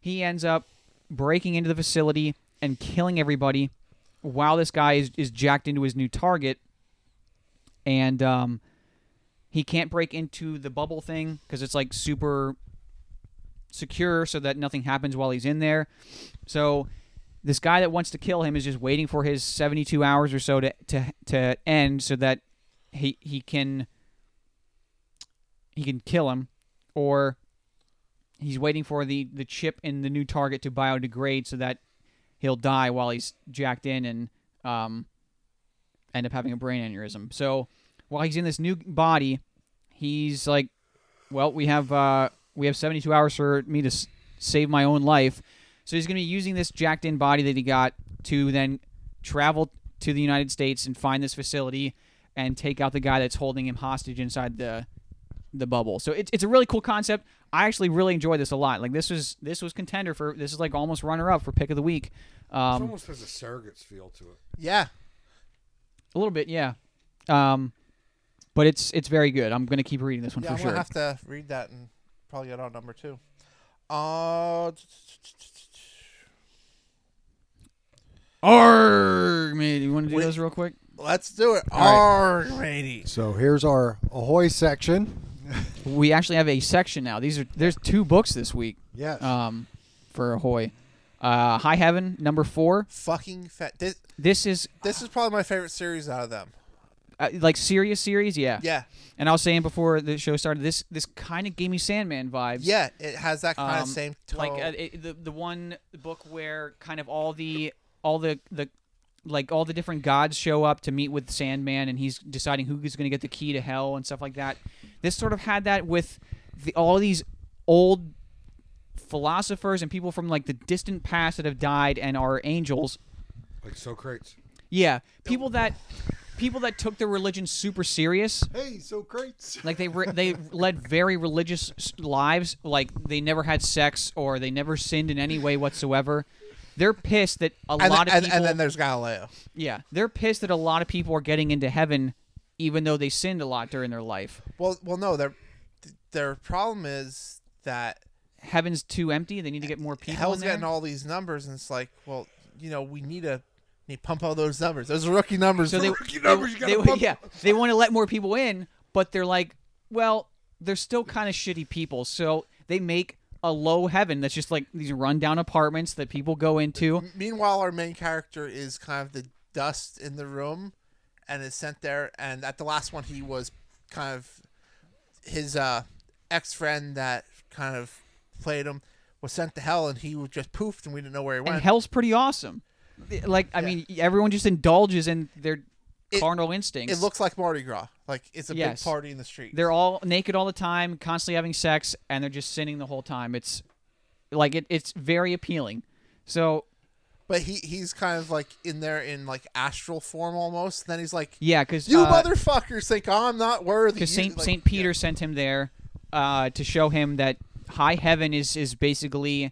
He ends up breaking into the facility and killing everybody while this guy is, is jacked into his new target. And um, he can't break into the bubble thing because it's like super secure so that nothing happens while he's in there. So this guy that wants to kill him is just waiting for his 72 hours or so to to, to end so that he he can he can kill him or he's waiting for the the chip in the new target to biodegrade so that he'll die while he's jacked in and um end up having a brain aneurysm. So while he's in this new body, he's like well, we have uh, we have 72 hours for me to s- save my own life. So he's going to be using this jacked in body that he got to then travel to the United States and find this facility and take out the guy that's holding him hostage inside the the bubble. So it's it's a really cool concept. I actually really enjoy this a lot. Like this was this was contender for this is like almost runner up for pick of the week.
It
Um,
almost has a surrogates feel to it.
yeah.
a little bit, yeah. Um, but it's it's very good. I'm going to keep reading this one
Yeah,
for
I'm
sure.
gonna have to read that and probably get on number two. Uh,
Arrgh, man, you want to do
Wait.
those real quick?
let's do it.
All
All right. matey.
So here's our ahoy section.
Uh, we actually have a section now. These are there's two books this week
Yes.
um, for Ahoy. Uh, High Heaven, number four.
Fucking fat. This,
This is
this is probably my favorite series out of them.
uh, like serious series, yeah.
Yeah,
And I was saying before the show started, this this kind of gave me Sandman vibes.
yeah. It has that kind
Um,
of same tone.
like uh, it, the the one book where kind of all the all the the like all the different gods show up to meet with Sandman, and he's deciding who's going to get the key to hell and stuff like that. This sort of had that with the, all these old philosophers and people from like the distant past that have died and are angels.
Like Socrates.
Yeah, people that people that took their religion super serious
Hey, so great.
like they re- they led very religious s- lives like they never had sex or they never sinned in any way whatsoever they're pissed that a
and,
lot of
then, and,
people
and then there's Galileo.
yeah they're pissed that a lot of people are getting into heaven even though they sinned a lot during their life
Well, well, no. Their their problem is that
heaven's too empty they need to get more people
hell's
in there.
getting all these numbers, and it's like, well, you know, we need to need to pump all those numbers. Those are rookie numbers.
so they,
for-
they, they- yeah they want to let more people in but they're like well they're still kind of shitty people so they make a low heaven that's just like these rundown apartments that people go into
meanwhile, our main character is kind of the dust in the room, and is sent there. And at the last one, he was kind of his uh, ex friend that kind of played him was sent to hell, and he was just poofed, and we didn't know where he went.
and hell's pretty awesome. Th- Like I mean, everyone just indulges in their
It-
carnal instincts.
it looks like Mardi Gras. Like it's a
Yes.
big party in the street.
they're all naked all the time, constantly having sex, and they're just sinning the whole time. It's like it, it's very appealing. So
but he he's kind of like in there in like astral form almost. Then he's like,
yeah, uh, because
"You motherfuckers think I'm not worthy."
because
You-
Saint
like-
Saint Peter sent him there uh, to show him that high heaven is is basically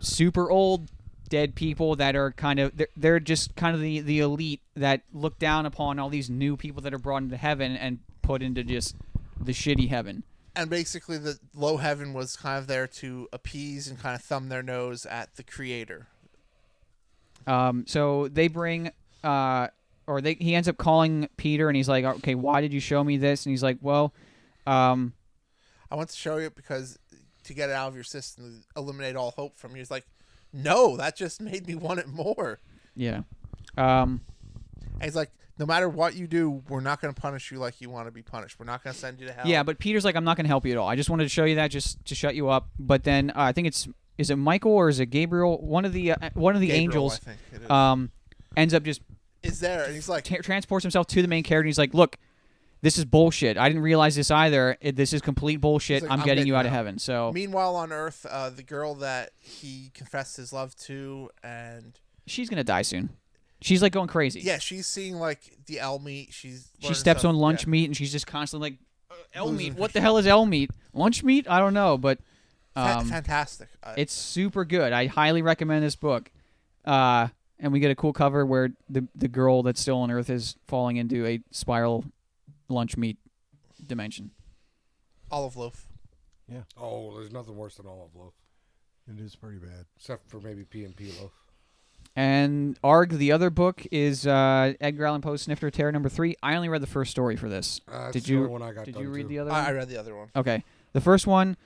super old dead people that are kind of they're, they're just kind of the the elite that look down upon all these new people that are brought into heaven and put into just the shitty heaven.
and basically the low heaven was kind of there to appease and kind of thumb their nose at the creator.
Um, so they bring, uh, or they, he ends up calling Peter and he's like, okay, why did you show me this? And he's like, well, um,
I want to show you because to get it out of your system, eliminate all hope from you. It's like, no, that just made me want it more.
yeah. Um,
And he's like, no matter what you do, we're not going to punish you like you want to be punished. We're not going to send you to hell.
yeah, but Peter's like, I'm not going to help you at all. I just wanted to show you that just to shut you up. But then uh, I think it's, is it Michael or is it Gabriel? One of the, uh, one of the
Gabriel, I
angels,
think it is.
um, ends up just
is there, and he's like,
t- transports himself to the main character. And he's like, look, this is bullshit. I didn't realize this either. It, this is complete bullshit.
like,
I'm,
"I'm
getting
bitten
you out of
now."
heaven. So
Meanwhile, on Earth, uh, the girl that he confessed his love to, and
she's going to die soon. She's like going crazy.
yeah, she's seeing like the L meat. She's
she
learning
steps
stuff.
on lunch
Yeah.
meat and she's just constantly like uh, L meat. What the hell is L meat? Lunch meat? I don't know, but
Fa-
um,
fantastic. Uh,
it's super good. I highly recommend this book. Uh, and we get a cool cover where the the girl that's still on Earth is falling into a spiral lunch meat dimension.
olive loaf.
Oh, there's nothing worse than olive loaf,
It is pretty bad.
except for maybe P and P loaf.
And Arg, the other book is uh, Edgar Allan Poe's Snifter of Terror number three. I only read the first story for this.
Uh, that's
Did
the
you-
only one I got
Did
done
you read
too.
the other?
I, I
one?
read the other one.
Okay, the first one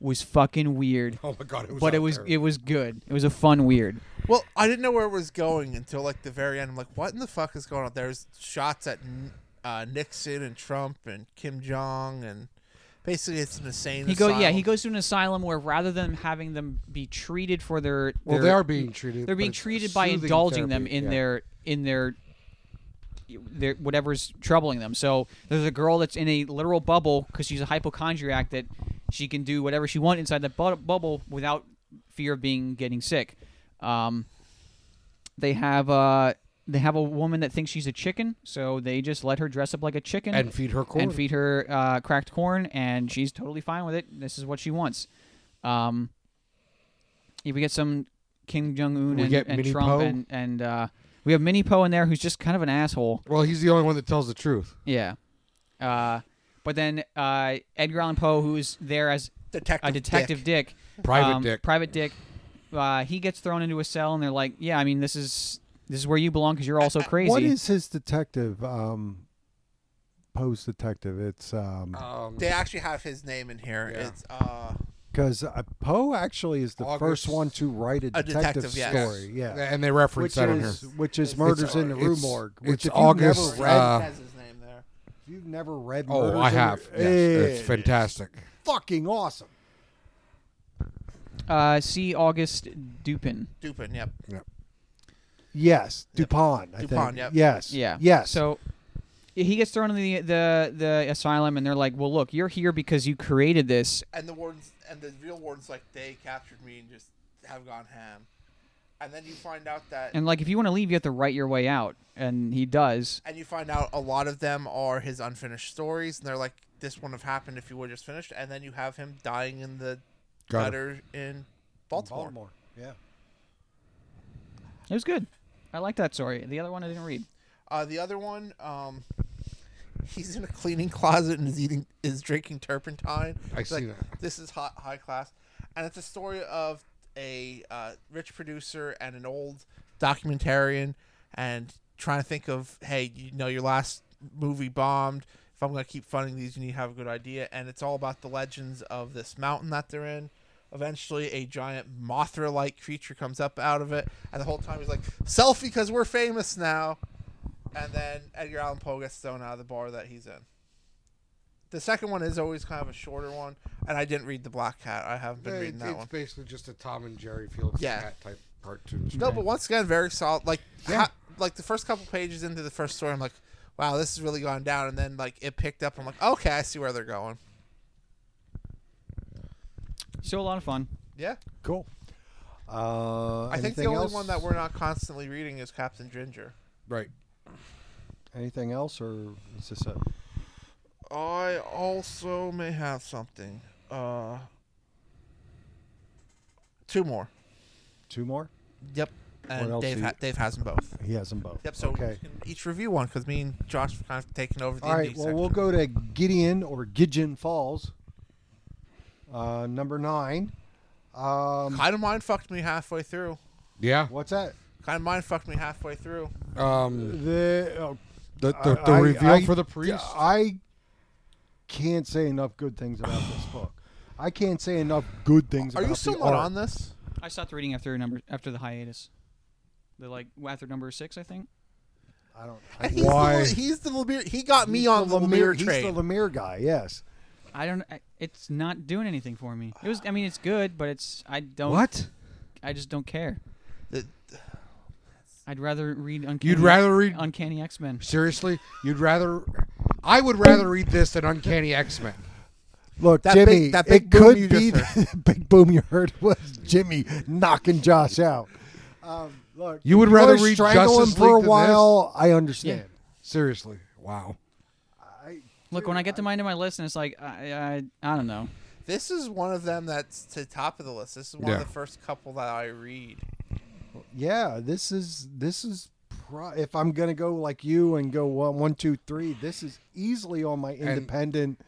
was fucking weird,
Oh my god, it was.
but it
out
was
there.
it was good. It was a fun weird.
Well, I didn't know where it was going until like the very end. I'm like, what in the fuck is going on? There's shots at N- uh, Nixon and Trump and Kim Jong, and basically it's an insane.
He go yeah,
asylum.
he goes to an asylum where rather than having them be treated for their,
Well,
their
they are being treated.
they're
but
being
it's
treated by
soothing
indulging them
therapy,
in
yeah.
their in their their whatever's troubling them. So there's a girl that's in a literal bubble because she's a hypochondriac that she can do whatever she wants inside that bu- bubble without fear of being getting sick. Um, they have uh they have a woman that thinks she's a chicken, so they just let her dress up like a chicken
and feed her corn.
and feed her uh, cracked corn, and she's totally fine with it. This is what she wants. Um, yeah, we get some Kim Jong Un
We
and,
get
and
Mini
Trump,
Poe.
and and uh, we have Mini Poe in there, who's just kind of an asshole.
well, he's the only one that tells the truth.
Yeah. Uh, but then uh, Edgar Allan Poe, who's there as
detective.
a detective
Dick.
dick,
Private
um,
dick.
private dick, uh, he gets thrown into a cell, and they're like, "Yeah, I mean, this is this is where you belong because you're also crazy."
What is his detective? Um, Poe's detective. It's um,
Um,
They actually have his name in here.
Yeah.
It's uh,
because uh, Poe actually is the
August-
first one to write a
A
detective,
detective, yes.
story. Yeah,
and they reference
which
that on here.
is which is murders in the rue
it's-
morgue. Which
it's
if
August,
You've never read,
uh,
has his name there.
if you've never read. Murders
Oh,
in
I
the-
have. Yes, it's
It
fantastic.
is Fucking awesome.
Uh, see August Dupin.
Dupin, yep.
Yes, Dupont. I
Dupont,
think.
yep.
Yes.
Yeah.
Yes.
So he gets thrown in the the the asylum, and they're like, "Well, look, you're here because you created this."
And the wardens and the real wardens like they captured me and just have gone ham. And then you find out that and,
And like, if you want to leave, you have to write your way out, and he does.
you find out a lot of them are his unfinished stories and they're like this wouldn't have happened if you would just finished and then you have him dying in the gutter in Baltimore.
Baltimore. Yeah.
It was good. I like that story. The other one I didn't read.
Uh, the other one, um, he's in a cleaning closet and is eating is drinking turpentine.
I
He's
see
like,
that.
This is hot, high class, and it's a story of a uh, rich producer and an old documentarian, and trying to think of hey, you know, your last movie bombed. If I'm going to keep funding these, you need to have a good idea. And it's all about the legends of this mountain that they're in. Eventually, a giant Mothra-like creature comes up out of it, and the whole time he's like, "Selfie, because we're famous now." and then Edgar Allan Poe gets thrown out of the bar that he's in. The second one is always kind of a shorter one, and I didn't read the Black Cat. I haven't been
It-
reading that
it's
one.
basically just a Tom and Jerry Fields
Yeah.
cat type cartoon.
No, but once again, very solid. Like,
Yeah.
ha- like the first couple pages into the first story, I'm like, wow, this has really gone down. And then like it picked up. I'm like, okay, I see where they're going.
Still a lot of fun.
Yeah,
Cool. Uh,
I think the
anything
only
else?
one that we're not constantly reading is Captain Ginger.
right.
Anything else, or is this it?
I also may have something. Uh, two more.
Two more?
Yep,
What
and
else
Dave
do you-
ha- Dave has them both.
He has them both.
Yep. So
okay.
we can each review one because me and Josh were kind of taking over the
All right.
indie
Well,
section.
we'll go to Gideon or Gidgeon Falls. Uh, number nine. Um,
Kind of mind fucked me halfway through.
Yeah.
what's that?
Kind of mind fucked me halfway through.
Um,
The oh,
the the, the
I- I-
reveal
I-
for the priest.
I can't say enough good things about this book. I can't say enough good things.
Are
about
you
the
still not
art.
on this?
I stopped reading after number after the hiatus. The like after number six, I think.
I don't. I,
And he's
Why?
The, he's the Lemire. He got me on the
Lemire-
Lemire
he's
train.
the Lemire guy. Yes.
I don't. I, it's not doing anything for me. It was. I mean, it's good, but it's. I
um,
don't. I just don't care.
The-
I'd rather read Uncanny.
You'd rather read
Uncanny X Men.
seriously? You'd rather? I would rather read this than Uncanny X Men.
Look,
That
Jimmy.
big- that
it
big boom
could
you just
be big boom you heard was Jimmy knocking Josh out. Um, look,
You would
wanna
rather read
strangle
Justice
him for
League
a
than
while. I understand.
Seriously, wow.
I,
Look, when I get to my end of my list, and it's like I, I, I don't know.
this is one of them that's to top of the list. This is one
Yeah.
of the first couple that I read.
yeah, this is this is. Pro- if I'm gonna go like you and go one, one, two, three, this is easily on my independent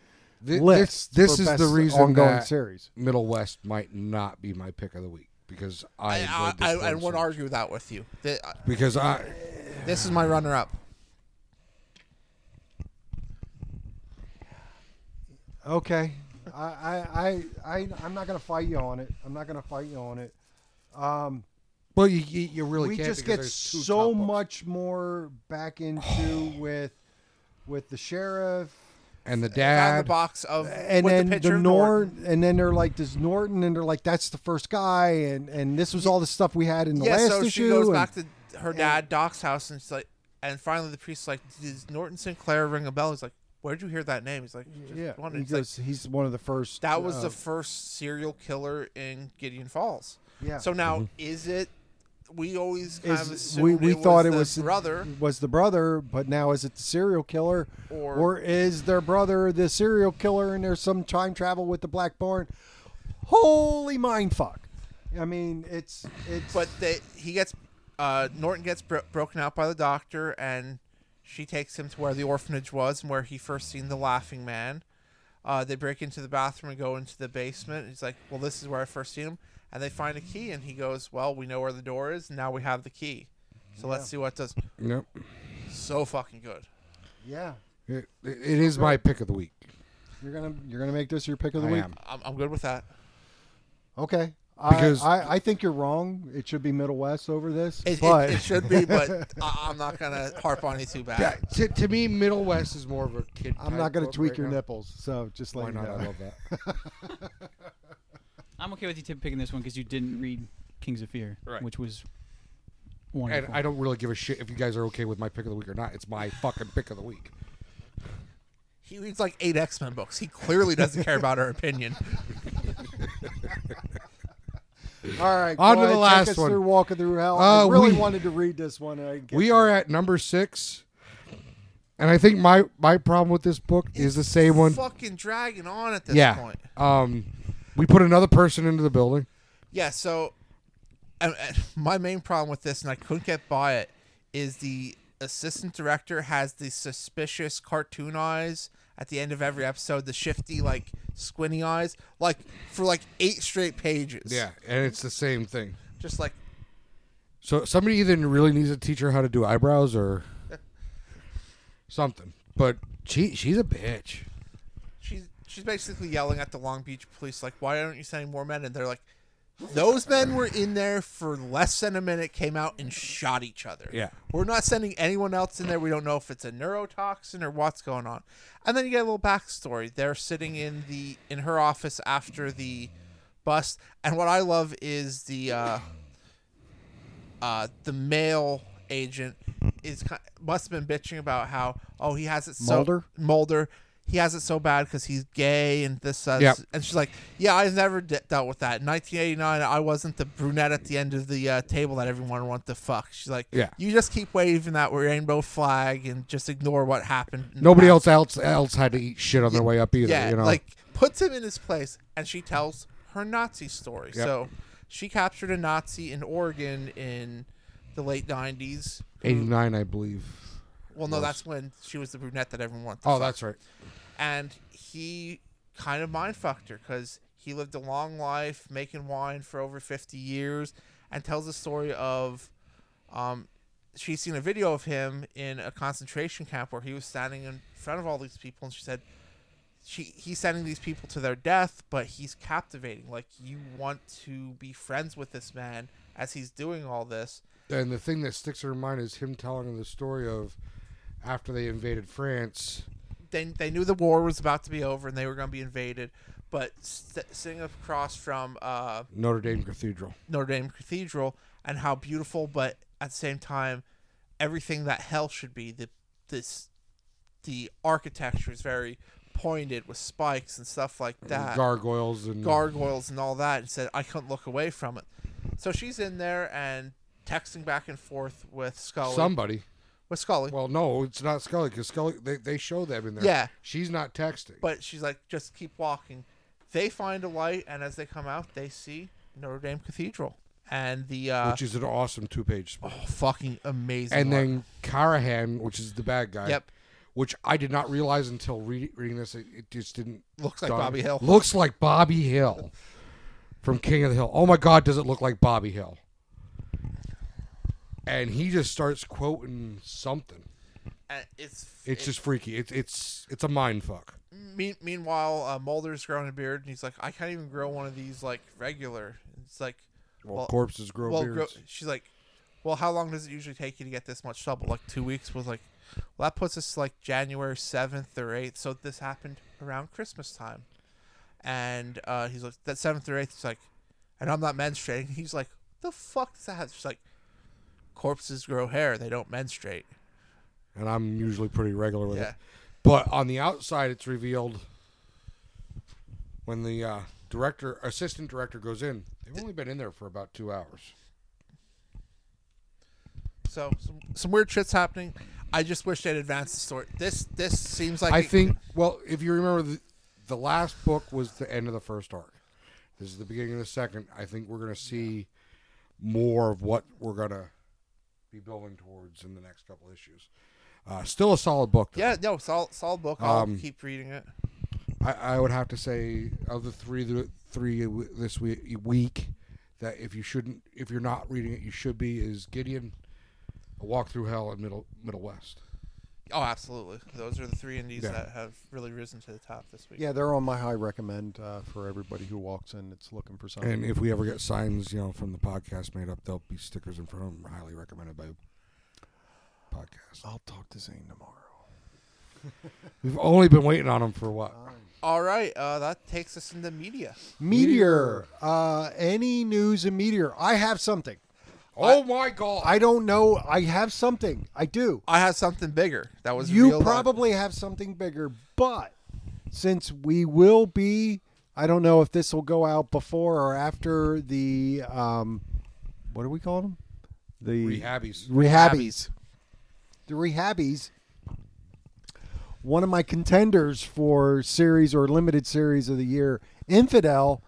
Thi-
list.
this this
for
is the
best
reason
ongoing
that
series.
Middle West might not be my pick of the week because I
I I,
enjoyed this
I,
one
I
so much.
won't argue that with you. Th- I-
because I
This is my runner-up.
Okay. I, I, I, I, I'm not gonna fight you on it. I'm not gonna fight you on it.
well you you, you really
we
can't
just
because
get
there's two
so
top books.
much more back into with with the sheriff
and the
Found the
dad
box of
and
with
then
the
the,
picture of Norton.
Norton, and then they're like this Norton, and they're like that's the first guy, and and this was all the stuff we had in the
yeah,
last
so
issue.
she goes
and-
back to her dad, Doc's house, and she's like, and finally the priest's like, "Does Norton Sinclair ring a bell?" He's like, "Where'd you hear that name?" He's like, "Just
yeah,
wondered."
he
He's like,
goes. he's one of the first.
that was
uh,
the first serial killer in Gideon Falls.
Yeah.
So now, is it? We always kind
is,
of assumed
we we thought
the
it was
brother.
was the brother, but now is it the serial killer,
Or-
is their brother the serial killer, and there's some time travel with the Black Barn? Holy mind fuck! I mean, it's it's
But they, he gets uh, Norton gets bro- broken out by the doctor, and she takes him to where the orphanage was and where he first seen the Laughing Man. Uh, they break into the bathroom and go into the basement. He's like, "Well, this is where I first seen him," and they find a key. And he goes, "Well, we know where the door is. And now we have the key. So let's see what it does."
Nope.
So fucking good.
yeah.
It, it is my pick of the week.
You're gonna you're gonna make this your pick of the
I
week.
am.
I'm, I'm good with that.
Okay.
Because-
I, I, I think you're wrong. It should be Middle West over this,
It,
but
it, it should be, but I, I'm not gonna harp on it too bad.
Yeah, to, to me, Middle West is more of a kid.
I'm not going to tweak your
nipple.
nipples. So just let
Why
you
not?
know.
I love that.
I'm okay with you Tim picking this one because you didn't read Kings of Fear,
Right.
which was
And
wonderful.
I don't really give a shit if you guys are okay with my pick of the week or not. It's my fucking pick of the week.
He reads like eight X Men books. He clearly doesn't care about our opinion.
All right.
On
go
to the
ahead,
last
take us
one.
Through walking through hell. I
Uh,
really
we-
wanted to read this one. And I didn't get
We
to
are
it.
at number six, and I think my my problem with this book is the same one.
Fucking dragging on at this
Yeah.
point.
Um, we put another person into the building.
Yeah. So, and- and my main problem with this, and I couldn't get by it, is the assistant director has the suspicious cartoon eyes at the end of every episode. The shifty, like squinty eyes, like for like eight straight pages.
and it's the same thing.
Just like
So somebody either really needs to teach her how to do eyebrows or something. But she she's a bitch.
she's she's basically yelling at the Long Beach police, like, "Why aren't you sending more men?" And they're like, "Those men were in there for less than a minute, came out and shot each other.
Yeah.
we're not sending anyone else in there. We don't know if it's a neurotoxin or what's going on." And then you get a little backstory. They're sitting in the in her office after the bust, and what I love is the. Uh, uh, the male agent is ki- must have been bitching about how oh he has it so
Mulder?
Mulder, he has it so bad because he's gay and this uh,
Yep.
and she's like yeah I've never de- dealt with that in 1989 I wasn't the brunette at the end of the uh, table that everyone wanted to fuck she's like
Yeah.
you just keep waving that rainbow flag and just ignore what happened in the
Nobody
past."
else else else had to eat shit on their way up either.
yeah
you know,
like puts him in his place and she tells her Nazi story
Yep.
so she captured a Nazi in Oregon in the late 90s
eighty nine, I believe.
Well, no,
was.
that's when she was the brunette that everyone wanted. to
Oh,
fuck.
that's right.
And he kind of mind fucked her because he lived a long life making wine for over 50 years and tells the story of um, she's seen a video of him in a concentration camp where he was standing in front of all these people and she said, she, he's sending these people to their death, but he's captivating. Like, you want to be friends with this man as he's doing all this.
And the thing that sticks in her mind is him telling the story of after they invaded France.
they, they knew the war was about to be over and they were going to be invaded. But st- sitting across from uh,
Notre Dame Cathedral.
Notre Dame Cathedral and how beautiful, but at the same time, everything that hell should be the this the architecture is very pointed with spikes and stuff like that
Gargoyles and
gargoyles and all that and said I couldn't look away from it. So she's in there and texting back and forth with Scully.
somebody.
with Scully.
Well, no, it's not Scully because Scully they, they show them in there.
Yeah.
she's not texting.
But she's like, just keep walking. They find a light, and as they come out, they see Notre Dame Cathedral and the uh,
which is an awesome two page spread.
oh, fucking amazing.
and
art.
then Carahan, which is the bad guy.
Yep.
Which I did not realize until re- reading this. It, it just didn't.
Looks like
dawn-
Bobby Hill.
Looks like Bobby Hill from King of the Hill. Oh my God, does it look like Bobby Hill? And he just starts quoting something.
And it's
It's just freaky. It's it's it's a mind fuck.
mean, meanwhile uh, Mulder's growing a beard, and he's like, I can't even grow one of these like regular. It's like,
Well,
Well-
corpses grow
well, grow,
beards.
she's like, well, how long does it usually take you to get this much trouble? Like two weeks was like, well, that puts us like January seventh or eighth. So this happened around Christmas time, and uh, he's like, that seventh or eighth. He's like, and I'm not menstruating. He's like, the fuck does that? Have? She's like, corpses grow hair. They don't menstruate.
and I'm usually pretty regular with
Yeah.
it. But on the outside, it's revealed when the uh, director, assistant director, goes in. They've only been in there for about two hours.
So some, some weird shit's happening. I just wish they'd advance the story. This this seems like
I
it-
think. Well, if you remember, the, the last book was the end of the first arc. This is the beginning of the second. I think we're going to see more of what we're going to be building towards in the next couple issues. Uh, still a solid book. Though.
Yeah, no, solid, solid book. I'll
Um,
keep reading it.
I, I would have to say of the three the three w- this we- week that if you shouldn't if you're not reading it you should be is Gideon, A Walk Through Hell and Middle Middle West.
Oh, absolutely. Those are the three indies
Yeah.
that have really risen to the top this week.
Yeah, they're on my high recommend uh, for everybody who walks in. It's looking for something.
And if we ever get signs, you know, from the podcast made up, there'll be stickers in front of them. Highly recommended by podcast.
I'll talk to Zane tomorrow.
We've only been waiting on them for what?
All right, uh, that takes us into media.
Meteor. Uh, any news in Meteor? I have something.
Oh my god!
I don't know. I have something. I do.
I have something bigger that was
You
revealed on-
probably have something bigger, but since we will be, I don't know if this will go out before or after the um, what do we call them? The
Rehabbies.
Rehabbies. The rehabbies. One of my contenders for series or limited series of the year, Infidel,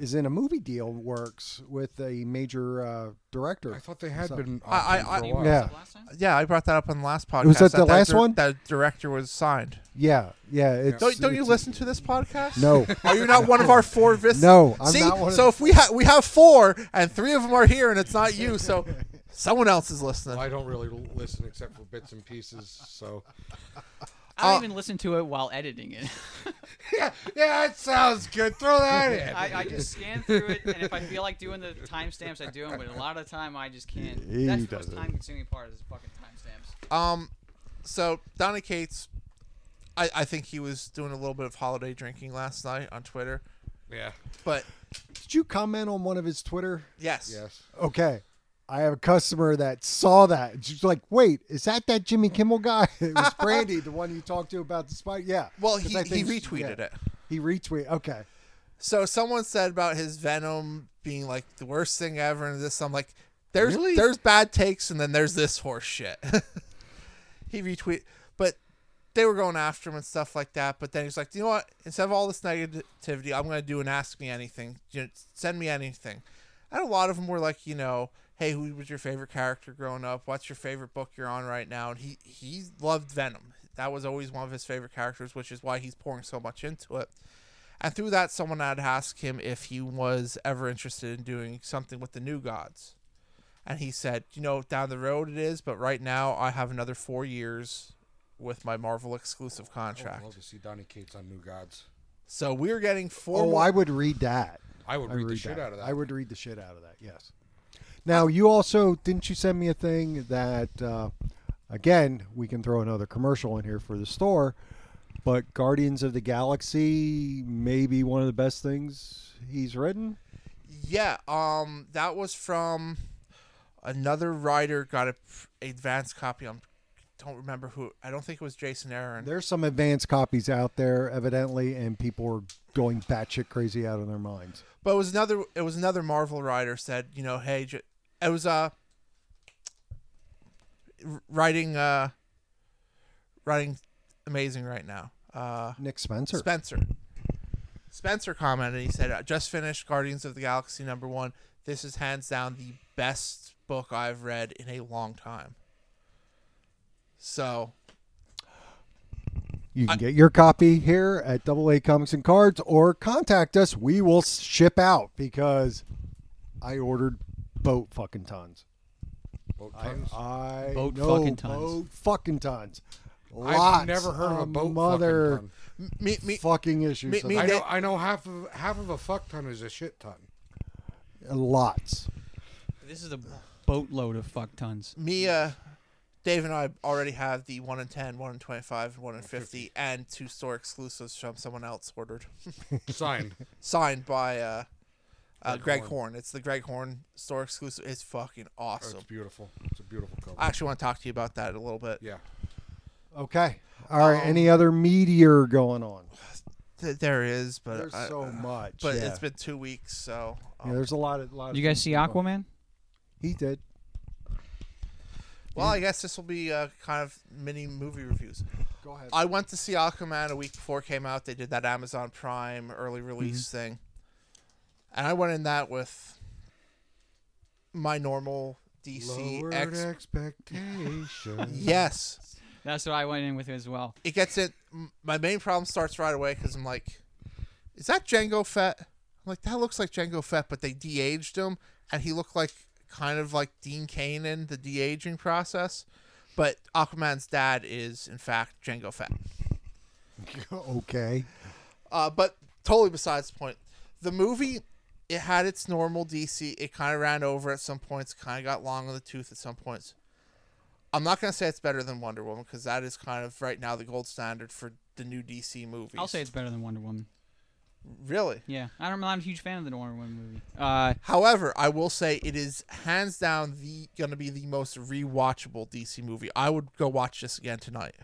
is in a movie deal works with a major uh, director.
I thought they had
So-
been.
I- I-
optioned for a
I-
while.
Yeah.
Last time?
Yeah, I brought that up on the last podcast.
Was that the
that
last one?
That director was signed.
Yeah, yeah. It's,
Don't, don't you
it's-
listen to this podcast?
No.
Are you not one of our four visitors?
No, I'm
See,
not one of
so if we have we have four and three of them are here and it's not you, so someone else is listening.
I don't really listen except for bits and pieces. So
I don't
Uh,
even listen to it while editing it.
yeah, yeah, that sounds good. Throw that in.
I, I just scan through it, and if I feel like doing the timestamps, I do them. But a lot of the time, I just can't.
He
That's the
does
most
it.
time-consuming part is the fucking timestamps.
Um, so Donna Cates, I, I think he was doing a little bit of holiday drinking last night on Twitter,
yeah.
but
Did you comment on one of his Twitter?
yes,
Yes.
Okay. I have a customer that saw that. She's like, "Wait, is that that Jimmy Kimmel guy? It was Brandy, the one you talked to about the spike." Yeah.
Well,
'Cause
he,
I
he
think-
retweeted
yeah.
it.
He retweeted. Okay.
So someone said about his Venom being like the worst thing ever, and this. I'm like, there's
Really?
there's bad takes, and then there's this horse shit. he retweet, but they were going after him and stuff like that. But then he's like, you know what? Instead of all this negativity, I'm gonna do an ask me anything. You know, send me anything. And a lot of them were like, you know, hey, who was your favorite character growing up? What's your favorite book you're on right now? And he he loved Venom. That was always one of his favorite characters, which is why he's pouring so much into it. And through that, someone had asked him if he was ever interested in doing something with the new gods. And he said, you know, down the road it is, but right now I have another four years with my Marvel exclusive
I'd
contract.
Oh,
love to see Donny Cates on New Gods.
So we're getting four.
Oh,
more-
I would read that.
I would
I
read,
read
the shit
that.
out of that.
I would read the shit out of that. Yes. Now you also didn't you send me a thing that uh, again we can throw another commercial in here for the store, but Guardians of the Galaxy may be one of the best things he's written.
yeah, um, that was from another writer. Got a advanced copy. I don't remember who. I don't think it was Jason Aaron.
There's some advanced copies out there, evidently, and people are going batshit crazy out of their minds.
But it was another. It was another Marvel writer said, you know, hey, j- it was uh r- writing uh writing amazing right now. Uh,
Nick Spencer.
Spencer. Spencer commented. He said, "I "Just finished Guardians of the Galaxy number one. This is hands down the best book I've read in a long time." So
you can get your copy here at Double A Comics and Cards, or contact us. We will ship out because I ordered boat fucking tons.
Boat
I,
tons?
I
Boat
know
fucking tons.
Boat fucking tons. Lots
I've never heard of a boat
mother
fucking
m- me, me,
fucking issues.
me-
of
me-
ton. I
that.
know. I know half of half of a fuck ton is a shit ton.
lots.
This is a boatload of fuck tons.
me, uh, Dave, and I already have the one in 10, 1 in twenty-five, and one in fifty, and two store exclusives from someone else ordered,
Signed.
signed by uh, uh,
Greg
Greg Horn.
Horn.
It's the Greg Horn store exclusive. It's fucking
Oh,
awesome.
it's beautiful. It's a beautiful cover.
I actually want to talk to you about that a little bit.
yeah.
Okay. All right. any other meteor going on?
Th- there is, but
There's
I-
so much.
but
yeah.
it's been two weeks, so
Yeah,
um,
there's a lot of. Lot of
You guys see
things going on.
Aquaman?
He did.
well,
Mm-hmm.
I guess this will be uh, kind of mini movie reviews.
Go ahead.
I went to see Aquaman a week before it came out. They did that Amazon Prime early release
Mm-hmm.
thing, and I went in that with my normal DC
Lowered
X.
expectations.
Yes,
That's what I went in with as well.
it gets it. m- My main problem starts right away because I'm like, is that Django Fett? I'm like, that looks like Django Fett, but they de-aged him, and he looked like kind of like Dean Kanan, the de-aging process. But Aquaman's dad is, in fact, Django Fett.
okay.
Uh, but totally besides the point. The movie, it had its normal DC. It kind of ran over at some points, kind of got long in the tooth at some points. I'm not going to say it's better than Wonder Woman because that is kind of right now the gold standard for the new DC movies.
I'll say it's better than Wonder Woman.
Really?
Yeah, I don't, I'm not a huge fan of the Wonder Woman movie. Uh,
However, I will say it is hands down the going to be the most rewatchable DC movie. I would go watch this again tonight.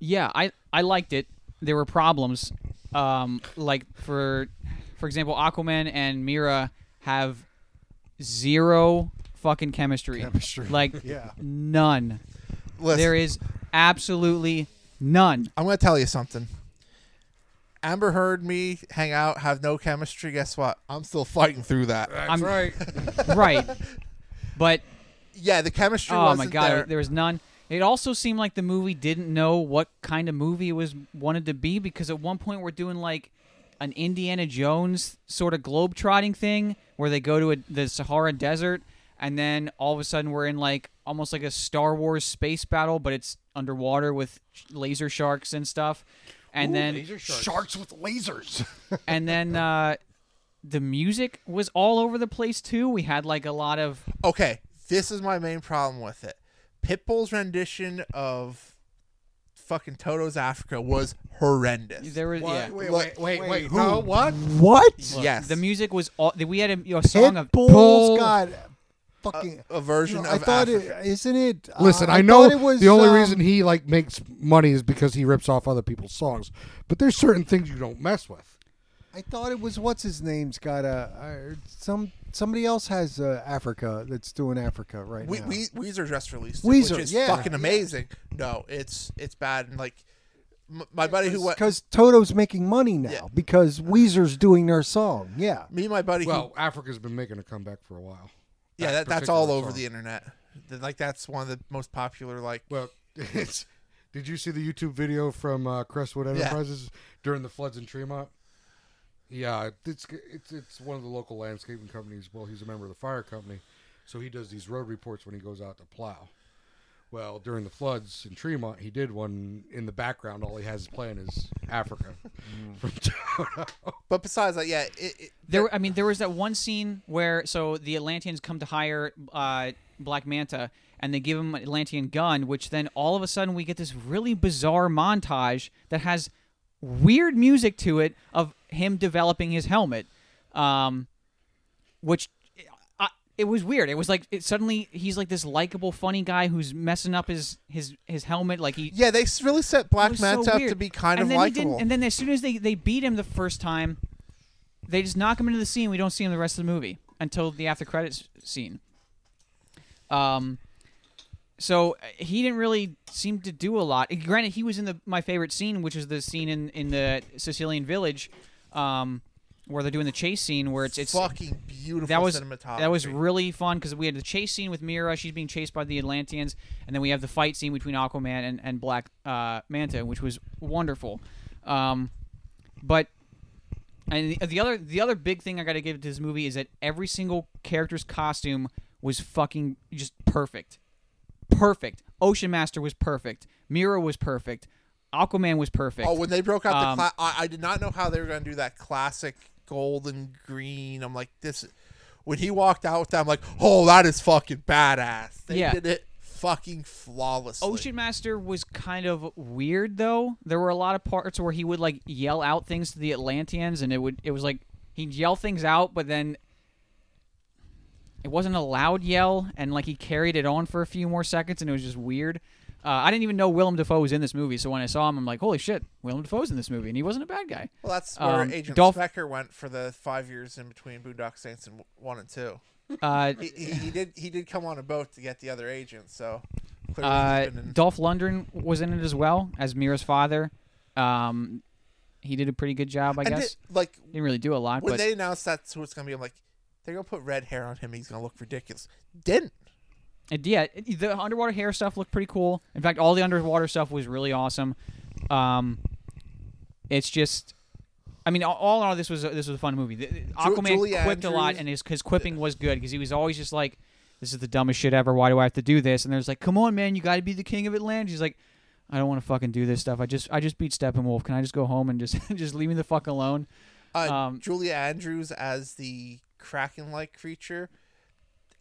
yeah, I I liked it. There were problems, um, like for for example, Aquaman and Mira have zero fucking chemistry.
Chemistry.
Like
Yeah.
none.
Listen,
There is absolutely none.
I'm going to tell you something. Amber Heard, me hang out, have no chemistry. Guess what? I'm still fighting through that.
That's
I'm-
right.
right. But
Yeah, the chemistry.
oh my
wasn't
god,
there.
there was none. It also seemed like the movie didn't know what kind of movie it was wanted to be because at one point we're doing like an Indiana Jones sort of globetrotting thing where they go to a, the Sahara Desert and then all of a sudden we're in like almost like a Star Wars space battle but it's underwater with sh- laser sharks and stuff. And then
Sharks with lasers.
and then uh, the music was all over the place too. We had like a lot of
okay, this is my main problem with it. Pitbull's rendition of fucking Toto's Africa was horrendous.
there was yeah.
Wait,
Look,
wait, wait,
wait,
wait.
who? Uh,
No, what?
What?
yes,
The music was all. We had a, you know, song of
Pitbull's got fucking.
a version
No,
of
I thought
Africa.
it isn't it. uh,
Listen, I, know
thought it was,
the only
um,
reason he like makes money is because he rips off other people's songs. But there's certain things you don't mess with.
I thought it was what's his name's got a uh, some somebody else has uh, Africa that's doing Africa right
we,
now.
we, Weezer just released it,
Weezer,
which is
yeah.
fucking amazing. No, it's it's bad and like m- my buddy who went
because Toto's making money now
Yeah.
because Weezer's doing their song. Yeah,
me and my buddy who
Well, Africa's been making a comeback for a while.
yeah that,
that
that's all
particular
over
song.
the internet. Th- Like that's one of the most popular like
Well, it's. Did you see the YouTube video from uh, Crestwood Enterprises during the floods in Tremont? Yeah, it's it's it's one of the local landscaping companies. Well, he's a member of the fire company, so he does these road reports when he goes out to plow. Well, during the floods in Tremont, he did one in the background. All he has is playing is Africa.
Mm.
From Toto.
but besides that yeah it, it
there. I mean, there was that one scene where so the Atlanteans come to hire uh, Black Manta, and they give him an Atlantean gun, which then all of a sudden we get this really bizarre montage that has weird music to it of him developing his helmet, um, which. I- It was weird. It was like it suddenly he's like this likable, funny guy who's messing up his his his helmet. Like he
yeah they s- really set Black
was so
Manta up to
weird.
be kind
and
of
then he didn't-
likable.
And then as soon as they, they beat him the first time, they just knock him into the scene. We don't see him the rest of the movie until the after credits scene. Um, so uh, he didn't really seem to do a lot. And Granted, he was in the my favorite scene, which is the scene in in the Sicilian village, um, where they're doing the chase scene where it's it's
fucking beautiful
that was
cinematography.
that was really fun because we had the chase scene with Mira. She's being chased by the Atlanteans, and then we have the fight scene between Aquaman and and Black uh, Manta, which was wonderful. Um, but and the, the other the other big thing I got to give to this movie is that every single character's costume was fucking just perfect, perfect. Ocean Master was perfect. Mira was perfect. Aquaman was perfect.
Oh, when they broke out
Um,
the cla- I, I did not know how they were going to do that classic gold and green. I'm like this. When he walked out with that, I'm like, oh, that is fucking badass. They
Yeah. Oh,
did it fucking flawlessly.
Ocean Master was kind of weird though. There were a lot of parts where he would like yell out things to the Atlanteans and it would it was like he'd yell things out but then it wasn't a loud yell and like he carried it on for a few more seconds and it was just weird. Uh, I didn't even know Willem Dafoe was in this movie, so when I saw him, I'm like, "Holy shit, Willem Dafoe's in this movie," and he wasn't a bad guy.
Well, that's where
Um,
Agent
Dolph-
Specker went for the five years in between Boondock Saints and one and two.
Uh,
He, he, he did he did come on a boat to get the other agent. So clearly
uh,
he's been in-
Dolph Lundgren was in it as well as Mira's father. Um, he did a pretty good job, I
And
guess.
did- like
Didn't really do a lot,
when
but
they announced that's who it's going to be, I'm like, they're going to put red hair on him. He's going to look ridiculous. Didn't.
And yeah, it- the underwater hair stuff looked pretty cool. In fact, all the underwater stuff was really awesome. Um, it's just, I mean, all- all in all, this was a, this was a fun movie. The- the- Aquaman
Julie
quipped a lot,
Andrews-
and his his quipping was good because he was always just like, this is the dumbest shit ever. Why do I have to do this? And there's like, come on, man, you got to be the king of Atlanta. He's like, I don't want to fucking do this stuff. I just I just beat Steppenwolf. Can I just go home and just just leave me the fuck alone?
Uh,
Um,
Julia Andrews as the Kraken-like creature,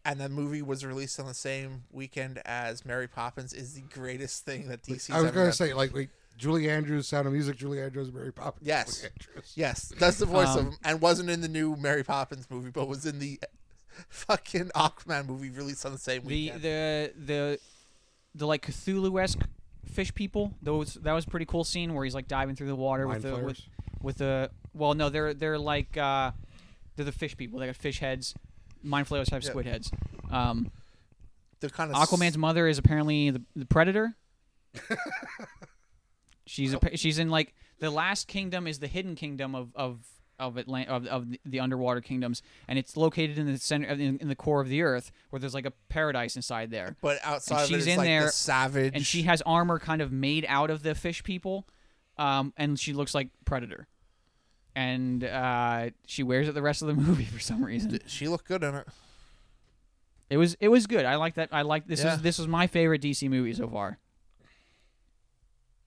and that movie was released on the same weekend as Mary Poppins is the greatest thing that DC's
I was
ever
gonna
done.
say like like Julie Andrews, Sound of Music, Julie Andrews, Mary Poppins.
Yes.
Julie Andrews.
Yes, that's the voice of
Um,
him, and wasn't in the new Mary Poppins movie, but was in the fucking Aquaman movie released on the same
The
weekend.
the the the like Cthulhu esque fish people. Those that was a pretty cool scene where he's like diving through the water with
Mind
the with,
flayers?
with the well no they're they're like uh, they're the fish people. They got fish heads. Mind flayers have
Yeah.
squid heads. Um,
They're kind of
Aquaman's mother is apparently the, the predator. she's a, she's in like the last kingdom is the hidden kingdom of of of Atlanta of, of the underwater kingdoms, and it's located in the center in, in the core of the earth where there's like a paradise inside there.
but outside of it,
she's
it's
in
like
there,
the savage,
And she has armor kind of made out of the fish people, um, and she looks like predator, and uh, she wears it the rest of the movie for some reason.
she looked good in it.
It was it was good. I like that. I like this
Yeah.
is this was my favorite DC movie so far.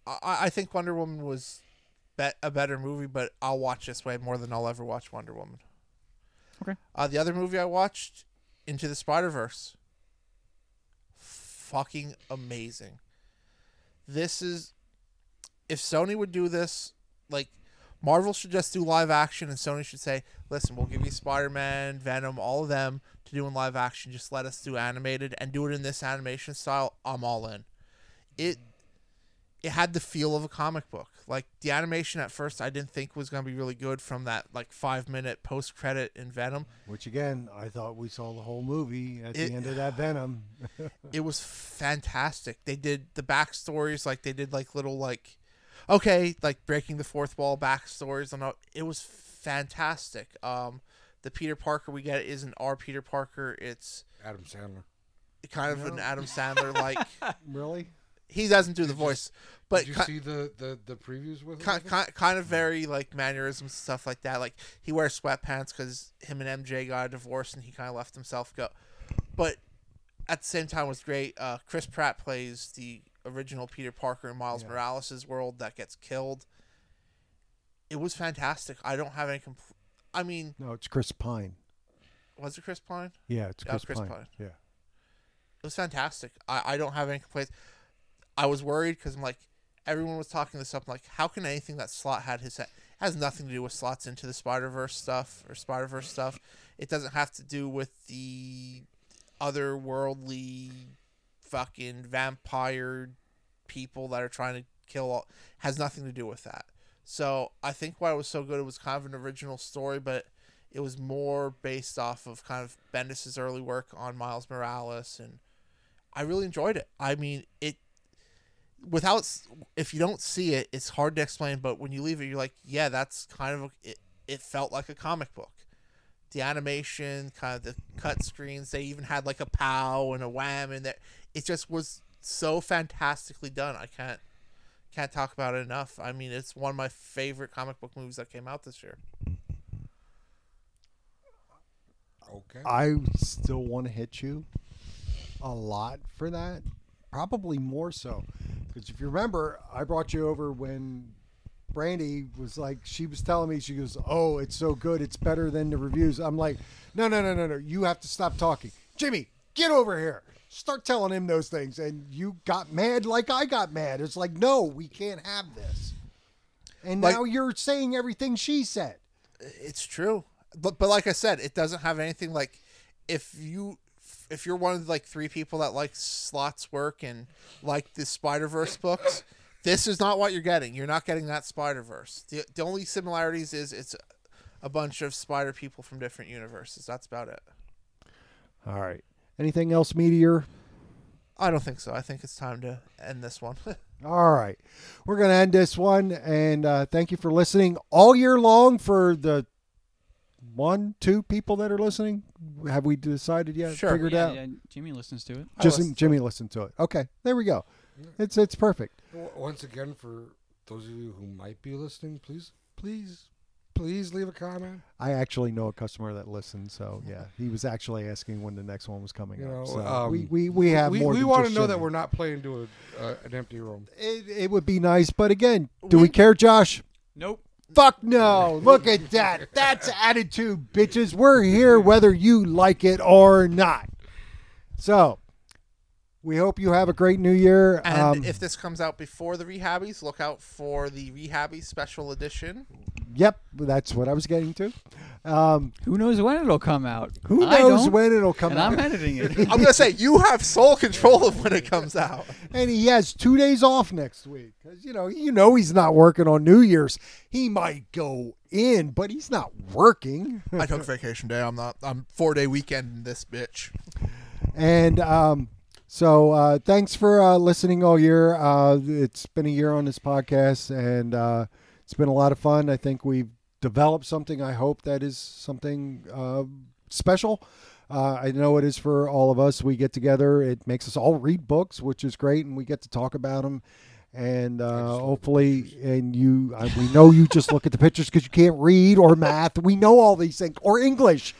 I, I think Wonder Woman was bet a better movie, but I'll watch this way more than I'll ever watch Wonder Woman.
Okay.
Uh, the other movie I watched, Into the Spider Verse. Fucking amazing. This is, if Sony would do this, like Marvel should just do live action, and Sony should say, "Listen, we'll give you Spider Man, Venom, all of them to do in live action. Just let us do animated and do it in this animation style. I'm all in." It it had the feel of a comic book. Like the animation at first, I didn't think was going to be really good from that like five minute post credit in Venom.
Which again, I thought we saw the whole movie at
It-
the end of that Venom.
It was fantastic. They did the backstories, like they did like little like, okay, like breaking the fourth wall backstories, and all. it was fantastic. Um, the Peter Parker we get isn't our Peter Parker. It's
Adam Sandler.
kind of an Adam Sandler like.
really?
he doesn't do the voice, but
Did you
ki-
see the the the previews with
kind,
it?
kind, kind of very like mannerisms stuff like that. Like he wears sweatpants because him and MJ got a divorce and he kind of left himself go. But at the same time, it was great. Uh, Chris Pratt plays the original Peter Parker in Miles Morales' world that gets killed. It was fantastic. I don't have any. Compl- I mean,
No, it's Chris Pine.
was it Chris Pine?
Yeah, it's
Oh,
Chris,
Chris
Pine.
Pine.
Yeah.
It was fantastic. I, I don't have any complaints. I was worried because I'm like, everyone was talking this up. I'm like, how can anything that Slot had his head has nothing to do with Slot's into the Spider Verse stuff or Spider Verse stuff. It doesn't have to do with the otherworldly fucking vampire people that are trying to kill. All, has nothing to do with that. So I think why it was so good, it was kind of an original story, but it was more based off of kind of Bendis's early work on Miles Morales and I really enjoyed it. I mean, it without s- if you don't see it, it's hard to explain. But when you leave it, you're like, yeah, that's kind of a, it. It felt like a comic book. The animation, kind of the cut screens. They even had like a pow and a wham in there. It just was so fantastically done. I can't can't talk about it enough. I mean, it's one of my favorite comic book movies that came out this year.
Okay.
I still want to hit you a lot for that. Probably more so. Because if you remember, I brought you over when Brandy was like, she was telling me, she goes, Oh, it's so good. It's better than the reviews. I'm like, No, no, no, no, no. You have to stop talking. Jimmy, get over here. Start telling him those things. And you got mad like I got mad. It's like, No, we can't have this. And
Like-
now you're saying everything she said.
it's true but but like i said it doesn't have anything like if you if you're one of the, like three people that likes slots work and like the spider verse books this is not what you're getting you're not getting that spider verse the, the only similarities is it's a bunch of spider people from different universes that's about it
All right. Anything else, Meteor?
i don't think so i think it's time to end this one
All right. We're going to end this one. And uh, thank you for listening all year long for the one, two people that are listening. Have we decided yet?
Sure.
Figured
Yeah,
out?
yeah, Jimmy listens to it.
I
Just
listened to
Jimmy listened to it. Okay. There we go. It's it's perfect.
W- Once again, for those of you who might be listening, please, please, please leave a comment.
I actually know a customer that listened, so yeah, he was actually asking when the next one was coming
You
up.
know,
so
um,
we, we we have
we
more.
we
than
want to
just
know that
shipping.
we're not playing to a, uh, an empty room.
It, it would be nice, but again, do we care, Josh?
Nope.
Fuck no! Look at that. That's attitude, bitches. We're here whether you like it or not. So, we hope you have a great New Year.
And
um,
if this comes out before the rehabbies, look out for the rehabbies special edition.
yep, that's what I was getting to. Um,
Who knows when it'll come out?
who
I
knows
don't,
when it'll come
And
out?
I'm editing it.
I'm gonna say you have sole control of when it comes out.
and he has two days off next week because you know you know he's not working on New Year's. He might go in, but he's not working.
I took vacation day. I'm not. I'm four day weekend in this bitch.
and um, so uh, thanks for uh, listening all year. Uh, it's been a year on this podcast, and uh, it's been a lot of fun. I think we've developed something. I hope that is something uh, special. Uh, I know it is for all of us. We get together. It makes us all read books, which is great, and we get to talk about them. And uh, hopefully, and you, I, we know you just look at the pictures because you can't read or math. We know all these things or English.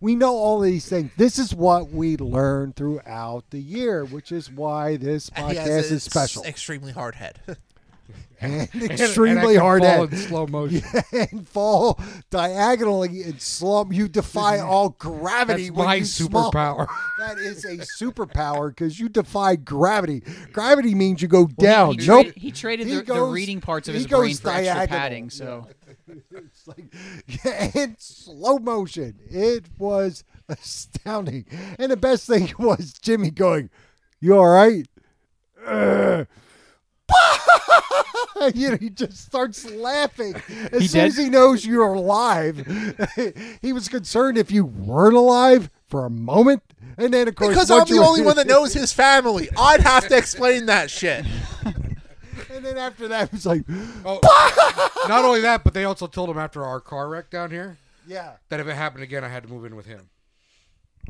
We know all these things. This is what we learn throughout the year, which is why this
And he has
podcast
a
is special
Extremely hard head.
and
And- and I
extremely
can
hard
fall
at
in slow motion.
yeah, and fall diagonally and slump. You defy all gravity.
That's
when
my
you small-
superpower.
That is a superpower because you defy gravity. Gravity means you go down.
Well, he, he
nope.
traded- he traded
He
the, the
goes-
reading parts of
he
his
goes
brain for extra
diagonal.
padding. So
It's like, yeah, and slow motion. It was astounding. And the best thing was Jimmy going, You all right? Uh. you know, he just starts laughing as
He
soon as
did?
he knows you're alive. he was concerned if you weren't alive for a moment, and then of course
Because I'm
once
the
you-
only one that knows his family. I'd have to explain that shit.
And then after that, it was like,
Oh, not only that, but they also told him after our car wreck down here
yeah.
that if it happened again, I had to move in with him.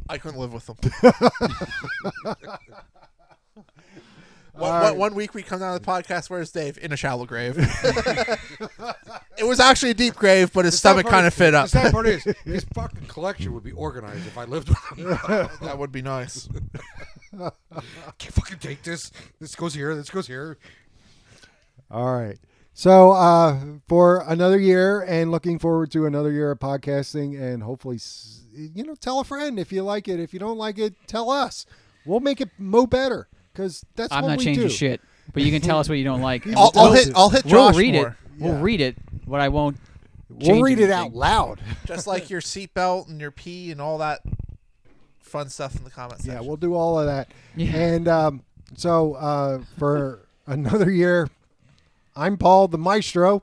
I couldn't live with them. one, one- one week we come down to the podcast. Where's Dave? In a shallow grave. it was actually a deep grave, but his stomach
Sad part
kind of
is-
fit up.
The sad part is, his fucking collection would be organized if I lived with him.
that would be nice.
can't fucking take this. This goes here. This goes here.
All right. So uh, for another year, and looking forward to another year of podcasting, and hopefully, s- you know, tell a friend if you like it. If you don't like it, tell us. We'll make it mo better because that's
I'm
what
not
we
changing
do.
shit. But you can tell us what you don't like. and
I'll,
we'll-
I'll hit. I'll hit
We'll
Josh
read
more.
it. We'll
Yeah.
read it, but I won't.
We'll
change
read it out
anything.
loud.
Just like your seatbelt and your pee and all that fun stuff in the comments.
Yeah, we'll do all of that.
Yeah.
And um, so uh, for another year, I'm Paul the Maestro.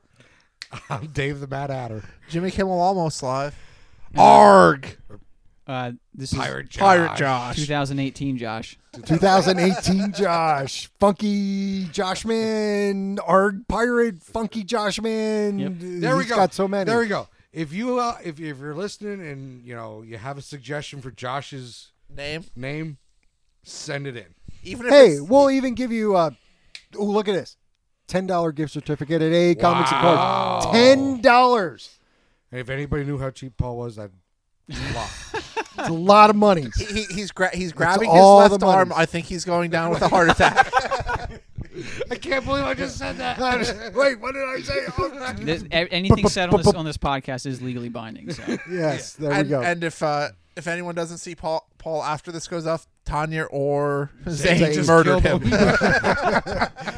I'm Dave the Mad Hatter.
Jimmy Kimmel almost live. Arg.
Uh, this is
Pirate Josh.
2018, Josh.
2018 Josh, Funky Joshman, Arg Pirate, Funky Joshman.
Yep.
There we
He's
go.
Got so many.
There we go. If you uh, if if you're listening and you know you have a suggestion for Josh's
Name.
name, send it in.
Even if
Hey,
it's-
we'll even give you a. Oh, look at this. Ten dollar gift certificate at AA Comics and Cards.
Wow.
Ten dollars.
And if anybody knew how cheap Paul was, that
It's a lot of money.
He, he- he's gra- he's grabbing his
all the
left arm.
monies.
I think he's going down with a heart attack.
I can't believe I just said that.
Wait, what did I say?
"Oh,
This, a- anything said on this on this podcast is legally binding. So
yes, there
and,
we go.
and if uh, if anyone doesn't see Paul Paul after this goes off, Tanya or
Zane
Zane, just
just
murdered him.
killed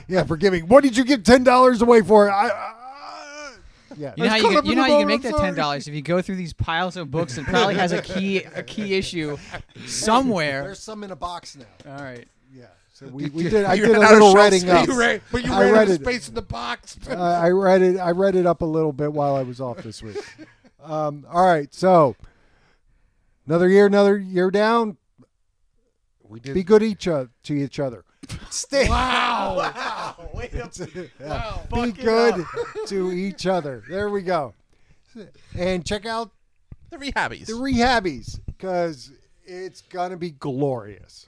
yeah, forgive me. What did you give ten dollars away for? I, I- yeah.
you know how you
caught
can,
up
you
in
know
the
how you can
moment,
make that
I'm
ten dollars if you go through these piles of books that probably has a key a key issue somewhere.
There's some in a box now.
All right.
Yeah. So we, we did. I
You
did a
ran out of
little
shelf
writing up.
space.
you ran, but you
I
ran
read
out of
it.
space in the box.
uh, I read it. I read it up a little bit while I was off this week. Um, all right, so another year, another year down.
we did.
Be good each other, to each other. Stay.
Wow.
Yeah. Be good to each other. There we go. And check out
The rehabbies.
the rehabbies because it's gonna be glorious.